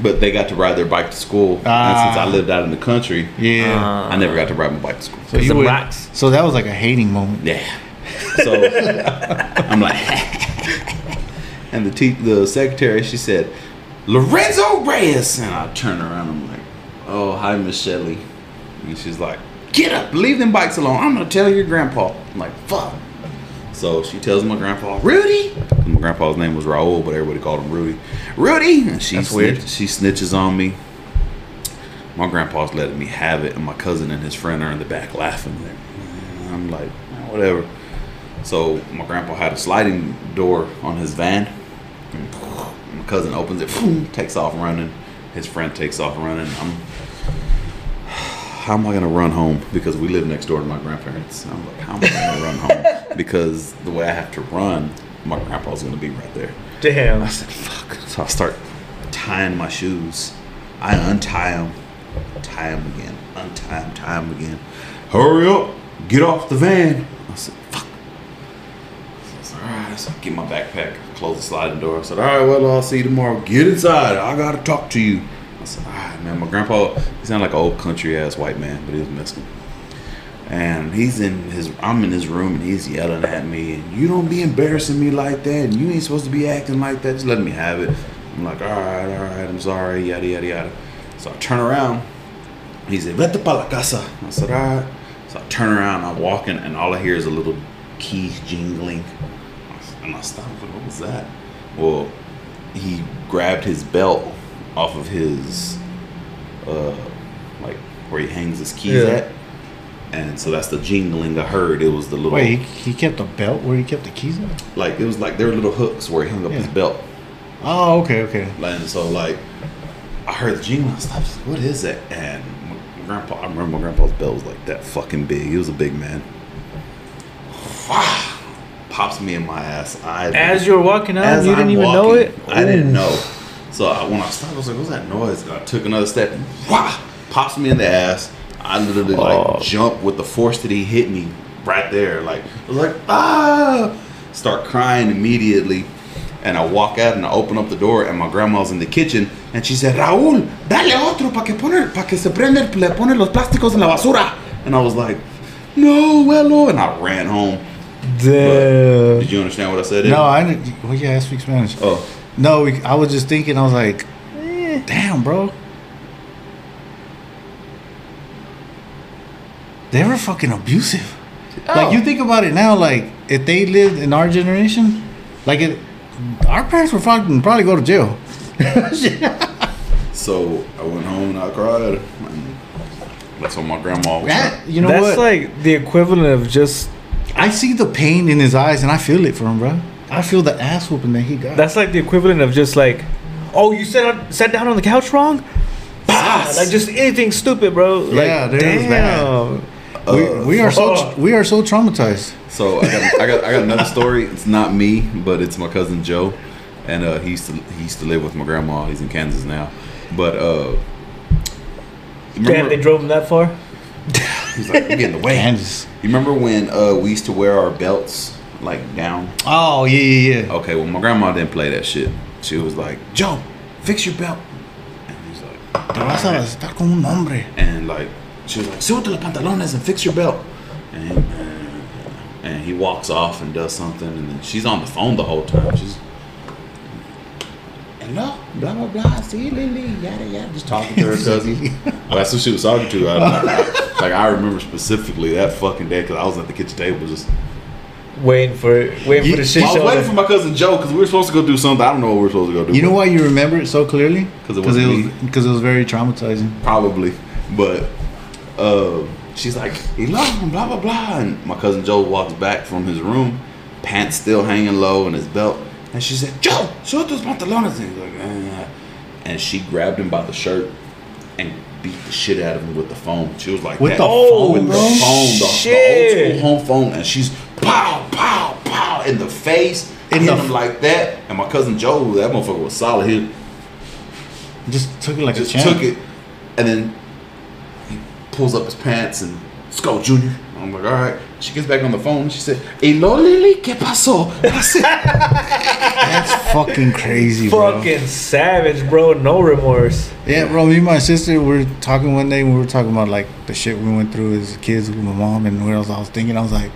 Speaker 1: But they got to ride their bike to school.
Speaker 2: Ah.
Speaker 1: And since I lived out in the country,
Speaker 2: Yeah.
Speaker 1: I never got to ride my bike to school.
Speaker 2: so you
Speaker 3: Uh, some
Speaker 2: were-
Speaker 3: rocks.
Speaker 2: So that was like a hating moment.
Speaker 1: Yeah.
Speaker 3: (laughs)
Speaker 1: So I'm like, (laughs) and the te- the secretary she said, Lorenzo Reyes, and I turn around. I'm like, oh hi Miss Shelley, and she's like, get up, leave them bikes alone. I'm gonna tell your grandpa. I'm like, fuck. So she tells my grandpa, Rudy. My grandpa's name was Raul, but everybody called him Rudy. Rudy, and she
Speaker 3: That's weird.
Speaker 1: snitch- she snitches on me. My grandpa's letting me have it, and my cousin and his friend are in the back laughing. And I'm like, whatever. So my grandpa had a sliding door on his van. And my cousin opens it, boom, takes off running. His friend takes off running. I'm, how am I gonna run home? Because we live next door to my grandparents. I'm like, how am I gonna run home? Because the way I have to run, my grandpa's gonna be right there. I
Speaker 3: Damn.
Speaker 1: said, fuck. So I start tying my shoes. I untie them, tie them again, untie them, tie them again. Hurry up, get off the van. I said, fuck. So I said, all right. So I get my backpack, close the sliding door. I said, all right, well, I'll see you tomorrow. Get inside. I got to talk to you. I said, all right, man. My grandpa, he sounded like an old country ass white man, but he was Mexican. And he's in his, I'm in his room and he's yelling at me. And you don't be embarrassing me like that. And you ain't supposed to be acting like that. Just let me have it. I'm like, all right, all right, I'm sorry, yada, yada, yada. So I turn around. He said, Vete pa la casa. I said, all right. So I turn around, I'm walking, and all I hear is a little keys jingling. And I stopped, what was that? Well, he grabbed his belt off of his, uh, like, where he hangs his keys
Speaker 3: Yeah.
Speaker 1: at. And so that's the jingling I heard. It was the little
Speaker 2: Wait, he, he kept the belt where he kept the keys at?
Speaker 1: like it was like there were little hooks where he hung up his
Speaker 2: Yeah.
Speaker 1: belt.
Speaker 2: Oh, okay, okay.
Speaker 1: Like, and so like I heard the jingle and stuff. What is it? And my my grandpa, I remember my grandpa's belt was like that fucking big. He was a big man. (sighs) Pops me in my ass. I
Speaker 3: As you were walking out,
Speaker 1: as
Speaker 3: you didn't
Speaker 1: I'm
Speaker 3: even know
Speaker 1: walking,
Speaker 3: it.
Speaker 1: I
Speaker 3: Ooh.
Speaker 1: didn't know. So I, when I stopped, I was like, "What's that noise?" And I took another step. and Wah! Pops me in the ass. I literally
Speaker 3: Oh.
Speaker 1: like jump with the force that he hit me right there. Like I was like, "Ah!" Start crying immediately, and I walk out and I open up the door, and my grandma's in the kitchen, and she said, "Raúl, dale otro para que poner, para que se prende, le pone los plásticos en la basura." And I was like, "No, hello!" And I ran home.
Speaker 3: Damn.
Speaker 1: Did you understand what I said?
Speaker 2: No, I didn't. Well, yeah, I speak Spanish.
Speaker 1: Oh.
Speaker 2: No, we, I was just thinking, I was like, eh, damn, bro. They were fucking abusive. Like,
Speaker 3: Oh.
Speaker 2: you think about it now, like, if they lived in our generation, like, it, our parents would fucking probably go to jail. (laughs)
Speaker 1: So I went home and I cried. And that's what my grandma was.
Speaker 2: That, you know
Speaker 3: That's
Speaker 2: what?
Speaker 3: like the equivalent of just.
Speaker 2: I see the pain in his eyes and I feel it for him, bro. I feel the ass whooping that he got.
Speaker 3: That's like the equivalent of just like, oh, you sat sat down on the couch wrong. Bah! Like just anything stupid, bro. Like,
Speaker 2: Yeah, dude, it was bad.
Speaker 3: damn.
Speaker 2: we, we are
Speaker 3: Oh.
Speaker 2: so we are so traumatized.
Speaker 1: So I got, I got I got another story. It's not me, but it's my cousin Joe, and uh, he used to he used to live with my grandma. He's in Kansas now, but uh,
Speaker 3: Damn, they drove him that far.
Speaker 1: he's like, "I'm getting away."
Speaker 2: Kansas.
Speaker 1: You remember when uh, we used to wear our belts like down?
Speaker 2: Oh yeah, yeah, yeah.
Speaker 1: Okay, well my grandma didn't play that shit. She was like, "Joe, fix your belt," and he's like,
Speaker 2: Te vas a estar con un hombre.
Speaker 1: and like she was like, "Súbete los pantalones and fix your belt." And, uh, and he walks off and does something, and then she's on the phone the whole time. She's hello, blah blah blah. See Lily, yada yada, just talking to her cousin.
Speaker 2: (laughs)
Speaker 1: well, that's who she was talking to. I, like I remember specifically that fucking day because I was at the kitchen table just.
Speaker 4: waiting for waiting
Speaker 2: You-
Speaker 4: for the shit
Speaker 1: I was
Speaker 4: show.
Speaker 1: waiting
Speaker 3: (laughs)
Speaker 1: for my cousin Joe because we were supposed to go do something. I don't know what we were supposed to go do.
Speaker 2: You know why you remember it so clearly?
Speaker 1: 'Cause it
Speaker 2: it
Speaker 1: wasn't
Speaker 2: was because it was very traumatizing.
Speaker 1: probably, but uh, she's like Elon, blah blah blah, and my cousin Joe walks back from his room, pants still hanging low and his belt, and she said, "Joe, show those pantalones." And he's like, "Eh." and she grabbed him by the shirt and beat the shit out of him with the phone. She was like,
Speaker 2: With
Speaker 1: that.
Speaker 2: the phone,
Speaker 1: with the
Speaker 2: bro?
Speaker 1: phone, the, the old
Speaker 4: Shit.
Speaker 1: school home phone, and she's pow pow pow in the face. I
Speaker 2: In
Speaker 1: hit
Speaker 2: the
Speaker 1: him
Speaker 2: f-
Speaker 1: like that, and my cousin Joe, that motherfucker was solid. He
Speaker 2: Just took it like
Speaker 1: just
Speaker 2: a champ.
Speaker 1: took it, and then he pulls up his pants and let's go, Junior. I'm like, all right. She gets back on the phone. She said, "Hello, Lily, qué pasó?" I said, (laughs)
Speaker 2: That's fucking crazy, bro.
Speaker 4: Fucking savage, bro. No remorse.
Speaker 2: Yeah, bro. Me and my sister were talking one day. and We were talking about like the shit we went through as kids with my mom and where else I was thinking. I was like,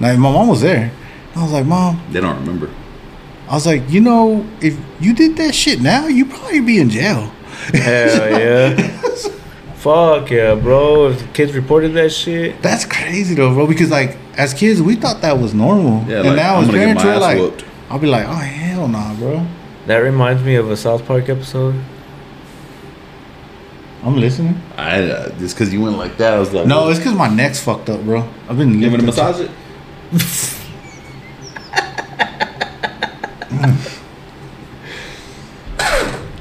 Speaker 2: now my mom was there. I was like, mom.
Speaker 1: they don't remember.
Speaker 2: I was like, you know, if you did that shit now, you probably be in jail. (laughs)
Speaker 1: (laughs)
Speaker 4: Hell yeah. Fuck yeah, bro. If the kids reported that shit.
Speaker 2: That's crazy though, bro. Because like as kids, we thought that was normal.
Speaker 1: Yeah,
Speaker 2: and
Speaker 1: like,
Speaker 2: now
Speaker 1: I'm
Speaker 2: as
Speaker 1: gonna get my
Speaker 2: parents, we're
Speaker 1: ass
Speaker 2: like,
Speaker 1: whooped.
Speaker 2: I'll be like, oh hell nah, bro.
Speaker 4: That reminds me of a South Park episode.
Speaker 2: I'm listening.
Speaker 1: I uh, just because you went like that, I was like,
Speaker 2: No, it's because my neck's fucked up, bro. I've been
Speaker 1: giving
Speaker 2: lifting
Speaker 1: a massage it.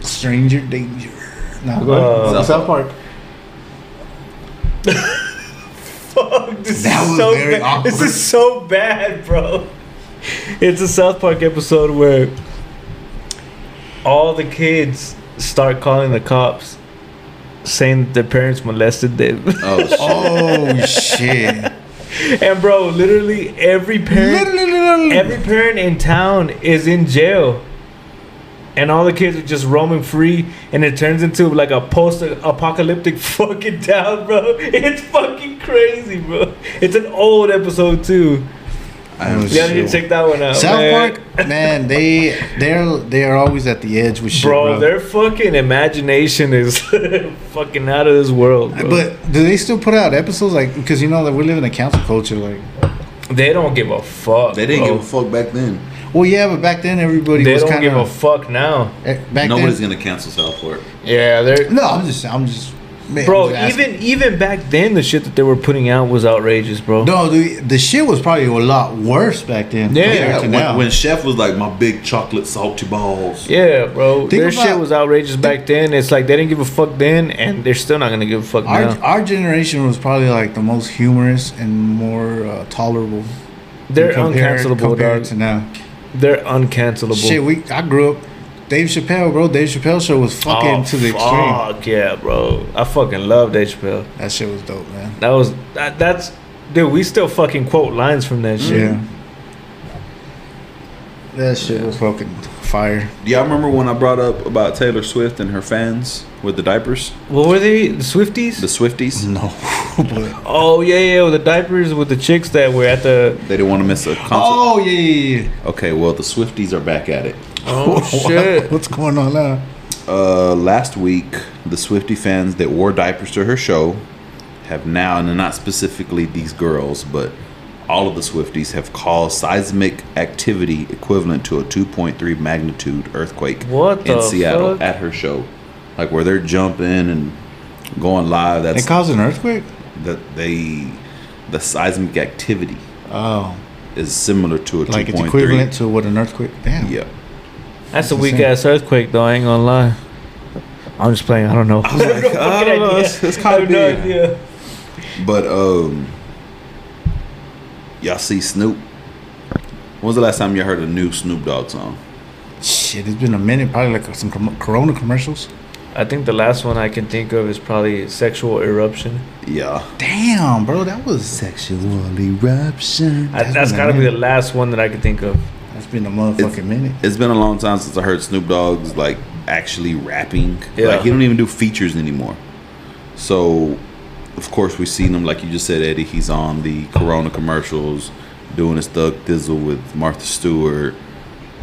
Speaker 2: Stranger danger. Now go
Speaker 4: Uh,
Speaker 2: ahead.
Speaker 1: South
Speaker 2: South Park.
Speaker 4: Fuck, this
Speaker 2: That
Speaker 4: is
Speaker 2: was
Speaker 4: so
Speaker 2: very
Speaker 4: bad.
Speaker 2: awkward.
Speaker 4: This is so bad, bro. It's a South Park episode where all the kids start calling the cops saying that their parents molested them. (laughs)
Speaker 1: Oh, shit.
Speaker 2: Oh shit.
Speaker 4: and bro, literally every parent every parent in town is in jail. (laughs) And all the kids are just roaming free, and it turns into like a post-apocalyptic (laughs) fucking town, bro. It's fucking crazy, bro. It's an old episode too.
Speaker 1: I am
Speaker 4: Yeah, you check that one out.
Speaker 2: South
Speaker 4: man.
Speaker 2: Park, man, they they're they are always at the edge with shit,
Speaker 4: bro,
Speaker 2: bro.
Speaker 4: their fucking imagination is (laughs) fucking out of this world. Bro.
Speaker 2: but do they still put out episodes like because you know that we live in a council culture like
Speaker 4: they don't give a fuck.
Speaker 1: They didn't
Speaker 4: bro.
Speaker 1: give a fuck back then.
Speaker 2: well yeah but back then everybody
Speaker 4: They
Speaker 2: was
Speaker 4: don't
Speaker 2: kind
Speaker 4: give a
Speaker 2: of
Speaker 4: fuck now.
Speaker 2: back
Speaker 1: Nobody's
Speaker 2: then
Speaker 1: gonna cancel Southport.
Speaker 4: Yeah,
Speaker 2: (laughs)
Speaker 4: they're
Speaker 2: no I'm just I'm just man,
Speaker 4: bro.
Speaker 2: I'm just asking.
Speaker 4: Even even back then, the shit that they were putting out was outrageous, bro.
Speaker 2: no the, the shit was probably a lot worse back then
Speaker 4: Yeah.
Speaker 2: compared to
Speaker 1: Yeah,
Speaker 2: now.
Speaker 1: when, when Chef was like, "My big chocolate salty balls."
Speaker 4: Yeah, bro.
Speaker 2: Think
Speaker 4: their
Speaker 2: about-
Speaker 4: shit was outrageous back then. It's like they didn't give a fuck then, and they're still not gonna give a fuck
Speaker 2: our,
Speaker 4: now.
Speaker 2: our generation was probably like the most humorous and more uh, tolerable
Speaker 4: They're
Speaker 2: compared,
Speaker 4: uncancelable,
Speaker 2: compared
Speaker 4: dog.
Speaker 2: to now
Speaker 4: They're uncancelable.
Speaker 2: Shit, we I grew up. Dave Chappelle, bro. Dave Chappelle show was fucking
Speaker 4: Oh,
Speaker 2: to the extreme.
Speaker 4: fuck yeah, bro. I fucking love Dave Chappelle.
Speaker 2: That shit was dope, man.
Speaker 4: That was that, that's dude. We still fucking quote lines from that shit.
Speaker 2: Yeah. That shit was fucking
Speaker 4: (laughs)
Speaker 2: fire.
Speaker 1: Do y'all remember when I brought up about Taylor Swift and her fans with the diapers,
Speaker 4: What were they? The Swifties?
Speaker 1: the Swifties?
Speaker 2: No. but,
Speaker 4: oh yeah, yeah. With the diapers with the chicks that were at the.
Speaker 1: They didn't want to miss a concert.
Speaker 2: oh yeah, yeah, yeah.
Speaker 1: Okay, well, the Swifties are back at it.
Speaker 4: Oh shit.
Speaker 2: What's going on now?
Speaker 1: Uh, last week, the Swifty fans that wore diapers to her show have now, and not specifically these girls, but all of the Swifties have caused seismic activity equivalent to a 2.3 magnitude earthquake
Speaker 4: What
Speaker 1: in
Speaker 4: the
Speaker 1: Seattle
Speaker 4: fuck?
Speaker 1: at her show. Like where they're jumping and going live.
Speaker 2: It
Speaker 1: That's
Speaker 2: caused an earthquake.
Speaker 1: that they the seismic activity
Speaker 2: Oh,
Speaker 1: is similar to a
Speaker 2: like it's
Speaker 1: 2.3.
Speaker 2: equivalent to what an earthquake. Damn.
Speaker 1: Yeah.
Speaker 4: That's a
Speaker 2: the
Speaker 4: weak
Speaker 2: same.
Speaker 4: ass earthquake, though. I ain't gonna lie. I'm just playing. I don't know.
Speaker 3: (laughs)
Speaker 1: I don't know, it's- it's kinda
Speaker 4: I have no
Speaker 1: big.
Speaker 4: idea.
Speaker 1: But um, y'all see Snoop. When was the last time you heard a new Snoop Dogg song?
Speaker 2: Shit, it's been a minute. Probably like some com- Corona commercials.
Speaker 4: I think the last one I can think of is probably sexual eruption.
Speaker 1: Yeah,
Speaker 2: Damn, bro, that was sexual eruption.
Speaker 4: I,
Speaker 2: That's
Speaker 4: that's
Speaker 2: been a
Speaker 4: gotta be the
Speaker 2: minute.
Speaker 4: last one that I can think of.
Speaker 2: That's been a motherfucking minute.
Speaker 1: it's been a long time since I heard Snoop Dogg's like actually rapping.
Speaker 4: Yeah.
Speaker 1: Like he don't even do features anymore. So, of course, we've seen him like you just said, Eddie. He's on the Corona commercials, doing his Thug Thizzle with Martha Stewart,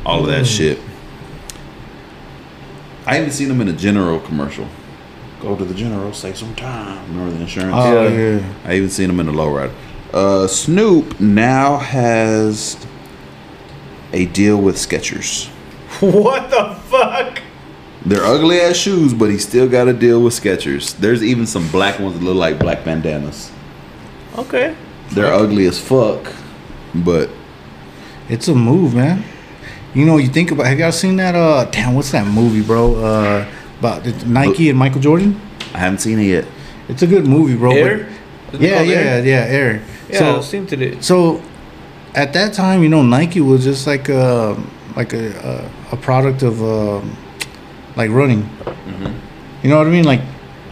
Speaker 1: all of that shit. I haven't seen him in a General commercial. Go to the General, save some time. Remember the insurance?
Speaker 2: Oh
Speaker 4: Yeah.
Speaker 2: yeah.
Speaker 1: I even Uh, seen him in the lowrider. Uh, Snoop now has a deal with Skechers.
Speaker 4: (laughs) What the fuck?
Speaker 1: They're ugly ass shoes, but he still got to deal with Skechers. There's even some black ones that look like black bandanas.
Speaker 4: Okay.
Speaker 1: They're ugly as fuck, but
Speaker 2: It's a move, man. You know, you think about. Have y'all seen that? Uh, damn, what's that movie, bro? Uh, about the- Nike and Michael Jordan.
Speaker 1: I haven't seen it yet.
Speaker 2: It's a good movie, bro. but-
Speaker 4: Air? Isn't it
Speaker 2: Yeah,
Speaker 4: called
Speaker 2: yeah,
Speaker 4: Air?
Speaker 2: yeah, Air.
Speaker 4: Yeah,
Speaker 2: so,
Speaker 4: so, seem to do.
Speaker 2: so at that time, you know, Nike was just like a like a a, a product of um, like running. You know what I mean? Like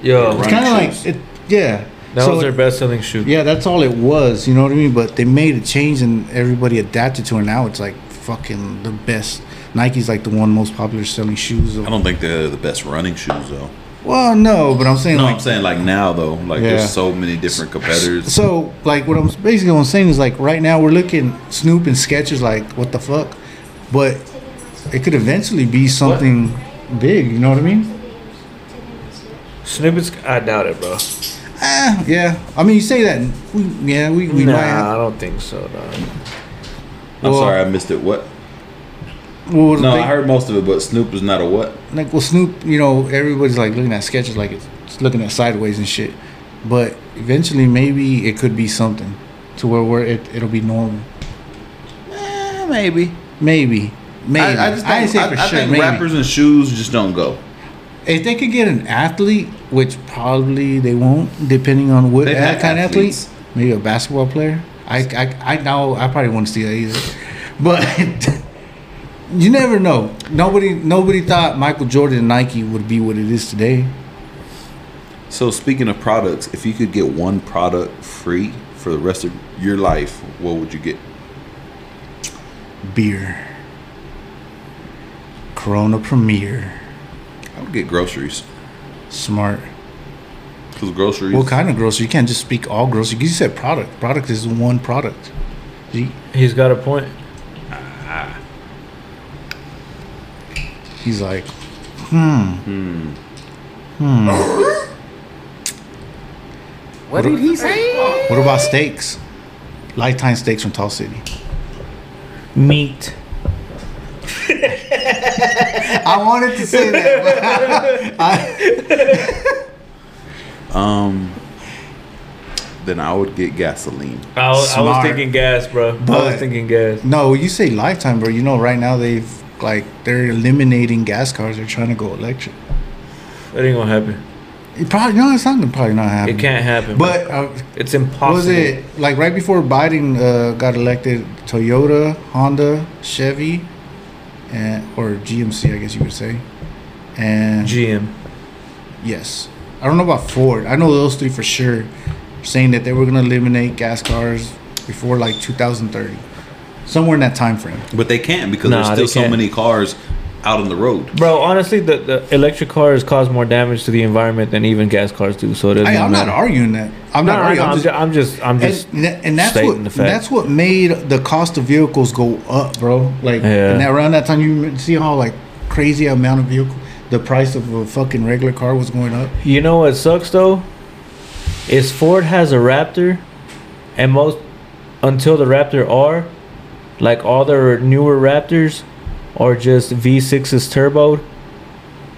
Speaker 4: Yo,
Speaker 2: it's
Speaker 1: Mm-hmm. Running
Speaker 2: kind of
Speaker 1: shoes.
Speaker 2: like it. Yeah.
Speaker 4: that
Speaker 2: So
Speaker 4: was their
Speaker 2: it-
Speaker 4: best selling shoe.
Speaker 2: Yeah, that's all it was. You know what I mean? But they made a change and everybody adapted to it. Now it's like fucking the best. Nike's like the one most popular selling shoes. Of,
Speaker 1: I don't think they're the best running shoes though.
Speaker 2: well, no, but I'm saying
Speaker 1: No,
Speaker 2: like
Speaker 1: I'm saying like now though, like
Speaker 2: Yeah.
Speaker 1: there's so many different competitors.
Speaker 2: So, like, what I'm basically what I'm saying is, like, right now we're looking Snoop and Skechers, like, what the fuck? But it could eventually be something big. You know what I mean?
Speaker 4: Snippets, I doubt it, bro.
Speaker 2: Ah, yeah. I mean, you say that. We, yeah, we, we
Speaker 4: nah,
Speaker 2: might. Have,
Speaker 4: I don't think so, dog.
Speaker 1: I'm
Speaker 2: well-
Speaker 1: sorry I missed it. What?
Speaker 2: well,
Speaker 1: No,
Speaker 2: they-
Speaker 1: I heard most of it, but Snoop is not a what?
Speaker 2: like, well, Snoop. You know, everybody's like looking at Skechers, like it's, it's looking at sideways and shit. But eventually, maybe it could be something to where where it it'll be normal.
Speaker 1: Eh, maybe.
Speaker 2: Maybe. Maybe.
Speaker 1: I, I just
Speaker 2: I
Speaker 1: don't,
Speaker 2: ain't say
Speaker 1: I,
Speaker 2: for
Speaker 1: I
Speaker 2: sure.
Speaker 1: think
Speaker 2: maybe.
Speaker 1: rappers and shoes just don't go.
Speaker 2: If they could get an athlete, which probably they won't, depending on what
Speaker 1: They've
Speaker 2: at-
Speaker 1: had
Speaker 2: kind of
Speaker 1: athletes.
Speaker 2: athlete, maybe a basketball player. I, I, I know I probably wouldn't see that either, but (laughs) you never know. Nobody, nobody thought Michael Jordan and Nike would be what it is today.
Speaker 1: So speaking of products, if you could get one product free for the rest of your life, what would you get?
Speaker 2: Beer, Corona Premier,
Speaker 1: I would get groceries.
Speaker 2: smart.
Speaker 1: Because groceries.
Speaker 2: What kind of grocery? You can't just speak all grocery. 'cause You said product. Product is one product. He-
Speaker 4: He's got a point.
Speaker 2: He's like, Hmm.
Speaker 3: (laughs) What did he say?
Speaker 2: What about steaks? Lifetime steaks from Tall City.
Speaker 3: Meat.
Speaker 2: I wanted to say that.
Speaker 1: Then I would get gasoline.
Speaker 4: I was, I was
Speaker 2: Smart.
Speaker 4: thinking gas, bro. I
Speaker 2: But-
Speaker 4: was thinking gas.
Speaker 2: no, you say lifetime, bro. You know, right now they've like they're eliminating gas cars. They're trying to go electric.
Speaker 4: That ain't gonna happen.
Speaker 2: It probably no, it's not gonna probably not happen.
Speaker 4: It can't happen. bro.
Speaker 2: But uh,
Speaker 4: it's impossible.
Speaker 2: was it like right before Biden uh, got elected? Toyota, Honda, Chevy, and or GMC, I guess you would say, and
Speaker 4: GM?
Speaker 2: Yes. I don't know about Ford. I know those three for sure, saying that they were going to eliminate gas cars before like 2030, somewhere in that time frame.
Speaker 1: But they can't because
Speaker 4: Nah,
Speaker 1: there's
Speaker 4: they
Speaker 1: still so
Speaker 4: can't.
Speaker 1: many cars out on the road.
Speaker 4: Bro, honestly, the, the electric cars cause more damage to the environment than even gas cars do. So it doesn't
Speaker 2: Hey, I'm not
Speaker 4: matter.
Speaker 2: arguing that. I'm
Speaker 4: No,
Speaker 2: not
Speaker 4: no,
Speaker 2: arguing.
Speaker 4: no,
Speaker 2: I'm
Speaker 4: I'm,
Speaker 2: just,
Speaker 4: just, I'm just, I'm just,
Speaker 2: and, tha- and that's
Speaker 4: stating
Speaker 2: what
Speaker 4: the fact.
Speaker 2: that's what made the cost of vehicles go up, bro. Like
Speaker 4: Yeah.
Speaker 2: and around that time, you m- see how like crazy amount of vehicle, the price of a fucking regular car was going up.
Speaker 4: You know what sucks though? Is Ford has a Raptor, and most until the Raptor R, like all their newer Raptors, are just V6s turboed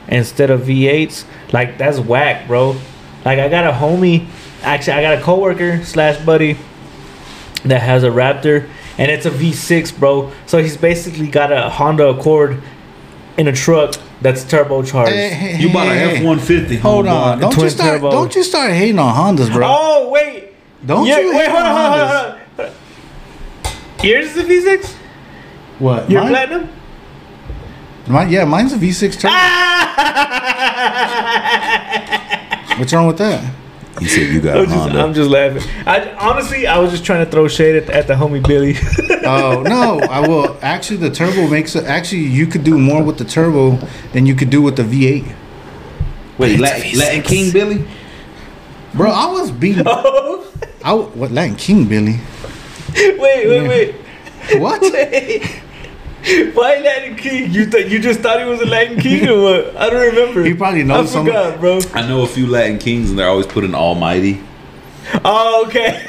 Speaker 4: instead of V8s. Like that's whack, bro. Like I got a homie, actually I got a coworker slash buddy that has a Raptor, and it's a V6, bro. So he's basically got a Honda Accord in a truck that's turbocharged.
Speaker 2: Hey, hey,
Speaker 1: You bought
Speaker 2: hey,
Speaker 1: an
Speaker 2: hey.
Speaker 1: F one fifty.
Speaker 2: Hold on! Don't you
Speaker 4: twin
Speaker 2: start!
Speaker 4: turbo.
Speaker 2: Don't you start hating on Hondas, bro.
Speaker 4: Oh wait.
Speaker 2: Don't
Speaker 4: Yeah,
Speaker 2: you
Speaker 4: wait,
Speaker 2: hate
Speaker 4: hold on,
Speaker 2: on
Speaker 4: hold on,
Speaker 2: Hondas.
Speaker 4: hold on, hold on. Yours is a V6?
Speaker 2: What?
Speaker 4: You're
Speaker 2: Mine?
Speaker 4: platinum?
Speaker 2: Mine, yeah, mine's a V6
Speaker 4: (laughs)
Speaker 2: turbo. What's wrong with that?
Speaker 1: He said (laughs) you got a
Speaker 4: I'm just,
Speaker 1: Honda.
Speaker 4: I'm just laughing. I honestly, I was just trying to throw shade at, at the homie Billy. (laughs)
Speaker 2: Oh no, I will. Actually, the turbo makes it. Actually, you could do more with the turbo than you could do with the V8.
Speaker 1: Wait, Latin, Latin King Billy?
Speaker 2: Bro, I
Speaker 4: (laughs)
Speaker 2: was beating. I w- what Latin King Billy?
Speaker 4: wait, wait, wait,
Speaker 2: What?
Speaker 4: (laughs) Why Latin King? You th- you just thought he was a Latin King or what? I don't remember.
Speaker 2: He probably
Speaker 4: I
Speaker 2: knows some.
Speaker 4: forgot, bro.
Speaker 2: (laughs)
Speaker 1: I know a few Latin Kings, and they're always putting Almighty.
Speaker 4: Oh, okay.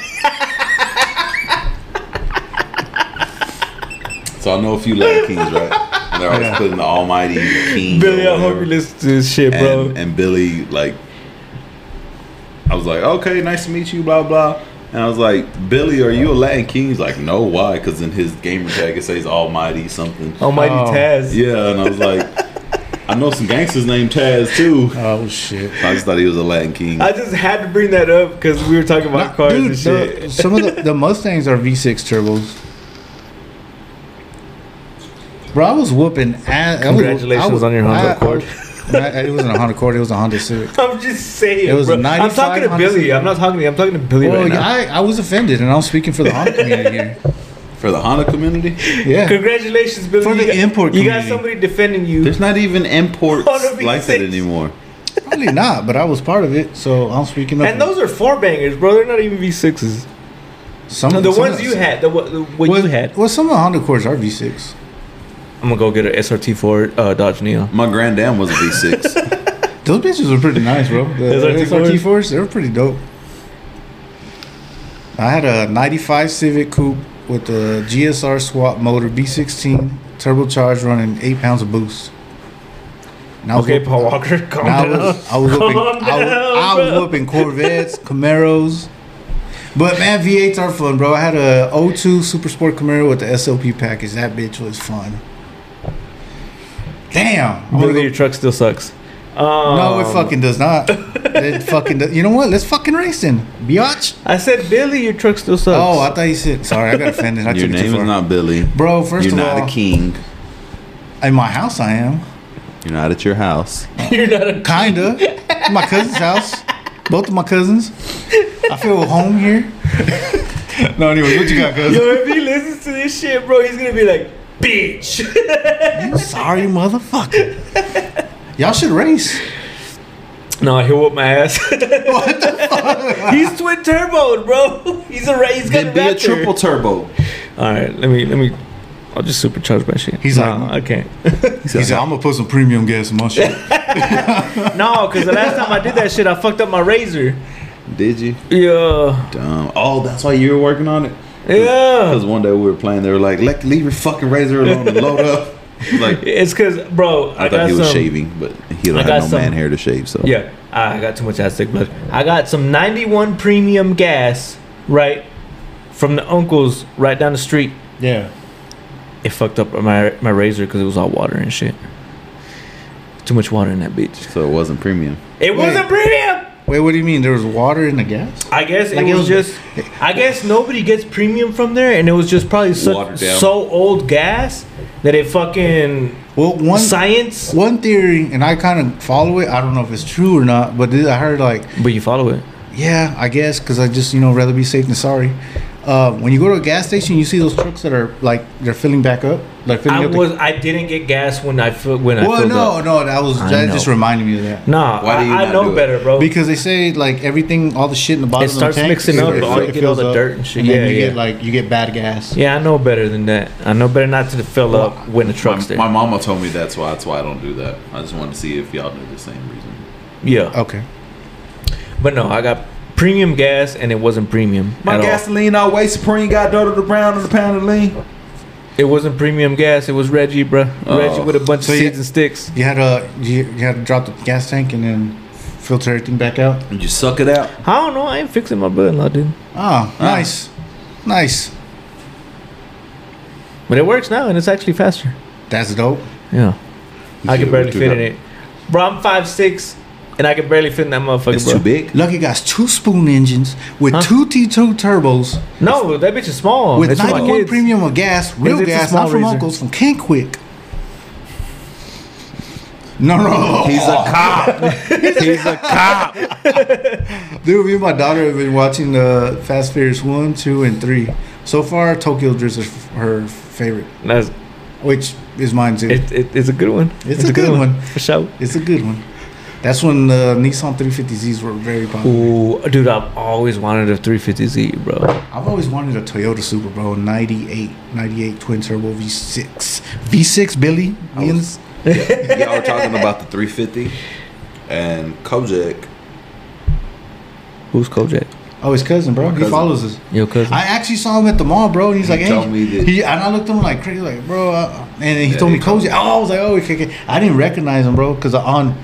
Speaker 1: So I know a few Latin kings, (laughs) right? And they're always putting the Almighty King.
Speaker 4: Billy,
Speaker 1: or
Speaker 4: I hope
Speaker 1: whatever.
Speaker 4: you listen to this shit, bro.
Speaker 1: and, and Billy like I was like, okay, nice to meet you, blah blah. And I was like, Billy, are you a Latin king? He's like, no, why? Because in his gamer tag it says Almighty something.
Speaker 4: Almighty
Speaker 2: Oh.
Speaker 1: (laughs)
Speaker 4: Taz.
Speaker 1: Yeah, and I was like, I know some gangsters named Taz too.
Speaker 2: Oh shit.
Speaker 1: I just thought he was a Latin king.
Speaker 4: I just had to bring that up because we were talking about cars
Speaker 2: Dude,
Speaker 4: and
Speaker 2: the-
Speaker 4: shit.
Speaker 2: some of
Speaker 4: (laughs)
Speaker 2: the, the Mustangs are V6 turbos. Bro, I was whooping ass. I was-
Speaker 4: Congratulations
Speaker 2: I was-
Speaker 4: on your Honda
Speaker 2: I- I-
Speaker 4: Accord.
Speaker 2: I- (laughs) it wasn't a Honda Accord. It was a Honda Civic.
Speaker 4: I'm just saying.
Speaker 2: It was a
Speaker 4: bro. I'm
Speaker 2: 95
Speaker 4: talking to
Speaker 2: Honda
Speaker 4: Billy.
Speaker 2: Civic.
Speaker 4: I'm not talking to you. I'm talking to Billy
Speaker 2: Well,
Speaker 4: right
Speaker 2: yeah,
Speaker 4: now.
Speaker 2: I, I was offended, and I'm speaking for the Honda community here.
Speaker 4: (laughs)
Speaker 1: For the Honda community,
Speaker 2: Yeah,
Speaker 4: Congratulations, Billy.
Speaker 2: For
Speaker 4: You
Speaker 2: the
Speaker 4: got-
Speaker 2: import
Speaker 4: You got
Speaker 2: community.
Speaker 4: somebody defending you.
Speaker 1: there's not even imports
Speaker 4: Honda V6.
Speaker 1: like that anymore.
Speaker 2: probably not, but I was part of it, so I'm speaking up.
Speaker 4: And those are four bangers, bro. They're not even V6s.
Speaker 2: some
Speaker 4: No,
Speaker 2: of
Speaker 4: the
Speaker 2: some
Speaker 4: ones
Speaker 2: of-
Speaker 4: you had, the, what- the what
Speaker 2: well,
Speaker 4: you had.
Speaker 2: Well, some of the Honda Accords are V6.
Speaker 4: I'm gonna go get an SRT4 uh, Dodge Neo.
Speaker 1: My granddam was a
Speaker 4: (laughs)
Speaker 1: V6.
Speaker 2: Those bitches were pretty nice, bro. The
Speaker 4: Those RT4s?
Speaker 2: SRT fours, they were pretty dope. I had a '95 Civic Coupe with a GSR swap motor, B16 turbocharged, running eight pounds of boost. And I was
Speaker 4: Okay,
Speaker 2: whoop-
Speaker 4: Paul Walker, (laughs) calm
Speaker 2: and I
Speaker 4: down.
Speaker 2: was, I was whooping,
Speaker 4: Calm
Speaker 2: I, was, I was
Speaker 4: down, bro.
Speaker 2: whooping Corvettes, Camaros. But man, V8s are fun, bro. I had a 02 Super Sport Camaro with the SLP package. That bitch was fun. Damn, I'm gonna
Speaker 4: Billy,
Speaker 2: go
Speaker 4: your truck still sucks. Um,
Speaker 2: no, it fucking does
Speaker 1: (laughs)
Speaker 2: not. it fucking does. You know what? Let's fucking race then. Biatch.
Speaker 4: I said, Billy, your truck still sucks.
Speaker 2: Oh, I thought you said. Sorry, I got offended. I
Speaker 1: Your
Speaker 2: took it too
Speaker 1: name
Speaker 2: far.
Speaker 1: is not Billy.
Speaker 2: Bro, 1st
Speaker 1: You're
Speaker 2: of
Speaker 1: not
Speaker 2: all,
Speaker 1: a king.
Speaker 2: in my house I am.
Speaker 1: You're not at your house.
Speaker 4: you're not a
Speaker 2: Kinda. In my cousin's house. Both of my cousins. I feel home here. no, anyway, what you
Speaker 1: (laughs)
Speaker 2: got, cousin?
Speaker 4: Yo, (laughs) if he listens to this shit, bro, he's gonna be like, bitch.
Speaker 2: Sorry, motherfucker. Y'all should race.
Speaker 4: no, he'll whoop my ass. (laughs) what the fuck? he's twin turbo,
Speaker 3: (laughs)
Speaker 4: bro. He's a ra- he's gonna
Speaker 1: It'd be a
Speaker 4: raptor.
Speaker 1: triple turbo.
Speaker 4: All right, let me let me. I'll just supercharge my shit.
Speaker 2: He's
Speaker 4: no,
Speaker 2: like-
Speaker 4: I can't.
Speaker 2: He said, I'm gonna put some premium gas in my shit.
Speaker 4: (laughs) no, because the last time I did that shit, I fucked up my razor.
Speaker 1: Did you?
Speaker 4: Yeah,
Speaker 1: Dumb. Oh, that's why you were working on it.
Speaker 4: yeah.
Speaker 1: Because one day we were playing, they were like, "Let leave your fucking razor alone and load
Speaker 4: (laughs)
Speaker 1: up." Like
Speaker 4: It's because, bro, I,
Speaker 1: I,
Speaker 4: got
Speaker 1: thought he was
Speaker 4: some,
Speaker 1: shaving, but he don't
Speaker 4: I got
Speaker 1: have no
Speaker 4: some-
Speaker 1: man hair to shave. So
Speaker 4: Yeah, I got too much Aztec blood. I got some 91 premium gas, right, from the uncle's right down the street.
Speaker 2: Yeah.
Speaker 4: It fucked up my my razor because it was all water and shit. Too much water in that bitch.
Speaker 1: So it wasn't premium.
Speaker 4: It wasn't premium.
Speaker 2: Wait, what do you mean? There was water in the gas?
Speaker 4: I guess
Speaker 2: Like,
Speaker 4: it,
Speaker 2: it
Speaker 4: was,
Speaker 2: was-
Speaker 4: just. I guess nobody gets premium from there, and it was just probably so,
Speaker 1: Watered down.
Speaker 4: so old gas that it fucking
Speaker 2: Well, one
Speaker 4: science.
Speaker 2: One theory, and I kind of follow it. I don't know if it's true or not, but I heard like,
Speaker 4: But you follow it.
Speaker 2: yeah, I guess because I just you know rather be safe than sorry. Uh, when you go to a gas station, you see those trucks that are like they're filling back up. Like filling
Speaker 4: I
Speaker 2: up.
Speaker 4: was. I didn't get gas when I fi- when I.
Speaker 2: the, well,
Speaker 4: filled
Speaker 2: no,
Speaker 4: up.
Speaker 2: no, that was
Speaker 4: I
Speaker 2: that
Speaker 4: know.
Speaker 2: just reminded me of that.
Speaker 4: Nah,
Speaker 1: Why do you
Speaker 4: I, I
Speaker 1: not do
Speaker 4: know
Speaker 1: it?
Speaker 4: better, bro.
Speaker 2: Because they say like everything, all the shit in the bottom.
Speaker 4: It starts
Speaker 2: of the tank,
Speaker 4: mixing
Speaker 1: up,
Speaker 2: it-
Speaker 1: dog.
Speaker 2: it
Speaker 4: You get all
Speaker 2: fills
Speaker 4: the
Speaker 2: up,
Speaker 4: dirt and shit.
Speaker 2: then
Speaker 4: Yeah,
Speaker 2: you
Speaker 4: yeah.
Speaker 2: get like you get bad gas.
Speaker 4: yeah, I know better than that. I know better not to fill up when the
Speaker 1: My,
Speaker 4: truck's there.
Speaker 1: my mama told me that's why. That's why I don't do that. I just wanted to see if y'all knew the same reason.
Speaker 4: yeah,
Speaker 2: Okay.
Speaker 4: but no, I got premium gas and it wasn't premium at all.
Speaker 1: always supreme. Got Dodo the Brown and the pound of lean.
Speaker 4: It wasn't premium gas. It was Reggie, bro.
Speaker 1: Oh.
Speaker 4: Reggie with a bunch
Speaker 2: So
Speaker 4: of
Speaker 2: you-
Speaker 4: seeds and sticks.
Speaker 2: You had to you, you had to drop the gas tank and then filter everything back out.
Speaker 1: Did you suck it out?
Speaker 4: I don't know. I ain't fixing my brother-in-law, dude.
Speaker 2: Ah, nice, nice.
Speaker 4: But it works now, and it's actually faster.
Speaker 2: That's dope.
Speaker 4: Yeah, I
Speaker 1: should
Speaker 4: can
Speaker 1: have
Speaker 4: barely
Speaker 1: went through
Speaker 4: fit in
Speaker 1: that.
Speaker 4: it, bro. I'm five six, and I can barely fit in that motherfucker,
Speaker 1: It's
Speaker 4: bro.
Speaker 1: too big.
Speaker 2: Lucky got two spoon engines with
Speaker 4: Huh?
Speaker 2: two T2 turbos
Speaker 4: No, that bitch is small.
Speaker 2: with
Speaker 4: It's for my
Speaker 2: 91
Speaker 4: kids.
Speaker 2: premium of gas, real
Speaker 4: It's a
Speaker 2: gas,
Speaker 4: small
Speaker 2: not from
Speaker 4: razor.
Speaker 2: uncles, from Kenquick. No, no,
Speaker 1: He's a (laughs) cop. He's a cop.
Speaker 2: dude. Me and my daughter have been watching uh, Fast Furious one, two, and three. So far, Tokyo Drift is her favorite,
Speaker 4: That's,
Speaker 2: which is mine too.
Speaker 4: it, it, it's a good one.
Speaker 2: It's a good one.
Speaker 4: for sure.
Speaker 2: it's a good one. That's when the Nissan 350Zs were very popular.
Speaker 4: Ooh, dude, I've always wanted a 350Z, bro.
Speaker 2: I've always wanted a Toyota Super, bro. 98, 98 twin turbo V6, V6 Billy. Me and-
Speaker 1: Y'all were talking about the 350 and Kojak.
Speaker 4: Who's Kojak?
Speaker 2: Oh, his cousin, bro. He
Speaker 1: cousin.
Speaker 2: follows us.
Speaker 3: Yo, cousin.
Speaker 2: I actually saw him at the mall, bro. And he's
Speaker 1: He
Speaker 2: like,
Speaker 1: told
Speaker 2: hey.
Speaker 1: me that-
Speaker 2: He, and I looked at him like crazy, like, bro. Uh, and he
Speaker 1: Yeah,
Speaker 2: told me
Speaker 1: he told
Speaker 2: Cozy. Oh, I was like, oh, okay, okay. I didn't recognize him, bro, because on,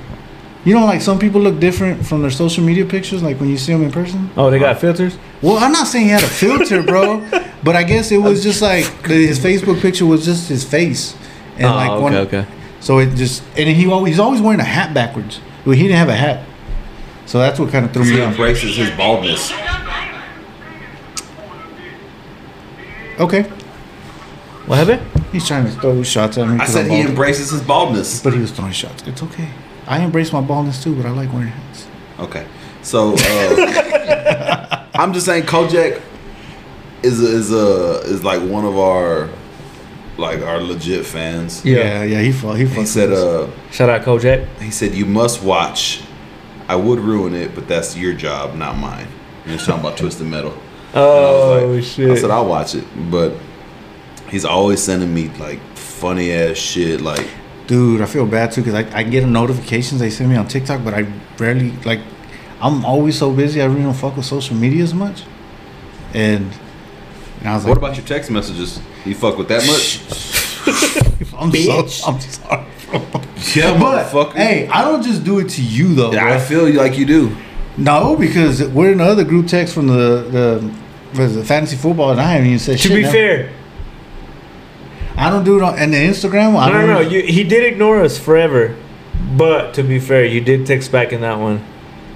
Speaker 2: you know, like some people look different from their social media pictures, like when you see them in person.
Speaker 3: oh, they got filters.
Speaker 2: Well, I'm not saying he had a filter,
Speaker 3: (laughs)
Speaker 2: bro, but I guess it was just like the- his Facebook picture was just his face, and
Speaker 3: Oh,
Speaker 2: like
Speaker 3: okay,
Speaker 2: one,
Speaker 3: okay.
Speaker 2: so it just and he always he's always wearing a hat backwards. Well, he didn't have a hat, so that's what kind of threw
Speaker 1: He
Speaker 2: me off.
Speaker 1: embraces his baldness.
Speaker 2: Okay,
Speaker 3: What happened?
Speaker 2: he's trying to throw shots at me.
Speaker 1: I
Speaker 2: 'cause
Speaker 1: said
Speaker 2: I'm
Speaker 1: he
Speaker 2: bald.
Speaker 1: embraces his baldness.
Speaker 2: But he was throwing shots. It's okay. I embrace my baldness too, but I like wearing hats.
Speaker 1: Okay, so uh, (laughs) I'm just saying Kojak is a, is a is like one of our like our legit fans.
Speaker 2: Yeah, yeah, he fought. He,
Speaker 1: He
Speaker 2: fucks
Speaker 1: said
Speaker 2: with us.
Speaker 1: uh
Speaker 3: Shout out Kojak.
Speaker 1: he said you must watch. I would ruin it, but that's your job, not mine. And he's talking about Twisted Metal.
Speaker 3: Oh
Speaker 1: I was like-
Speaker 3: shit.
Speaker 1: I said I'll watch it, but he's always sending me like funny ass shit. Like
Speaker 2: dude, I feel bad too because I, I get notifications they send me on TikTok, but I rarely like. I'm always so busy. I really don't fuck with social media as much. And, and I was
Speaker 1: what
Speaker 2: like,
Speaker 1: about your text messages? You fuck with that much?
Speaker 2: (laughs) I'm so, I'm sorry.
Speaker 1: Yeah,
Speaker 2: But hey, I don't just do it to you though.
Speaker 1: I
Speaker 2: bro.
Speaker 1: feel you like you do.
Speaker 2: No, because we're in another group text from the the. what is it, fantasy football, and I haven't even said
Speaker 3: to
Speaker 2: shit.
Speaker 3: be
Speaker 2: now.
Speaker 3: fair,
Speaker 2: I don't do it on and the Instagram. I
Speaker 3: no,
Speaker 2: don't
Speaker 3: no, no. You, he did ignore us forever, but to be fair, you did text back in that one.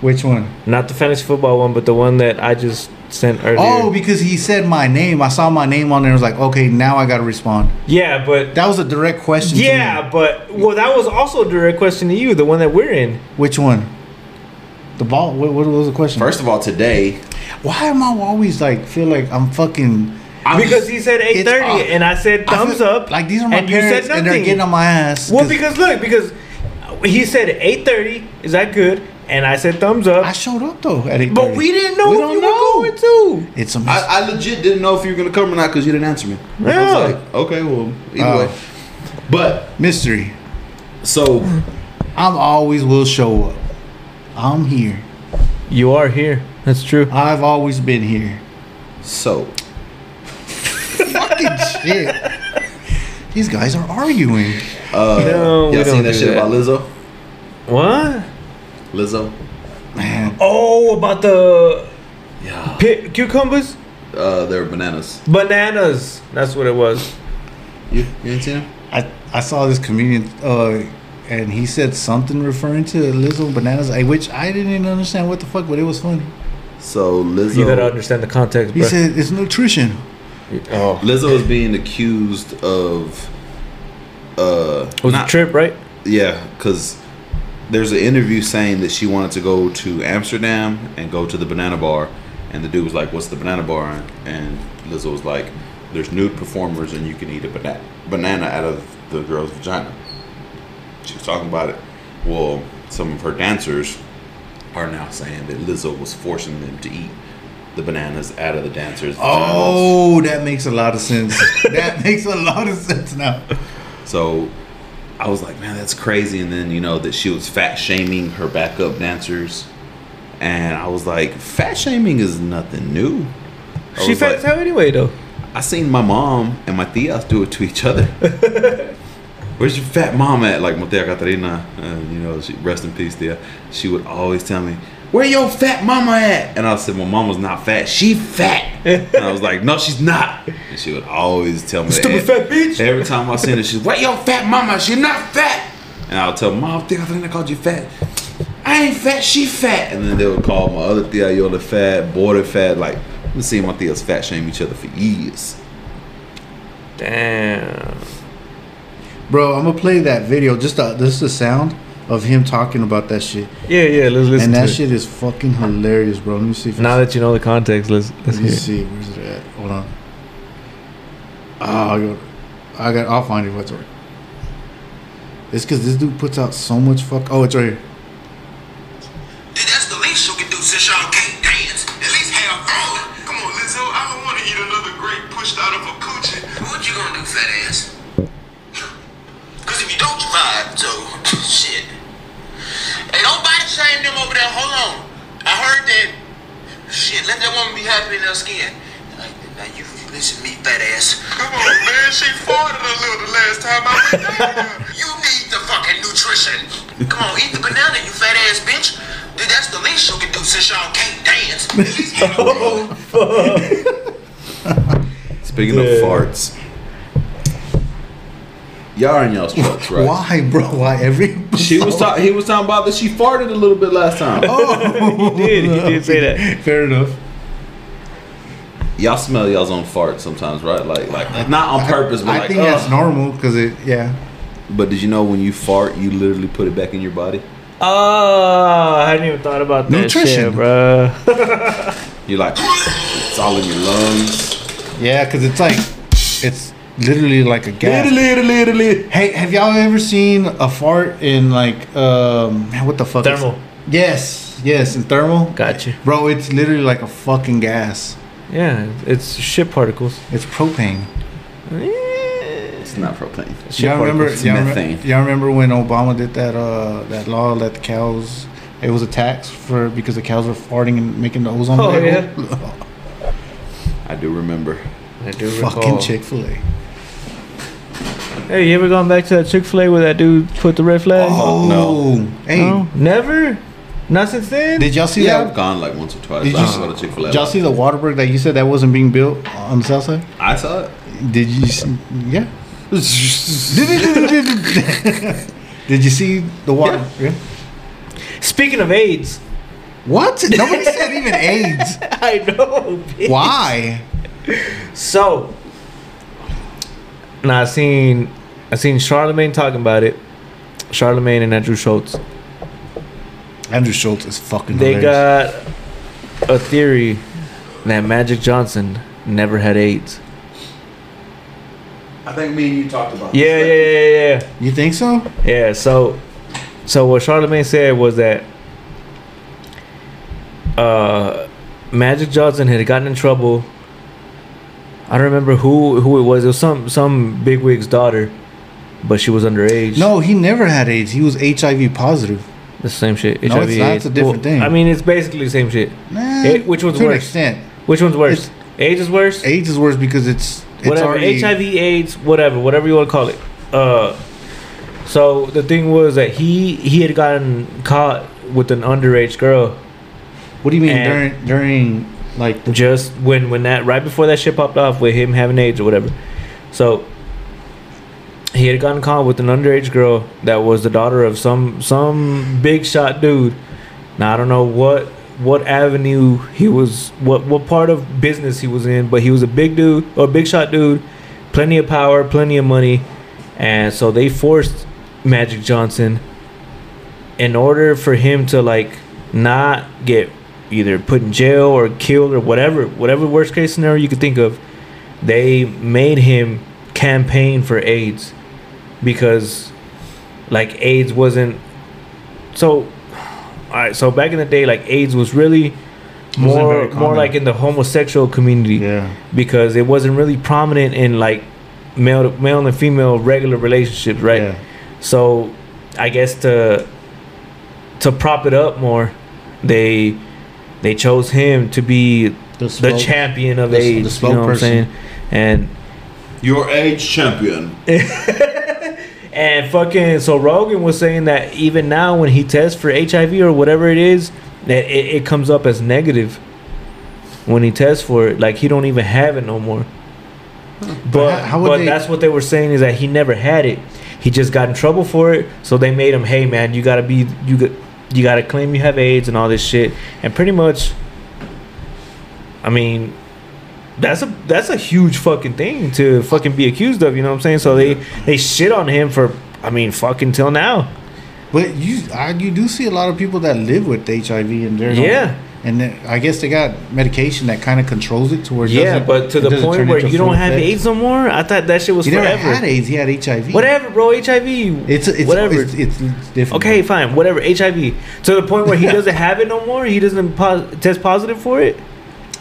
Speaker 2: Which one?
Speaker 3: Not the fantasy football one, but the one that I just sent earlier.
Speaker 2: Oh, because he said my name. I saw my name on there. I was like, okay, now I gotta respond.
Speaker 3: yeah, but
Speaker 2: That was a direct question. to
Speaker 3: yeah,
Speaker 2: me.
Speaker 3: but well, that was also a direct question to you, the one that we're in.
Speaker 2: Which one? The ball. What, what was the question?
Speaker 1: First of all, today
Speaker 2: Why am I always like feel like I'm fucking?
Speaker 1: I'm
Speaker 3: because he said eight
Speaker 2: off.
Speaker 3: thirty, and I said
Speaker 2: I
Speaker 3: thumbs
Speaker 2: feel-
Speaker 3: up.
Speaker 2: Like these are my
Speaker 3: and you
Speaker 2: parents,
Speaker 3: said
Speaker 2: and they're
Speaker 3: nothing.
Speaker 2: getting on my ass.
Speaker 3: Well,
Speaker 2: 'cause
Speaker 3: because look, because he said eight thirty. Is that good? And I said thumbs up.
Speaker 2: I showed up though at eight.
Speaker 3: but we didn't know
Speaker 2: We
Speaker 3: if
Speaker 2: don't
Speaker 3: you
Speaker 2: know.
Speaker 3: were going
Speaker 2: (laughs)
Speaker 3: to.
Speaker 2: It's a mis-
Speaker 1: I, I legit didn't know if you were gonna come or not because you didn't answer me. I
Speaker 3: Yeah.
Speaker 1: was like, okay, well, either
Speaker 2: Oh.
Speaker 1: way. But
Speaker 2: mystery.
Speaker 1: so
Speaker 2: I'm always will show up. I'm here.
Speaker 3: You are here. That's true.
Speaker 2: I've always been here.
Speaker 1: so
Speaker 2: Fucking
Speaker 3: (laughs)
Speaker 2: shit. These guys are arguing.
Speaker 1: uh,
Speaker 3: No, we
Speaker 1: y'all
Speaker 3: don't
Speaker 1: seen that
Speaker 3: do
Speaker 1: shit
Speaker 3: that.
Speaker 1: about Lizzo?
Speaker 3: What?
Speaker 1: Lizzo,
Speaker 2: Man,
Speaker 3: Oh, about the
Speaker 1: yeah,
Speaker 3: pi- cucumbers,
Speaker 1: uh, they're bananas.
Speaker 3: bananas. That's what it was.
Speaker 1: You you ain't seen them?
Speaker 2: I, I saw this comedian uh, and he said something referring to Lizzo Bananas, I- which I didn't even understand what the fuck, but it was funny.
Speaker 1: So
Speaker 3: You gotta
Speaker 1: Lizzo,
Speaker 3: understand the context,
Speaker 2: He
Speaker 3: bro.
Speaker 2: said it's nutrition.
Speaker 3: oh,
Speaker 1: Lizzo is being accused of uh,
Speaker 3: it was a trip, right?
Speaker 1: Yeah, because there's an interview saying that she wanted to go to Amsterdam and go to the banana bar, and the dude was like, "What's the banana bar?" And Lizzo was like, "There's nude performers, and you can eat a bana- banana out of the girl's vagina." She was talking about it. Well, some of her dancers are now saying that Lizzo was forcing them to eat the bananas out of the dancers. vaginas.
Speaker 2: Oh, that makes a lot of
Speaker 3: (laughs)
Speaker 2: sense. that makes a lot of sense now.
Speaker 1: So I was like, man, that's crazy. And then, you know, that she was fat shaming her backup dancers. And I was like, fat shaming is nothing new. I
Speaker 3: She
Speaker 1: was
Speaker 3: fat
Speaker 1: like-
Speaker 3: as hell anyway, though.
Speaker 1: I seen my mom and my tias do it to each other.
Speaker 3: (laughs)
Speaker 1: Where's your fat mom at? Like, my tia Catarina, uh, you know, she, rest in peace, tia. She would always tell me, where your fat mama at? And I said, my mama's not fat. She fat. and I was like, no, she's not. And she would always tell me
Speaker 3: Stupid
Speaker 1: that.
Speaker 3: fat bitch.
Speaker 1: Every time I seen her, she's, where your fat mama? She not fat. And I'll tell mom, tia Catarina called you fat. I ain't fat, she fat. And then they would call my other tia Yola fat, border fat. Like, we seen my tias fat shame each other for years.
Speaker 3: Damn.
Speaker 2: Bro, I'm going to play that video. Just the, this is the sound of him talking about that shit.
Speaker 3: Yeah, yeah. Let's listen
Speaker 2: and that
Speaker 3: to
Speaker 2: shit is fucking hilarious, bro. Let me see if
Speaker 3: it. Now
Speaker 2: it's-
Speaker 3: that you know the context, let's let's
Speaker 2: Let me
Speaker 3: hear.
Speaker 2: see. Where's it at? Hold on. Oh, I got. I got. I'll find it. What's right? It's because this dude puts out so much fuck. Oh, it's right here.
Speaker 7: Then that's the least you can do since y'all can't dance. At least have fun. Come on, Lizzo, I don't want to eat another grape pushed out of a coochie. What you gonna do, fat ass? Cause if you don't drive, (laughs) Joe, shit. Hey, don't body shame them over there. Hold on. I heard that Shit, let that woman be happy in her skin. Like, now you listen to me, fat ass.
Speaker 6: Come on, man. She farted a little the last time I went down there.
Speaker 7: You need the fucking nutrition. Come on, eat the banana, you fat ass bitch. Dude, that's the least you can do since y'all can't dance. At least have a roll.
Speaker 1: Speaking of farts, y'all are in y'all's trucks, right?
Speaker 2: Why, bro? Why every?
Speaker 1: She was talking. He was talking about that she farted a little bit last time. (laughs)
Speaker 2: Oh, he
Speaker 3: did, he did
Speaker 2: (laughs)
Speaker 3: say that.
Speaker 2: Fair enough.
Speaker 1: Y'all smell y'all's own fart sometimes, right? Like, like not on purpose, but
Speaker 2: I
Speaker 1: like.
Speaker 2: think
Speaker 1: "Ugh."
Speaker 2: that's normal because it, yeah.
Speaker 1: But did you know when you fart, you literally put it back in your body?
Speaker 3: Oh, I hadn't even thought about that
Speaker 2: Nutrition.
Speaker 3: shit, bro.
Speaker 1: You're like, it's all in your lungs.
Speaker 2: Yeah, because it's like, it's literally like a gas. Hey, have y'all ever seen a fart in like, um, man, what the fuck? is-
Speaker 3: Thermal.
Speaker 2: yes, yes, in thermal.
Speaker 3: Gotcha.
Speaker 2: Bro, it's literally like a fucking gas.
Speaker 3: Yeah, it's shit particles.
Speaker 2: It's propane.
Speaker 1: It's not propane.
Speaker 3: Shit
Speaker 2: Y'all remember?
Speaker 1: particles,
Speaker 2: Y'all,
Speaker 1: methane.
Speaker 2: remember y'all remember when Obama did that? Uh, that law that the cows. It was a tax for because the cows were farting and making the ozone.
Speaker 3: Oh,
Speaker 2: layer. (laughs)
Speaker 3: yeah.
Speaker 1: I do remember.
Speaker 3: I do
Speaker 2: Fucking
Speaker 3: recall.
Speaker 2: Chick Fil A.
Speaker 3: Hey, you ever gone back to that Chick Fil A where that dude put the red flag?
Speaker 2: Oh, hey,
Speaker 3: No? Never. Not since then.
Speaker 2: did y'all see
Speaker 1: Yeah,
Speaker 2: that?
Speaker 1: I've gone like once or twice.
Speaker 2: Did
Speaker 1: I
Speaker 2: you-
Speaker 1: don't go to Chick Fil
Speaker 2: Did y'all
Speaker 1: A.
Speaker 2: see the Waterberg that you said that wasn't being built on the south side?
Speaker 1: I saw it.
Speaker 2: Did you? s- Yeah. (laughs) Did you see the water? Yeah.
Speaker 3: Speaking of AIDS,
Speaker 2: What? Nobody said even AIDS.
Speaker 3: (laughs) I know. bitch.
Speaker 2: Why?
Speaker 3: So, now I seen I seen Charlemagne talking about it. Charlemagne and Andrew Schultz.
Speaker 2: Andrew Schultz is fucking.
Speaker 3: They
Speaker 2: hilarious.
Speaker 3: got a theory that Magic Johnson never had AIDS.
Speaker 1: I think me and you talked about.
Speaker 3: Yeah, yeah, yeah, yeah. yeah.
Speaker 2: You think so?
Speaker 3: Yeah, so so what Charlemagne said was that uh Magic Johnson had gotten in trouble. I don't remember who who it was. It was some some bigwig's daughter, but she was underage.
Speaker 2: No, he never had AIDS. He was HIV positive.
Speaker 3: It's the same shit.
Speaker 2: No, it's not. It's a different thing.
Speaker 3: I mean, it's basically the same shit.
Speaker 2: Nah,
Speaker 3: Eh, which one's
Speaker 2: to an
Speaker 3: worse?
Speaker 2: extent,
Speaker 3: Which one's worse?
Speaker 2: It's-
Speaker 3: AIDS is worse.
Speaker 2: AIDS is worse because it's it's
Speaker 3: whatever
Speaker 2: already
Speaker 3: HIV, AIDS, whatever, whatever you want to call it. Uh, so the thing was that he he had gotten caught with an underage girl
Speaker 2: What do you mean
Speaker 3: And-
Speaker 2: during during like the,
Speaker 3: just when when that right before that shit popped off with him having AIDS or whatever. So he had gotten caught with an underage girl that was the daughter of some some big shot dude. Now I don't know what what avenue he was what what part of business he was in, but he was a big dude or big shot dude, plenty of power, plenty of money, and so they forced Magic Johnson in order for him to like not get either put in jail or killed or whatever whatever worst case scenario you could think of they made him campaign for aids because like aids wasn't so all right so back in the day like aids was really
Speaker 2: very
Speaker 3: more more
Speaker 2: common.
Speaker 3: like in the homosexual community
Speaker 2: yeah
Speaker 3: because it wasn't really prominent in like male male and female regular relationships right
Speaker 2: yeah
Speaker 3: so I guess to to prop it up more, they they chose him to be
Speaker 2: the,
Speaker 3: the
Speaker 2: spoke-
Speaker 3: champion of
Speaker 2: the s-
Speaker 3: age.
Speaker 2: the
Speaker 3: you know what I'm
Speaker 2: spokesperson.
Speaker 3: saying? And
Speaker 1: Your age champion.
Speaker 3: and fucking so Rogan was saying that even now when he tests for HIV or whatever it is, that it, it comes up as negative when he tests for it. Like he don't even have it no more. But
Speaker 2: But how- how would
Speaker 3: but
Speaker 2: they-
Speaker 3: that's what they were saying is that he never had it. He just got in trouble for it, so they made him, hey man, you gotta be you got you gotta claim you have AIDS and all this shit. And pretty much, I mean, that's a (laughs) that's a huge fucking thing to fucking be accused of. You know what I'm saying? So they they shit on him for, I mean, fucking till now.
Speaker 2: But you I, you do see a lot of people that live with HIV and they're
Speaker 3: Yeah.
Speaker 2: and then, I guess they got medication that kind of controls it to where it
Speaker 3: Yeah,
Speaker 2: doesn't-
Speaker 3: but to
Speaker 2: it
Speaker 3: the
Speaker 2: doesn't
Speaker 3: point
Speaker 2: turn
Speaker 3: where
Speaker 2: into
Speaker 3: you don't
Speaker 2: full
Speaker 3: have
Speaker 2: effect.
Speaker 3: AIDS no more. I thought that shit was
Speaker 2: He never
Speaker 3: forever.
Speaker 2: had AIDS. He had HIV.
Speaker 3: Whatever, bro. HIV.
Speaker 2: It's it's
Speaker 3: whatever.
Speaker 2: It's, it's different.
Speaker 3: Okay, fine, whatever. HIV to the point where
Speaker 2: (laughs)
Speaker 3: he doesn't have it no more. He doesn't pos- test positive for it.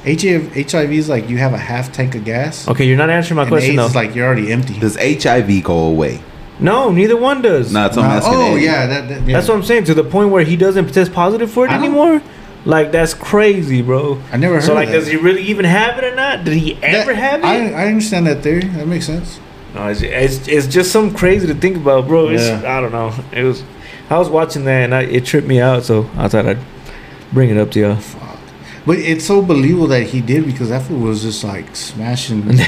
Speaker 2: HIV, HIV is like you have a half tank of gas.
Speaker 3: Okay, you're not answering my
Speaker 2: and
Speaker 3: question
Speaker 2: AIDS
Speaker 3: though.
Speaker 2: is like you're already empty.
Speaker 1: Does HIV go away?
Speaker 3: no, neither one does.
Speaker 1: No, it's I'm
Speaker 2: Uh,
Speaker 1: asking.
Speaker 2: oh
Speaker 1: age.
Speaker 2: yeah, that, that- yeah.
Speaker 3: That's what I'm saying. To the point where he doesn't test positive for it
Speaker 2: I don't-
Speaker 3: anymore. Like that's crazy, bro.
Speaker 2: I never
Speaker 3: So
Speaker 2: heard
Speaker 3: like,
Speaker 2: of that.
Speaker 3: does he really even have it or not? Did he ever
Speaker 2: That-
Speaker 3: have it?
Speaker 2: I, I understand that theory. That makes sense.
Speaker 3: No, it's, it's, it's just something crazy to think about, bro. It's,
Speaker 2: Yeah.
Speaker 3: I don't know. It was I was watching that and I, it tripped me out, so I thought I'd bring it up to y'all.
Speaker 2: But it's so believable that he did because that fool was just like
Speaker 3: (laughs)
Speaker 2: smashing
Speaker 3: There's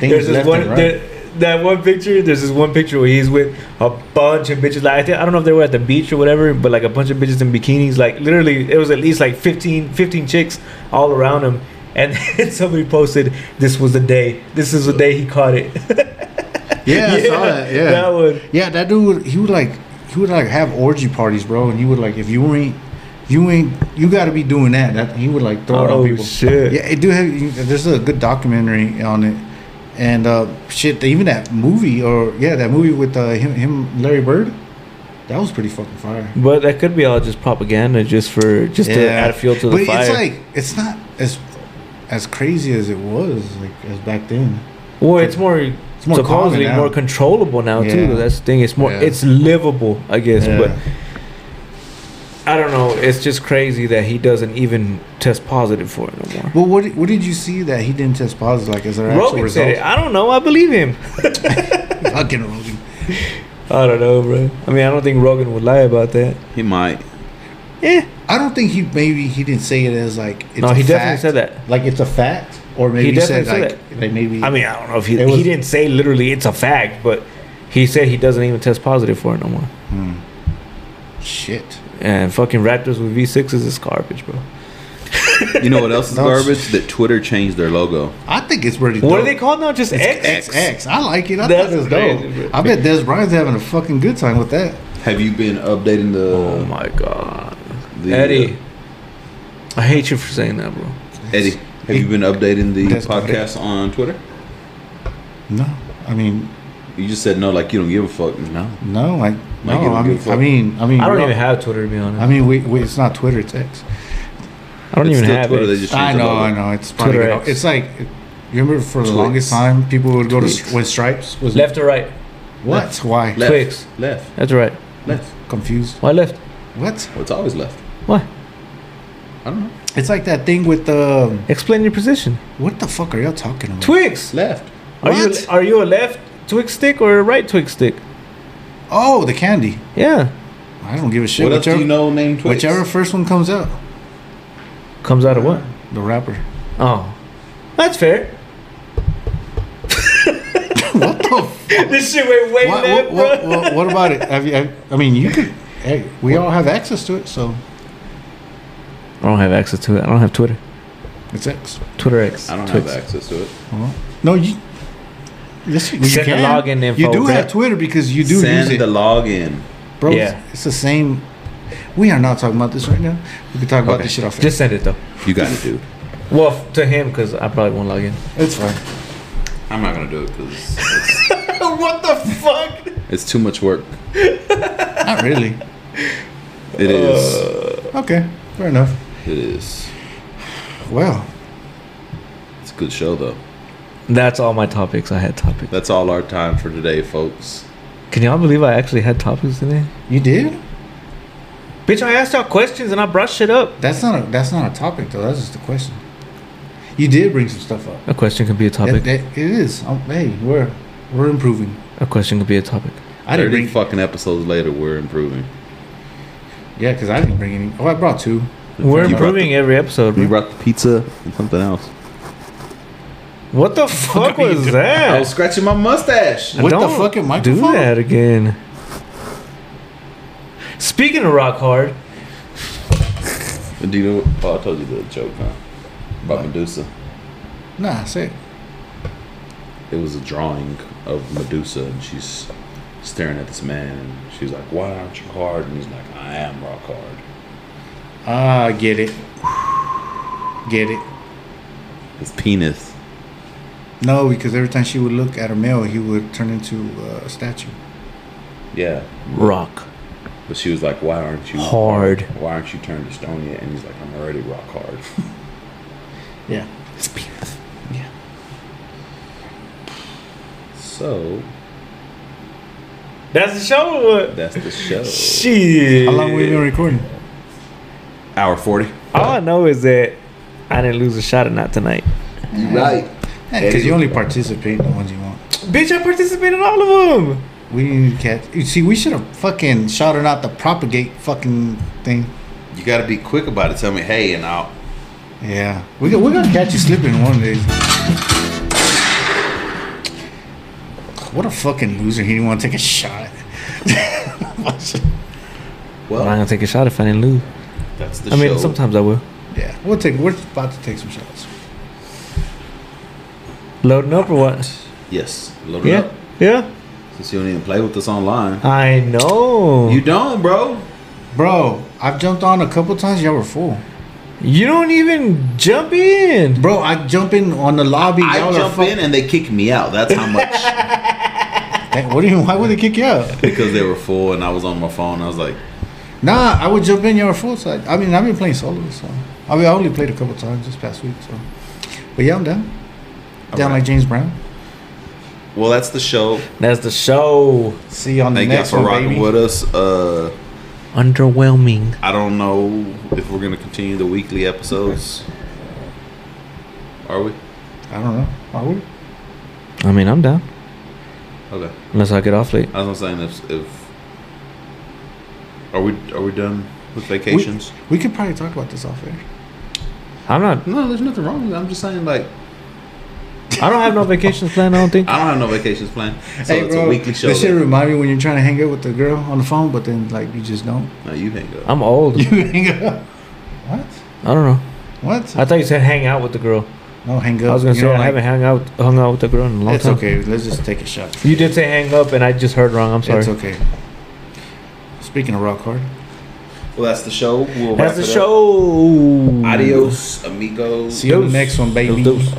Speaker 2: things
Speaker 3: this
Speaker 2: left
Speaker 3: one,
Speaker 2: and right.
Speaker 3: there, that one picture. There's this one picture where he's with a bunch of bitches. Like I, think, I don't know if they were at the beach or whatever, but like a bunch of bitches in bikinis. Like literally, it was at least like 15, 15 chicks all around him. And then (laughs) somebody posted, "This was the day. This is the day he caught it."
Speaker 2: yeah, I
Speaker 3: (laughs)
Speaker 2: saw that. Yeah,
Speaker 3: that one.
Speaker 2: yeah, that dude. Would, he would like he would like have orgy parties, bro. And he would like if you ain't you ain't you got to be doing that. That he would like throw it
Speaker 3: Oh,
Speaker 2: on people.
Speaker 3: shit.
Speaker 2: Yeah, it do have. you- There's a good documentary on it, and uh, shit. Even that movie or yeah, that movie with uh, him, him, Larry Bird. That was pretty fucking fire.
Speaker 3: But that could be all just propaganda, just for just to add fuel to the
Speaker 2: but
Speaker 3: fire.
Speaker 2: it's like it's not as as crazy as it was like as back then.
Speaker 3: well, it's more, it's
Speaker 2: more
Speaker 3: more supposedly
Speaker 2: common now.
Speaker 3: more controllable now
Speaker 2: Yeah.
Speaker 3: too. That's the thing. It's more,
Speaker 2: Yeah.
Speaker 3: it's livable, I guess.
Speaker 2: Yeah.
Speaker 3: But I don't know. It's just crazy that he doesn't even test positive for it no more.
Speaker 2: Well, what did- what did you see that he didn't test positive? Like as an actual
Speaker 3: Rogan said
Speaker 2: result?
Speaker 3: it. I don't know. I believe him.
Speaker 2: Fucking Rogan.
Speaker 3: I don't know, bro. I mean, I don't think Rogan would lie about that.
Speaker 1: He might.
Speaker 3: Yeah.
Speaker 2: I don't think he maybe he didn't say it as like it's
Speaker 3: No,
Speaker 2: a
Speaker 3: he definitely
Speaker 2: fact,
Speaker 3: said that.
Speaker 2: like it's a fact or maybe he said
Speaker 3: definitely
Speaker 2: like
Speaker 3: said
Speaker 2: like maybe
Speaker 3: I mean, I don't know if he
Speaker 2: It was-
Speaker 3: he didn't say literally it's a fact, but he said he doesn't even test positive for it no more.
Speaker 2: shit.
Speaker 3: And fucking Raptors with V6s is garbage, bro.
Speaker 1: You know what else is
Speaker 2: No.
Speaker 1: garbage? That Twitter changed their logo.
Speaker 2: I think it's pretty.
Speaker 3: What
Speaker 2: dope.
Speaker 3: are they called now? Just X?
Speaker 2: X X. I like it. I
Speaker 3: That's
Speaker 2: thought it was
Speaker 3: crazy,
Speaker 2: dope. I bet Des Bryant's having a fucking good time with that.
Speaker 1: Have you been updating the?
Speaker 3: Oh my god.
Speaker 1: the, uh,
Speaker 3: Eddie. I hate you for saying that, bro.
Speaker 1: Eddie, have you been updating the
Speaker 2: That's correct.
Speaker 1: podcast on Twitter?
Speaker 2: No, I mean
Speaker 1: You just said no, like you don't give a fuck. No.
Speaker 2: no, like
Speaker 1: Like, you
Speaker 2: no.
Speaker 1: don't
Speaker 2: I
Speaker 1: give a
Speaker 2: mean,
Speaker 1: fuck.
Speaker 2: I mean, I mean,
Speaker 3: I don't
Speaker 2: we're
Speaker 3: even
Speaker 2: all-
Speaker 3: have Twitter to be honest.
Speaker 2: I mean, we, we it's not Twitter. It's X.
Speaker 3: I don't
Speaker 1: It's
Speaker 3: even
Speaker 1: still
Speaker 3: have
Speaker 1: Twitter, they
Speaker 3: it.
Speaker 1: just
Speaker 2: I
Speaker 1: changed the
Speaker 2: know,
Speaker 1: logo.
Speaker 2: I know. It's probably
Speaker 3: Twitter
Speaker 2: gonna-
Speaker 3: X.
Speaker 2: it's like it- you remember for the
Speaker 1: Twix.
Speaker 2: longest time people would go
Speaker 1: Twix.
Speaker 2: to when stripes was
Speaker 3: Left or right?
Speaker 2: What? Why?
Speaker 1: Left,
Speaker 3: Twigs.
Speaker 1: left,
Speaker 3: That's right.
Speaker 1: left.
Speaker 2: Confused.
Speaker 3: Why left?
Speaker 2: What?
Speaker 1: Well, it's always left.
Speaker 3: Why?
Speaker 1: I don't know.
Speaker 2: It's like that thing with um, the
Speaker 3: Explain your position.
Speaker 2: what the fuck are y'all talking about?
Speaker 3: Twigs.
Speaker 1: Left.
Speaker 3: Are you
Speaker 2: What?
Speaker 3: are you a left Twig stick or a right Twig stick?
Speaker 2: Oh, the candy.
Speaker 3: Yeah.
Speaker 2: I don't give a shit.
Speaker 1: what else do you know named Twix?
Speaker 2: whichever first one comes out,
Speaker 3: Comes out of what?
Speaker 2: the rapper.
Speaker 3: Oh. That's fair.
Speaker 2: what the? F-
Speaker 3: (laughs) This shit went way
Speaker 2: what,
Speaker 3: left,
Speaker 2: what, what,
Speaker 3: bro.
Speaker 2: what, what about it? Have you, have, I mean, you could. Hey, we all have access to it, so
Speaker 3: I don't have access to it. I don't have Twitter.
Speaker 2: it's X.
Speaker 3: Twitter X.
Speaker 1: I don't
Speaker 3: Twix.
Speaker 1: have access to it.
Speaker 2: No, you. Yes, you,
Speaker 3: Send the
Speaker 2: can.
Speaker 3: login info,
Speaker 2: you do
Speaker 3: bro.
Speaker 2: have Twitter because you do
Speaker 1: Send
Speaker 2: use
Speaker 1: the
Speaker 2: it,
Speaker 1: login.
Speaker 2: bro. it's-
Speaker 3: Yeah.
Speaker 2: It's, the same. We are not talking about this right now. We can talk about
Speaker 1: Okay.
Speaker 2: this shit off. air.
Speaker 3: Just send it though.
Speaker 1: You got it, dude.
Speaker 3: Well, f- to him, because I probably won't log in.
Speaker 2: it's fine.
Speaker 1: I'm not gonna do it because (laughs)
Speaker 3: what the fuck?
Speaker 1: it's too much work.
Speaker 2: Not really.
Speaker 1: It is.
Speaker 2: Okay, fair enough.
Speaker 1: It is.
Speaker 2: Well,
Speaker 1: It's a good show though.
Speaker 3: That's all my topics. I had topics.
Speaker 1: That's all our time for today, folks.
Speaker 3: Can y'all believe I actually had topics today?
Speaker 2: you did.
Speaker 3: Bitch, I asked y'all questions and I brought shit up.
Speaker 2: That's not a that's not a topic though. That's just a question. You did bring some stuff up.
Speaker 3: A question could be a topic.
Speaker 2: That, that, it is. Um, hey, we're we're improving.
Speaker 3: A question could be a topic.
Speaker 2: I didn't
Speaker 1: Thirty
Speaker 2: bring.
Speaker 1: fucking episodes later, we're improving.
Speaker 2: Yeah, because I didn't bring any. Oh, I brought two.
Speaker 3: We're
Speaker 1: You brought
Speaker 3: improving every episode.
Speaker 1: We
Speaker 3: bro.
Speaker 1: brought the pizza and something else.
Speaker 3: What the fuck was
Speaker 1: I was
Speaker 3: that?
Speaker 1: scratching my mustache.
Speaker 2: With the
Speaker 3: Don't
Speaker 2: fucking
Speaker 3: Do
Speaker 2: microphone?
Speaker 3: that again. Speaking of rock hard,
Speaker 1: Do you know? Oh, I told you the joke, huh? About Medusa.
Speaker 2: Nah, say it.
Speaker 1: It was a drawing of Medusa, and she's staring at this man, and she's like, "Why aren't you hard?" And he's like, "I am rock hard."
Speaker 2: Ah, get it. Get it.
Speaker 1: His penis.
Speaker 2: No, because every time she would look at a male, he would turn into uh, a statue.
Speaker 1: Yeah,
Speaker 3: rock
Speaker 1: but she was like, "Why aren't you
Speaker 3: hard.
Speaker 1: Why aren't you turned to stone yet?" And he's like, "I'm already rock hard." (laughs)
Speaker 2: Yeah.
Speaker 1: so
Speaker 3: That's the show. uh, or
Speaker 1: (laughs)
Speaker 3: What?
Speaker 1: that's the show.
Speaker 3: Shit.
Speaker 2: How long we been recording?
Speaker 1: Hour forty.
Speaker 3: All I know is that I didn't lose a shot or not tonight.
Speaker 1: You right.
Speaker 2: Because you only participate in the ones you want.
Speaker 3: Bitch, I participated in all of them.
Speaker 2: We didn't catch. You see, we should have fucking shouted out the propagate fucking thing.
Speaker 1: You got to be quick about it. Tell me, hey, and I'll.
Speaker 2: Yeah, we go- we're gonna catch you slipping one day. What a fucking loser! He didn't want to take a shot. (laughs)
Speaker 3: I'm not
Speaker 1: Well,
Speaker 3: gonna take a shot if I didn't lose.
Speaker 1: that's the
Speaker 3: I mean,
Speaker 1: show.
Speaker 3: sometimes I will.
Speaker 2: yeah, we'll take. We're about to take some shots.
Speaker 3: Loading up or what?
Speaker 1: Yes. Load it
Speaker 3: Yeah,
Speaker 1: up.
Speaker 3: yeah.
Speaker 1: Since you don't even play with us online.
Speaker 3: I know.
Speaker 1: You
Speaker 3: You,
Speaker 1: don't, bro.
Speaker 2: Bro, I've jumped on a couple times. Y'all were full.
Speaker 3: don't even jump in.
Speaker 2: Bro, I jump in on the lobby.
Speaker 1: I
Speaker 2: y'all are
Speaker 1: jump
Speaker 2: fuck-
Speaker 1: in and they kick me out. That's how much. (laughs)
Speaker 2: Hey, What do you? Why would they kick you out?
Speaker 1: because they were full and I was on my phone. I was like,
Speaker 2: Nah, I would jump in your full side. I mean, I've been playing solo, so I mean, I only played a couple times this past week, so. But yeah, I'm down. Down
Speaker 1: Alright.
Speaker 2: like James Brown.
Speaker 1: well, that's the show.
Speaker 3: That's the show.
Speaker 2: See you on
Speaker 1: Thank
Speaker 2: the
Speaker 1: y'all
Speaker 2: next
Speaker 1: for
Speaker 2: one,
Speaker 1: rocking
Speaker 2: baby.
Speaker 1: with us. Uh,
Speaker 3: Underwhelming.
Speaker 1: I don't know if we're gonna continue the weekly episodes. Are we?
Speaker 2: I don't know. Are we?
Speaker 3: I mean, I'm down.
Speaker 1: Okay.
Speaker 3: Unless I get off late.
Speaker 1: As I'm saying, if, if are we are we done with vacations?
Speaker 2: We could probably talk about this off air.
Speaker 3: I'm not.
Speaker 1: no, there's nothing wrong with it. I'm just saying, like,
Speaker 3: I don't have no vacations planned. I don't think.
Speaker 1: I don't have no vacations planned, so it's a weekly show.
Speaker 2: This
Speaker 1: that-
Speaker 2: shit remind me when you're trying to hang out with the girl on the phone, but then like you just don't.
Speaker 1: no, you hang up.
Speaker 3: I'm old.
Speaker 2: (laughs) You hang up. What?
Speaker 3: I don't know.
Speaker 2: What?
Speaker 3: I thought you said hang out with the girl.
Speaker 2: no, hang up.
Speaker 3: I was gonna
Speaker 2: You
Speaker 3: say
Speaker 2: know,
Speaker 3: I
Speaker 2: like,
Speaker 3: haven't hung out hung out with the girl in a long
Speaker 2: It's
Speaker 3: time.
Speaker 2: okay. Let's just take a shot.
Speaker 3: You did say hang up, and I just heard wrong. I'm sorry.
Speaker 2: It's okay. Speaking of rock hard,
Speaker 1: well, that's the show. We'll
Speaker 3: That's the
Speaker 1: wrap it up.
Speaker 3: show.
Speaker 1: Adios, amigos.
Speaker 2: see you on the
Speaker 3: Deuce.
Speaker 2: next one, baby.
Speaker 3: Deuce.